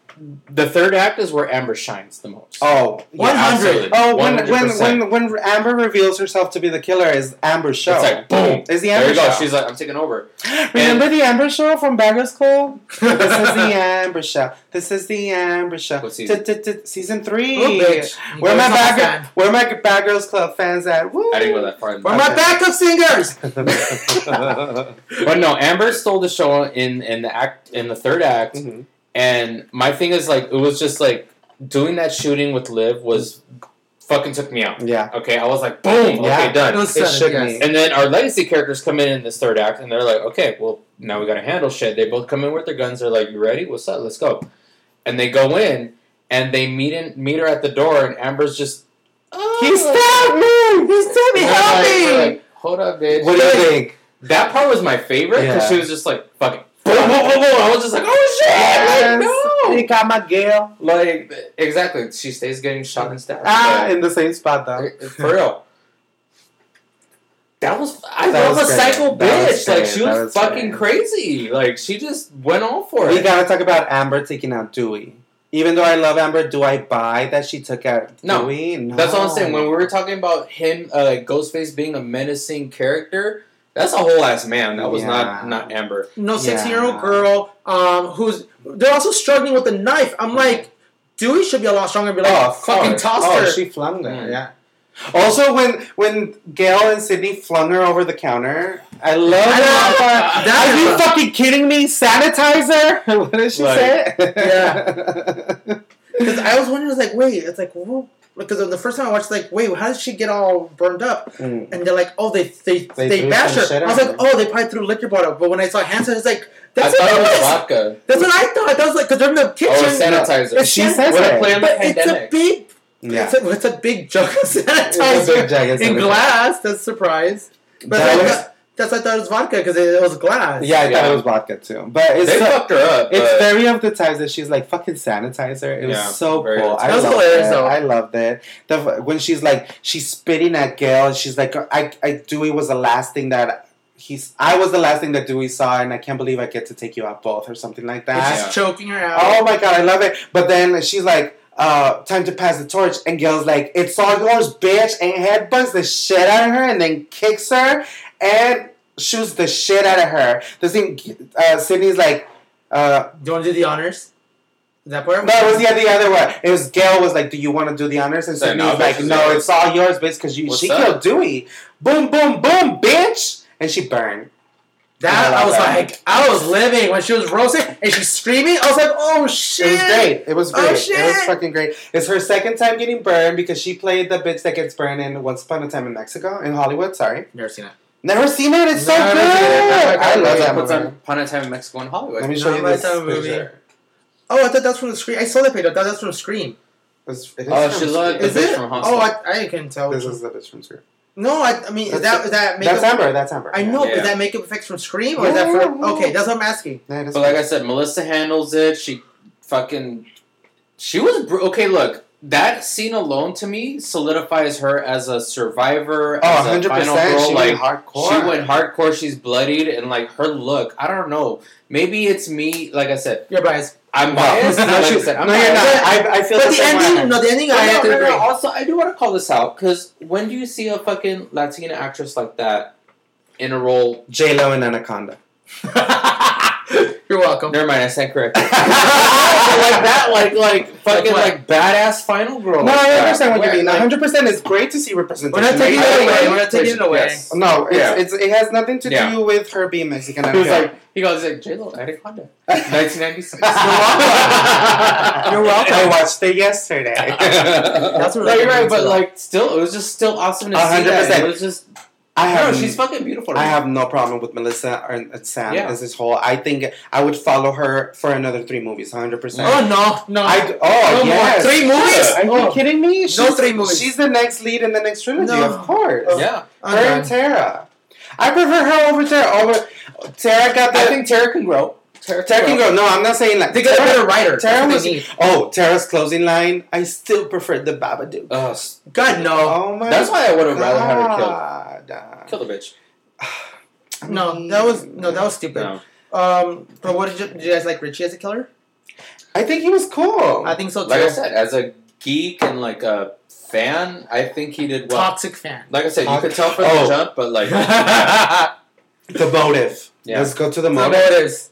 Speaker 2: the third act is where Amber shines the most.
Speaker 1: Oh, yeah,
Speaker 3: 100.
Speaker 1: absolutely. Oh, when, when, when, when Amber reveals herself to be the killer is Amber's show.
Speaker 2: It's like, boom.
Speaker 1: It's the
Speaker 2: there
Speaker 1: Amber
Speaker 2: you go.
Speaker 1: show.
Speaker 2: She's like, I'm taking over.
Speaker 1: Remember the Amber show from Beggars Club? this is the
Speaker 3: end.
Speaker 1: Amber show. This is the Amber show.
Speaker 2: What season?
Speaker 1: D- d- d- season 3.
Speaker 3: Where
Speaker 1: Oh, Where my
Speaker 3: am I
Speaker 1: bad,
Speaker 3: back?
Speaker 1: where my bad girls club fans at? Woo!
Speaker 2: I didn't go that far. in
Speaker 3: Where
Speaker 2: the
Speaker 3: are my backup singers?
Speaker 2: But no, Amber stole the show in in the act in the third act,
Speaker 1: Mhm.
Speaker 2: and my thing is like it was just like doing that shooting with Liv was fucking took me out.
Speaker 1: Yeah,
Speaker 2: Okay, I was like, boom.
Speaker 1: Yeah.
Speaker 2: Okay, done.
Speaker 3: It was
Speaker 1: it
Speaker 3: Seven,
Speaker 1: should
Speaker 3: yes.
Speaker 1: be.
Speaker 2: And then our legacy characters come in in this third act, and they're like, okay, well, now we gotta handle shit. They both come in with their guns. They're like, you ready? What's up? Let's go. And they go in, and they meet in, meet her at the door, and Amber's just, oh.
Speaker 1: He stabbed me. He stabbed me.
Speaker 2: And we're
Speaker 3: Yeah.
Speaker 1: Help
Speaker 2: like-
Speaker 1: me.
Speaker 2: we're like, Hold up, bitch.
Speaker 1: What do you think?
Speaker 2: That part was my favorite because
Speaker 1: Yeah.
Speaker 2: she was just like, fuck it. Boom, boom, boom, boom. I was just like, oh shit,
Speaker 1: He
Speaker 2: like,
Speaker 1: got my girl.
Speaker 2: no. Like, exactly. She stays getting shot and stabbed.
Speaker 1: Ah,
Speaker 2: But-
Speaker 1: in the same spot though.
Speaker 2: for real. That was I
Speaker 1: That
Speaker 2: love
Speaker 1: was
Speaker 2: a
Speaker 1: great.
Speaker 2: psycho
Speaker 1: That was
Speaker 2: bitch. Like
Speaker 1: great.
Speaker 2: she
Speaker 1: That
Speaker 2: was,
Speaker 1: was
Speaker 2: fucking
Speaker 1: great.
Speaker 2: crazy. Like she just went all for
Speaker 1: We
Speaker 2: it.
Speaker 1: gotta talk about Amber taking out Dewey. Even though I love Amber, do I buy that she took out
Speaker 2: No.
Speaker 1: Dewey? No.
Speaker 2: That's all I'm saying. When we were talking about him, uh, Ghostface being a menacing character, that's a whole ass man. That was not
Speaker 1: Yeah.
Speaker 2: not Amber.
Speaker 3: No,
Speaker 1: Yeah.
Speaker 3: six-year-old girl um, who's they're also struggling with a knife. I'm like, Dewey should be a lot stronger. And be like,
Speaker 1: Oh, of
Speaker 3: fucking
Speaker 1: course.
Speaker 3: toss
Speaker 1: oh,
Speaker 3: her.
Speaker 1: she flung her.
Speaker 2: Mm.
Speaker 1: Yeah. Also, when when Gail and Sydney flung her over the counter, I love that. part.
Speaker 3: That
Speaker 1: Are
Speaker 3: is
Speaker 1: you
Speaker 3: a-
Speaker 1: fucking kidding me? Sanitizer? what did she
Speaker 2: Like-
Speaker 1: say?
Speaker 3: Yeah. Because I was wondering, I was like, wait, it's like, whoa. Because the first time I watched, like, wait, how did she get all burned up?
Speaker 1: Mm.
Speaker 3: And they're like, oh, they they they,
Speaker 1: They threw
Speaker 3: bash
Speaker 1: some
Speaker 3: her.
Speaker 1: shit
Speaker 3: I
Speaker 1: on
Speaker 3: was like,
Speaker 1: her.
Speaker 3: oh, they probably threw liquor bottle. But when I saw Hanson, it's like, that's
Speaker 2: I
Speaker 3: what
Speaker 2: thought
Speaker 3: it
Speaker 2: it was
Speaker 3: was.
Speaker 2: vodka.
Speaker 3: That's what I thought. That was like, because they're in the kitchen.
Speaker 2: Oh, sanitizer.
Speaker 3: It's
Speaker 1: She
Speaker 3: sanitizer.
Speaker 1: says
Speaker 2: What a
Speaker 1: it.
Speaker 2: plan
Speaker 3: but
Speaker 2: the
Speaker 3: it's a
Speaker 2: pandemic.
Speaker 3: big,
Speaker 1: Yeah.
Speaker 3: it's, a, it's a big jug of
Speaker 1: It's a big
Speaker 3: sanitizer
Speaker 1: jagged
Speaker 3: in
Speaker 1: sanitizer.
Speaker 3: glass. That's a surprise. But
Speaker 1: That
Speaker 3: I
Speaker 1: was-
Speaker 3: thought- that's why I thought it was vodka because it, it was glass.
Speaker 1: yeah, I thought
Speaker 2: Yeah.
Speaker 1: it was vodka too. But it's
Speaker 2: They
Speaker 1: so-
Speaker 2: fucked her up.
Speaker 1: It's
Speaker 2: but-
Speaker 1: very of the times that she's like fucking sanitizer. It was
Speaker 2: Uh, Yeah,
Speaker 1: so
Speaker 2: very
Speaker 1: cool.
Speaker 2: good.
Speaker 1: I
Speaker 3: That was
Speaker 1: loved
Speaker 3: hilarious,
Speaker 1: it.
Speaker 3: though.
Speaker 1: I loved it. The, when she's like, she's spitting at Gail. and She's like, I, I, Dewey was the last thing that he's. I was the last thing that Dewey saw, and I can't believe I get to take you out both or something like
Speaker 3: It's
Speaker 1: that.
Speaker 3: just choking her out.
Speaker 1: Oh my god, I love it. But then she's like. Uh, time to pass the torch, and Gail's like, "It's all yours, bitch!" and headbutts the shit out of her, and then kicks her and shoots the shit out of her. The thing, uh, Sydney's like, uh,
Speaker 3: Do you want to do the honors? That part?
Speaker 1: no, it was yeah, the other one. It was Gail was like, "Do you want to do the honors?" And
Speaker 2: Say,
Speaker 1: Sydney
Speaker 2: "No,
Speaker 1: was
Speaker 2: bitch,
Speaker 1: like,
Speaker 2: it's
Speaker 1: "No,
Speaker 2: yours."
Speaker 1: it's all yours, bitch, because you
Speaker 2: What's
Speaker 1: she
Speaker 2: up?
Speaker 1: killed Dewey." Boom, boom, boom, bitch, and she burned.
Speaker 3: That
Speaker 1: Yeah,
Speaker 3: I was
Speaker 1: that.
Speaker 3: like, I was living when she was roasting and she's screaming. I was like, oh shit!
Speaker 1: It was great. It was
Speaker 3: Oh,
Speaker 1: great. It was
Speaker 3: shit.
Speaker 1: fucking great. It's her second time getting burned because she played the bitch that gets burned in Once Upon a Time in Mexico in Hollywood. Sorry,
Speaker 3: Never seen it.
Speaker 1: never seen it. It's so
Speaker 2: Never
Speaker 1: good.
Speaker 2: did it.
Speaker 1: I love that
Speaker 2: Once
Speaker 1: movie.
Speaker 2: Upon a time in Mexico and Hollywood.
Speaker 1: Let me show you
Speaker 3: Not
Speaker 1: this.
Speaker 3: my time movie.
Speaker 1: picture.
Speaker 3: Oh, I thought that's from the screen. I saw that page. I thought that's from Scream.
Speaker 1: It's- it is
Speaker 2: Oh,
Speaker 1: from
Speaker 2: she
Speaker 1: Scream.
Speaker 2: looked- The
Speaker 3: Is
Speaker 2: bitch
Speaker 3: it?
Speaker 2: from Hostel.
Speaker 3: oh, I, I can tell.
Speaker 1: This
Speaker 3: Which
Speaker 1: is
Speaker 3: one.
Speaker 1: the bitch from Scream.
Speaker 3: No, I, I mean, is
Speaker 1: That's
Speaker 3: that is that makeup?
Speaker 1: That's Amber. That's Amber.
Speaker 3: I know,
Speaker 2: Yeah.
Speaker 3: is that makeup effects from Scream or is that
Speaker 1: Yeah,
Speaker 3: from?
Speaker 1: yeah, yeah.
Speaker 3: Okay, that's what I'm asking.
Speaker 1: Yeah, it is
Speaker 2: But like
Speaker 1: Scream.
Speaker 2: I said, Melissa handles it. She fucking. She was br- okay. Look, that scene alone to me solidifies her as a survivor.
Speaker 1: Oh,
Speaker 2: as a
Speaker 1: 100
Speaker 2: final
Speaker 1: percent.
Speaker 2: girl.
Speaker 1: She
Speaker 2: like
Speaker 1: went hardcore.
Speaker 2: she went hardcore. She's bloodied and like her look. I don't know. Maybe it's me. Like I said,
Speaker 3: You're biased.
Speaker 2: I'm
Speaker 1: No.
Speaker 2: biased.
Speaker 1: No,
Speaker 2: like I
Speaker 1: she-
Speaker 2: said, I'm
Speaker 1: no, you're
Speaker 2: biased.
Speaker 1: not. I, I feel
Speaker 3: But
Speaker 1: the
Speaker 3: the
Speaker 1: same way.
Speaker 3: ending, no, the ending, I
Speaker 2: No,
Speaker 3: have
Speaker 2: no,
Speaker 3: to
Speaker 2: no,
Speaker 3: agree.
Speaker 2: Also, I do want to call this out because when do you see a fucking Latina actress like that in a role?
Speaker 1: J Lo and Anaconda.
Speaker 3: You're welcome.
Speaker 2: Never mind, I said correct.
Speaker 1: So,
Speaker 2: like that, like like fucking
Speaker 3: what?
Speaker 2: like, badass final girl.
Speaker 1: No,
Speaker 2: like
Speaker 1: I
Speaker 2: that.
Speaker 1: understand what
Speaker 2: Where,
Speaker 1: you mean.
Speaker 2: like,
Speaker 1: 100% is great to see representation.
Speaker 2: We're not taking
Speaker 1: I-
Speaker 2: it
Speaker 1: I-
Speaker 2: away.
Speaker 3: We're not taking it away.
Speaker 2: Yes.
Speaker 1: No, it's,
Speaker 2: Yeah.
Speaker 1: it's, it has nothing to
Speaker 2: Yeah.
Speaker 1: do with her being Mexican. I
Speaker 2: he was
Speaker 1: feel.
Speaker 2: like, he goes like J Lo, Anaconda, 1996.
Speaker 1: You're welcome. I watched it yesterday.
Speaker 3: That's what
Speaker 2: no, you're right,
Speaker 3: recommends
Speaker 2: but
Speaker 3: it.
Speaker 2: like, still, it was just still awesome to
Speaker 1: A
Speaker 2: see
Speaker 1: hundred
Speaker 2: that.
Speaker 1: percent.
Speaker 2: It was just,
Speaker 1: I
Speaker 2: no,
Speaker 1: have,
Speaker 2: she's fucking beautiful.
Speaker 1: I have no problem with Melissa and and Sam
Speaker 2: Yeah.
Speaker 1: as this whole. I think I would follow her for another three movies, 100%.
Speaker 3: oh no, no.
Speaker 1: I, oh, yes.
Speaker 3: Three movies?
Speaker 1: Are you
Speaker 3: Oh.
Speaker 1: kidding me? She's,
Speaker 3: three movies.
Speaker 1: She's the next lead in the next trilogy,
Speaker 3: No.
Speaker 1: of course.
Speaker 3: Oh.
Speaker 2: Yeah,
Speaker 1: Her and Tara. I prefer her over Tara. Over Tara got the.
Speaker 2: I think Tara can grow. Tara,
Speaker 1: Tara can go. No, I'm not saying like.
Speaker 3: They got a better writer.
Speaker 1: Tara
Speaker 3: That's what
Speaker 1: was-
Speaker 3: they need.
Speaker 1: Oh, Tara's closing line. I still preferred the Babadook.
Speaker 2: Uh, s-
Speaker 3: God no,
Speaker 1: Oh my.
Speaker 2: that's why I would have rather had her killed.
Speaker 1: God.
Speaker 2: Kill the bitch.
Speaker 1: Um,
Speaker 3: no, that was no, that was stupid.
Speaker 2: No.
Speaker 3: Um, but what did you, did you guys like Richie as a killer?
Speaker 1: I think he was cool.
Speaker 3: I think so too.
Speaker 2: Like I said, as a geek and like a fan, I think he did well.
Speaker 3: Toxic fan.
Speaker 2: Like I said, you could tell from the
Speaker 1: Oh.
Speaker 2: jump, but like,
Speaker 1: the motive.
Speaker 2: Yeah.
Speaker 1: Let's go to the
Speaker 3: So
Speaker 1: motive.
Speaker 3: there it is.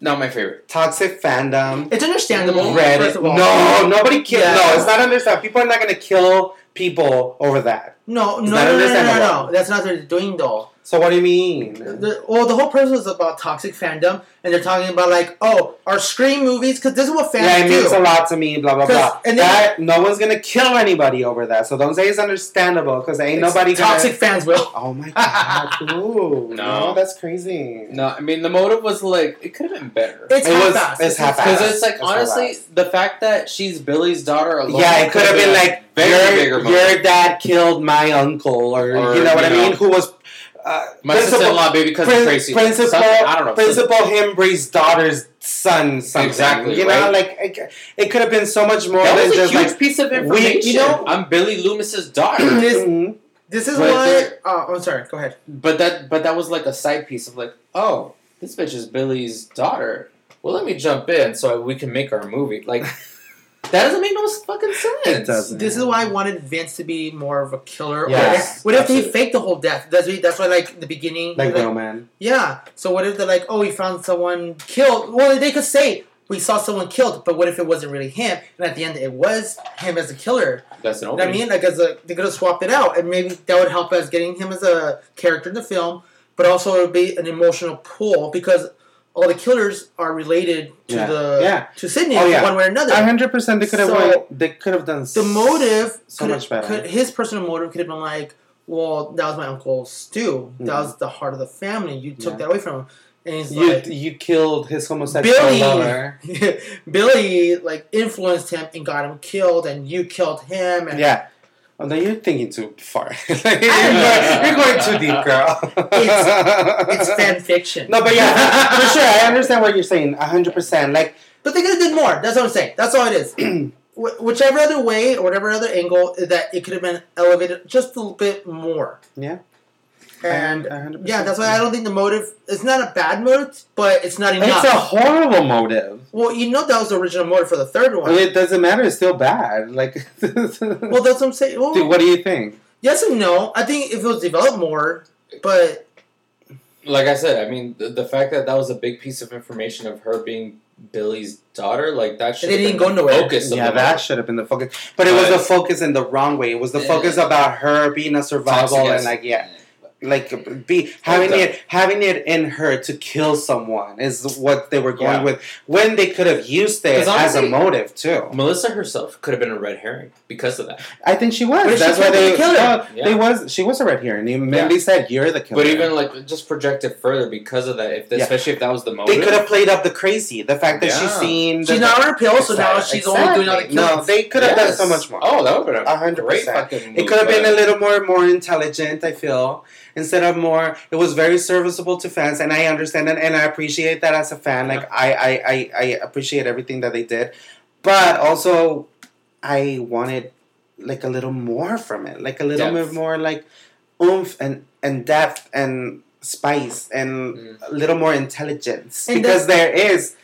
Speaker 2: not my favorite.
Speaker 1: Toxic fandom.
Speaker 3: It's understandable.
Speaker 1: Reddit.
Speaker 3: First of all.
Speaker 1: No, nobody kill.
Speaker 3: Yeah.
Speaker 1: No, it's not understand. People are not gonna kill people over that.
Speaker 3: No, no,
Speaker 1: not
Speaker 3: no, no, no, no, no.
Speaker 1: understandable.
Speaker 3: That's not what they're doing though.
Speaker 1: So what do you mean?
Speaker 3: The, well, the whole person is about toxic fandom, and they're talking about like, oh, our scream movies, because this is what fans
Speaker 1: Yeah, it
Speaker 3: do.
Speaker 1: means a lot to me. Blah blah
Speaker 3: 'Cause-
Speaker 1: blah.
Speaker 3: and then-
Speaker 1: that no one's gonna kill anybody over that. So don't say it's understandable because ain't
Speaker 3: It's-
Speaker 1: nobody gonna-
Speaker 3: toxic fans will.
Speaker 1: Oh my god! Ooh, no.
Speaker 2: No.
Speaker 1: that's crazy.
Speaker 2: No, I mean the motive was like it could have been better.
Speaker 3: It's
Speaker 1: It was-
Speaker 3: half-assed.
Speaker 1: it's half-assed.
Speaker 2: Because it's like
Speaker 1: It's not
Speaker 2: honestly,
Speaker 1: us.
Speaker 2: the fact that she's Billy's daughter alone.
Speaker 1: yeah, it could have been
Speaker 2: a
Speaker 1: like
Speaker 2: very
Speaker 1: your,
Speaker 2: bigger motive.
Speaker 1: your dad killed my uncle, or,
Speaker 2: Or,
Speaker 1: you know what
Speaker 2: you
Speaker 1: I mean?
Speaker 2: know,
Speaker 1: Who was uh,
Speaker 2: My sister-in-law, baby cousin
Speaker 1: prin-
Speaker 2: Tracy.
Speaker 1: principal,
Speaker 2: something, I don't know.
Speaker 1: principal Hembry's daughter's son, something.
Speaker 2: Exactly,
Speaker 1: You know,
Speaker 2: right?
Speaker 1: like it, it could have been so much more
Speaker 2: That
Speaker 1: than
Speaker 2: was a
Speaker 1: just
Speaker 2: huge
Speaker 1: like.
Speaker 2: piece of
Speaker 1: we-
Speaker 2: information.
Speaker 1: you know-
Speaker 2: I'm Billy Loomis's daughter,
Speaker 3: This-
Speaker 1: Mhm.
Speaker 3: This is
Speaker 2: But
Speaker 3: why.
Speaker 2: they're-
Speaker 3: Oh, I'm sorry. Go ahead.
Speaker 2: but that but that was like a side piece of like, oh, this bitch is Billy's daughter. Well, let me jump in so we can make our movie. Like that doesn't make no fucking sense.
Speaker 1: It doesn't.
Speaker 3: This is why I wanted Vince to be more of a killer.
Speaker 1: Mm-hmm. Yes,
Speaker 3: Or, what if he
Speaker 2: absolutely.
Speaker 3: faked the whole death? That's what, that's why, like the beginning.
Speaker 1: Like um,
Speaker 3: like,
Speaker 1: no man.
Speaker 3: yeah. So what if they're like, oh, we found someone killed? Well, they could say we saw someone killed, but what if it wasn't really him? And at the end, it was him as a killer.
Speaker 2: That's an
Speaker 3: You know what I
Speaker 2: opening.
Speaker 3: mean, like as a they could have swapped it out, and maybe that would help us getting him as a character in the film, but also it would be an emotional pull because all the killers are related to
Speaker 1: Yeah.
Speaker 3: the
Speaker 1: Yeah.
Speaker 3: to Sydney
Speaker 1: Oh, yeah.
Speaker 3: one way or another.
Speaker 1: A hundred percent. They could have.
Speaker 3: So-
Speaker 1: went- they could have done
Speaker 3: the motive
Speaker 1: so
Speaker 3: could-
Speaker 1: much better.
Speaker 3: could- his personal motive could have been like well that was my uncle stu that
Speaker 1: Mhm.
Speaker 3: was the heart of the family you took
Speaker 1: Yeah.
Speaker 3: that away from him and he's
Speaker 1: You
Speaker 3: like
Speaker 1: you killed his homosexual
Speaker 3: Billy.
Speaker 1: lover.
Speaker 3: billy like influenced him and got him killed and you killed him and
Speaker 1: Yeah. Oh, no, you're thinking too far. you're, going,
Speaker 3: know.
Speaker 1: you're going too deep, girl.
Speaker 3: it's fan fiction
Speaker 1: No, but yeah, for sure, I understand what you're saying. hundred percent. Like,
Speaker 3: But they could have did more. That's what I'm saying. That's all it is. Wh- Whichever other way or whatever other angle that it could have been elevated just a little bit more.
Speaker 1: Yeah.
Speaker 3: And
Speaker 1: 100%.
Speaker 3: yeah, that's why I don't think the motive. It's not a bad motive, but it's not enough.
Speaker 1: It's a horrible motive.
Speaker 3: well, you know that was the original motive for the third one.
Speaker 1: It doesn't matter. It's still bad. Like,
Speaker 3: well, that's what I'm saying. Well,
Speaker 1: Dude, what do you think?
Speaker 3: yes and no. I think if it was developed more, but
Speaker 2: like I said, I mean, the, the fact that that was a big piece of information of her being Billy's daughter, like that should
Speaker 3: They
Speaker 2: have
Speaker 3: didn't
Speaker 2: been
Speaker 3: go
Speaker 2: the
Speaker 3: nowhere.
Speaker 2: focus of
Speaker 1: yeah,
Speaker 2: the
Speaker 1: that
Speaker 2: movie.
Speaker 1: should have been the focus, but it was the
Speaker 2: But-
Speaker 1: focus in the wrong way. It was the focus about her being a survival
Speaker 2: Toxic
Speaker 1: and
Speaker 2: as-
Speaker 1: like, yeah, like be having
Speaker 2: Fucked up.
Speaker 1: it having it in her to kill someone is what they were going
Speaker 2: Yeah.
Speaker 1: with when they could have used it
Speaker 2: 'Cause
Speaker 1: as a
Speaker 2: honestly-
Speaker 1: motive too.
Speaker 2: Melissa herself could have been a red herring because of that.
Speaker 1: I think she
Speaker 3: But
Speaker 1: was.
Speaker 3: she
Speaker 1: That's why
Speaker 3: could be
Speaker 1: they
Speaker 3: the killer.
Speaker 1: no,
Speaker 2: Yeah.
Speaker 1: they was she was a red herring. And Mindy said you're the killer.
Speaker 2: But even like just projected further because of that, if
Speaker 1: Yeah.
Speaker 2: especially if that was the
Speaker 1: they
Speaker 2: motive,
Speaker 1: could have played up the crazy, the fact that she's
Speaker 2: Oh, Yeah.
Speaker 1: seen.
Speaker 3: she's not on her pill, so now she's only doing all the
Speaker 1: Exactly. No,
Speaker 3: killings.
Speaker 1: they could have
Speaker 2: Yes.
Speaker 1: done so much more.
Speaker 2: Oh, that would have been
Speaker 1: A
Speaker 2: a
Speaker 1: hundred
Speaker 2: great
Speaker 1: percent.
Speaker 2: fucking. Movie,
Speaker 1: It could have been
Speaker 2: but-
Speaker 1: a little more more intelligent, I feel, instead of more. It was very serviceable to fans, and I understand that, and I appreciate that as a fan. Like I, I, I, I appreciate everything that they did, but also I wanted like a little more from it, like a little
Speaker 2: Depth.
Speaker 1: bit more like oomph and and depth and spice and
Speaker 2: Mm.
Speaker 1: a little more intelligence
Speaker 3: And
Speaker 1: because there is.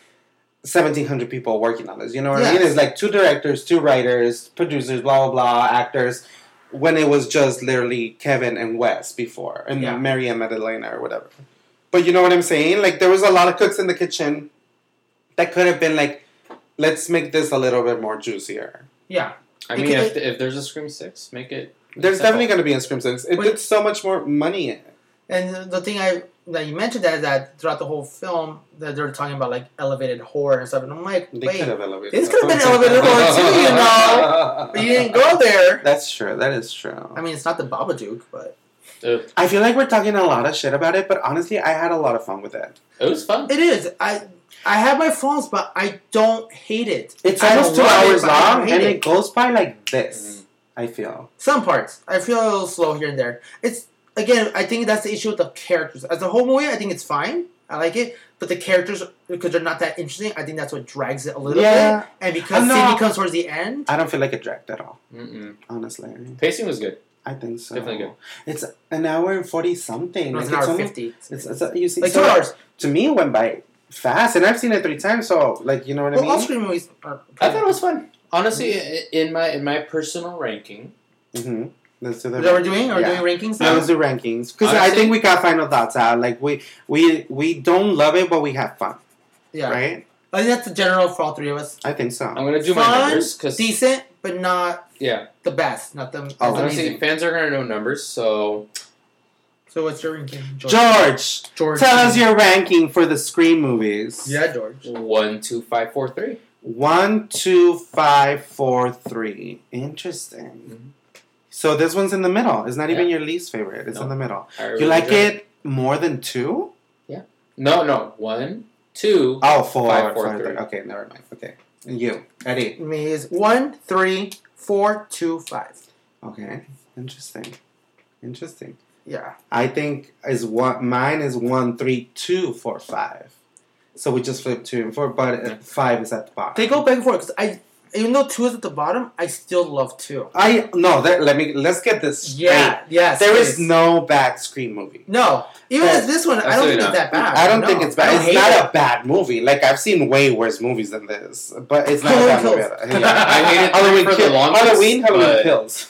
Speaker 1: 1700 people working on this you know what i mean
Speaker 3: Yes.
Speaker 1: it's like two directors two writers producers blah blah blah actors when it was just literally Kevin and Wes before, and
Speaker 3: Yeah.
Speaker 1: Mary and Magdalena or whatever. But you know what I'm saying? Like there was a lot of cooks in the kitchen that could have been like, let's make this a little bit more juicier.
Speaker 3: Yeah.
Speaker 2: I
Speaker 3: It
Speaker 2: mean,
Speaker 3: could-
Speaker 2: if, if there's a Scream Six, make it. make
Speaker 1: There's
Speaker 2: it
Speaker 1: definitely
Speaker 2: simple.
Speaker 1: going to be a Scream Six. It
Speaker 3: Wait.
Speaker 1: did so much more money in it.
Speaker 3: And the thing I that you mentioned that that throughout the whole film that they're talking about like elevated horror and stuff, and I'm like,
Speaker 1: They
Speaker 3: wait,
Speaker 1: could have elevated.
Speaker 3: this
Speaker 1: it.
Speaker 3: could've been elevated more too, you know? but you didn't go there.
Speaker 1: That's true. That is true.
Speaker 3: I mean, it's not the Babadook, but
Speaker 2: It,
Speaker 1: I feel like we're talking a lot of shit about it, but honestly, I had a lot of fun with it.
Speaker 2: it was fun.
Speaker 3: it is. I I have my flaws, but I don't hate it.
Speaker 1: It's
Speaker 3: I
Speaker 1: almost two
Speaker 3: don't love it,
Speaker 1: hours
Speaker 3: but I don't
Speaker 1: long,
Speaker 3: hate
Speaker 1: and
Speaker 3: it. Mm.
Speaker 1: it goes by like this. I feel.
Speaker 3: Some parts. I feel a little slow here and there. It's again, I think that's the issue with the characters. As a whole movie, I think it's fine. I like it, but the characters because they're not that interesting. I think that's what drags it a little
Speaker 1: Yeah.
Speaker 3: bit. And because
Speaker 1: I'm
Speaker 3: Cindy
Speaker 1: not-
Speaker 3: comes towards the end,
Speaker 1: I don't feel like it dragged at all.
Speaker 2: Mm-mm.
Speaker 1: Honestly,
Speaker 2: Pacing was good.
Speaker 1: I think so.
Speaker 2: Definitely good.
Speaker 1: It's an hour and forty something.
Speaker 3: it was an
Speaker 1: Like,
Speaker 3: hour
Speaker 1: it's almost-
Speaker 3: fifty.
Speaker 1: It's, it's a- you see,
Speaker 3: like
Speaker 1: so
Speaker 3: two hours.
Speaker 1: To me, it went by fast, and I've seen it three times. So, like, you know what
Speaker 3: Well,
Speaker 1: I
Speaker 3: all
Speaker 1: mean?
Speaker 3: screen movies. Are
Speaker 2: I thought it was fun. Honestly, i in my in my personal ranking,
Speaker 1: hmm Let's do
Speaker 3: Is
Speaker 1: the.
Speaker 3: that what we're doing? Are we
Speaker 1: Yeah.
Speaker 3: doing rankings?
Speaker 1: Yeah,
Speaker 3: now?
Speaker 1: let's do rankings because I
Speaker 2: Honestly-
Speaker 1: think we got final thoughts out. Like we we we don't love it, but we have fun,
Speaker 3: yeah.
Speaker 1: right?
Speaker 3: I think that's the general for all three of us.
Speaker 1: I think so.
Speaker 2: I'm gonna do
Speaker 3: Fun,
Speaker 2: my numbers because
Speaker 3: Decent, but not
Speaker 2: yeah,
Speaker 3: the best. Not the.
Speaker 1: Oh,
Speaker 3: not
Speaker 2: honestly,
Speaker 3: amazing.
Speaker 2: fans are gonna know numbers, so
Speaker 3: So what's your ranking, George?
Speaker 1: George,
Speaker 3: George.
Speaker 1: tell us your ranking for the Scream movies.
Speaker 3: Yeah, George.
Speaker 2: one, two, five, four, three.
Speaker 1: One, two, five, four, three. Interesting.
Speaker 2: Mhm.
Speaker 1: So this one's in the middle. It's not even your least favorite. It's
Speaker 2: No.
Speaker 1: in the middle.
Speaker 2: I
Speaker 1: you
Speaker 2: really
Speaker 1: like
Speaker 2: enjoyed
Speaker 1: it more than two?
Speaker 2: No, no, one, two.
Speaker 1: Oh, four,
Speaker 2: Five, four,
Speaker 1: four, three.
Speaker 2: three.
Speaker 1: Okay, never mind. Okay, And you, Eddie.
Speaker 3: Me is one, three, four, two, five.
Speaker 1: Okay, interesting, interesting.
Speaker 3: Yeah.
Speaker 1: I think is one. Mine is one, three, two, four, five. So we just flipped two and four, but uh, five is at the bottom.
Speaker 3: They go back and forth because I, even though two is at the bottom, I still love two.
Speaker 1: I no. That, let me. Let's get this straight.
Speaker 3: Yeah. Yes.
Speaker 1: There
Speaker 3: please.
Speaker 1: is no bad Scream movie.
Speaker 3: No. Even
Speaker 1: That-
Speaker 3: as this one, I don't
Speaker 2: absolutely
Speaker 3: think it's
Speaker 2: not.
Speaker 3: that bad.
Speaker 1: I don't
Speaker 3: No.
Speaker 1: think it's
Speaker 3: I
Speaker 1: bad.
Speaker 3: don't
Speaker 1: It's
Speaker 3: hate
Speaker 1: not
Speaker 3: it.
Speaker 1: a bad movie. Like I've seen way worse movies than this, but it's not a bad
Speaker 3: Halloween
Speaker 1: movie.
Speaker 3: Kills.
Speaker 1: Yeah.
Speaker 2: I hated three
Speaker 1: Halloween
Speaker 2: for the
Speaker 1: Kills.
Speaker 2: longest,
Speaker 1: Halloween, Halloween
Speaker 2: but-
Speaker 1: Kills.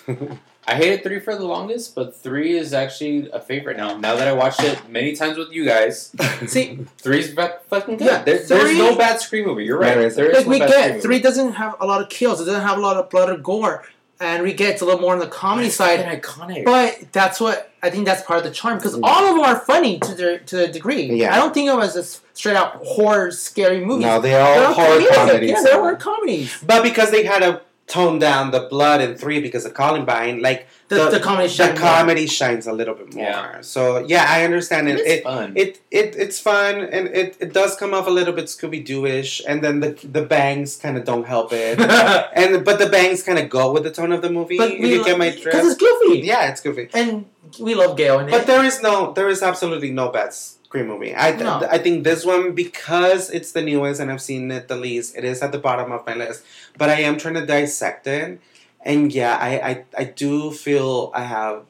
Speaker 2: I hated three for the longest, but three is actually a favorite now. Now that I watched it many times with you guys,
Speaker 3: See,
Speaker 2: three's fu- fucking good.
Speaker 3: Yeah,
Speaker 2: There-
Speaker 3: three-
Speaker 2: there's no bad screen movie. You're right.
Speaker 1: There isn't.
Speaker 2: There is
Speaker 3: like
Speaker 2: no
Speaker 3: we
Speaker 2: bad Scream
Speaker 3: get
Speaker 2: movie.
Speaker 3: three doesn't have a lot of kills. It doesn't have a lot of blood or gore, and we get a little more on the comedy
Speaker 2: It's
Speaker 3: side.
Speaker 2: fucking iconic.
Speaker 3: But that's what I think that's part of the charm because all of them are funny to their to a degree.
Speaker 1: Yeah.
Speaker 3: I don't think of them as just straight out horror scary movies.
Speaker 1: no, they
Speaker 3: They're
Speaker 1: are horror
Speaker 3: comedies.
Speaker 1: comedies.
Speaker 3: Yeah, they're horror comedies.
Speaker 1: But because they had to tone down the blood in three because of Columbine, like
Speaker 3: The,
Speaker 1: The-
Speaker 3: the, comedy
Speaker 1: the
Speaker 3: shine.
Speaker 1: comedy shines a little bit more.
Speaker 2: Yeah.
Speaker 1: So yeah, I understand it.
Speaker 2: it's
Speaker 1: It,
Speaker 2: fun.
Speaker 1: it it it's fun and it, it does come off a little bit Scooby Doo ish, and then the the bangs kind of don't help it.
Speaker 3: but
Speaker 1: and but the bangs kind of go with the tone of the movie.
Speaker 3: we
Speaker 1: you get my
Speaker 3: because
Speaker 1: drift.
Speaker 3: it's goofy,
Speaker 1: Yeah, it's goofy.
Speaker 3: and we love Gail in
Speaker 1: But
Speaker 3: it.
Speaker 1: there is no, there is absolutely no bad scream movie. I th-
Speaker 3: No.
Speaker 1: I think this one because it's the newest and I've seen it the least. It is at the bottom of my list, but I am trying to dissect it, and yeah, I I, I do feel I have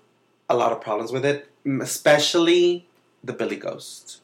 Speaker 1: a lot of problems with it, m- especially the Billy Ghost.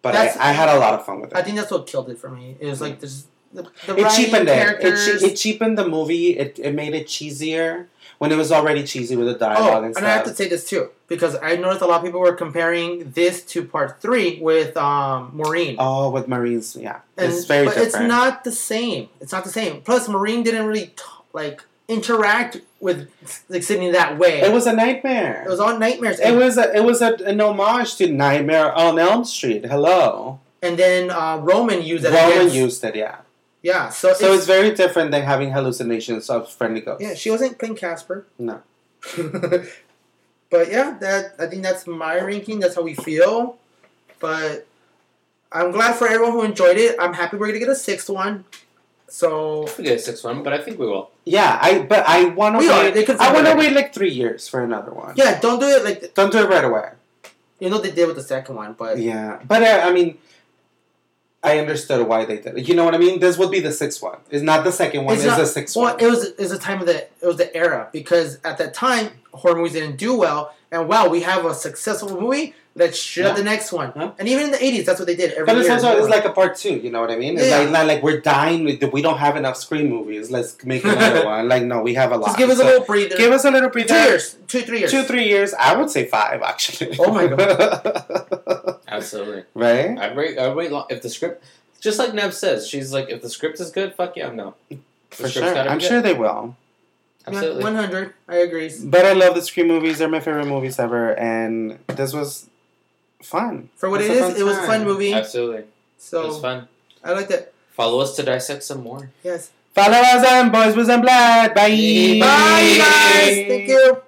Speaker 1: But I,
Speaker 3: That's-
Speaker 1: I had a lot of fun with it.
Speaker 3: I think that's what killed it for me. It was like this. The, the
Speaker 1: it
Speaker 3: writing,
Speaker 1: cheapened it. It,
Speaker 3: characters.
Speaker 1: che- it cheapened the movie. It, it made it cheesier when it was already cheesy with the dialogue
Speaker 3: Oh,
Speaker 1: and
Speaker 3: and
Speaker 1: stuff.
Speaker 3: I have to say this too because I noticed a lot of people were comparing this to part three with um, Maureen.
Speaker 1: Oh, with Marines, yeah,
Speaker 3: And-
Speaker 1: it's very
Speaker 3: but
Speaker 1: different.
Speaker 3: it's not the same. It's not the same. Plus, Maureen didn't really t- like interact with like Sydney that way.
Speaker 1: It was a nightmare.
Speaker 3: It was all nightmares.
Speaker 1: It
Speaker 3: and,
Speaker 1: was a, it was a, an homage to Nightmare on Elm Street. Hello,
Speaker 3: and then uh, Roman used that.
Speaker 1: Roman
Speaker 3: against-
Speaker 1: used it, yeah.
Speaker 3: Yeah. So,
Speaker 1: So it's very different than having hallucinations of friendly ghosts.
Speaker 3: yeah. She wasn't playing Casper.
Speaker 1: No.
Speaker 3: but yeah, that I think that's my ranking. That's how we feel. But I'm glad for everyone who enjoyed it. I'm happy we're gonna get a sixth one. So
Speaker 2: Hopefully we get a six one, but I think we will.
Speaker 1: Yeah, I but I want to
Speaker 3: We are,
Speaker 1: wait.
Speaker 3: they could
Speaker 1: I want to
Speaker 3: find it.
Speaker 1: wait like three years for another one.
Speaker 3: yeah, don't do it like
Speaker 1: Don't do it right away.
Speaker 3: you know they did with the second one, but
Speaker 1: Yeah, but uh, I mean, I understood why they did it. You know what I mean? This would be the sixth one. It's not the second one.
Speaker 3: It's
Speaker 1: It's,
Speaker 3: not-
Speaker 1: the sixth
Speaker 3: Well,
Speaker 1: one.
Speaker 3: it was it was the time of the it was the era because at that time horror movies didn't do well, and wow, we have a successful movie. Let's shut
Speaker 1: Yeah.
Speaker 3: the next one.
Speaker 1: Yeah.
Speaker 3: And even in the eighties, that's what they did every
Speaker 1: But it's
Speaker 3: year.
Speaker 1: also it's like a part two. You know what I mean? It's
Speaker 3: Yeah.
Speaker 1: like not like we're dying. With, we don't have enough screen movies. Let's make another one. Like no, we have a lot.
Speaker 3: just give us
Speaker 1: So
Speaker 3: a little breather.
Speaker 1: give us a little
Speaker 3: two
Speaker 1: breather.
Speaker 3: years, Oh two three years.
Speaker 1: Two three years. I would say five actually.
Speaker 3: Oh my
Speaker 1: god.
Speaker 2: I would Absolutely.
Speaker 1: right?
Speaker 2: I wait. I wait. Long, if the script, just like Nev says, she's like, if the script is good, fuck yeah, I'm no.
Speaker 1: For
Speaker 2: script's
Speaker 1: sure.
Speaker 2: gotta be
Speaker 1: I'm
Speaker 2: good.
Speaker 1: sure they will.
Speaker 2: Absolutely.
Speaker 3: One hundred. I agree.
Speaker 1: But I love the Scream movies. They're my favorite movies ever. And this was fun.
Speaker 3: For what
Speaker 1: It's
Speaker 3: it
Speaker 1: a
Speaker 3: is,
Speaker 1: fun
Speaker 3: it was a fun
Speaker 1: time.
Speaker 3: movie.
Speaker 2: Absolutely. It was
Speaker 3: So
Speaker 2: fun.
Speaker 3: I liked it.
Speaker 2: Follow us to dissect some more.
Speaker 3: Yes.
Speaker 1: Follow us on Boys with Blood. Bye.
Speaker 2: Bye,
Speaker 3: Bye, you guys. Thank you.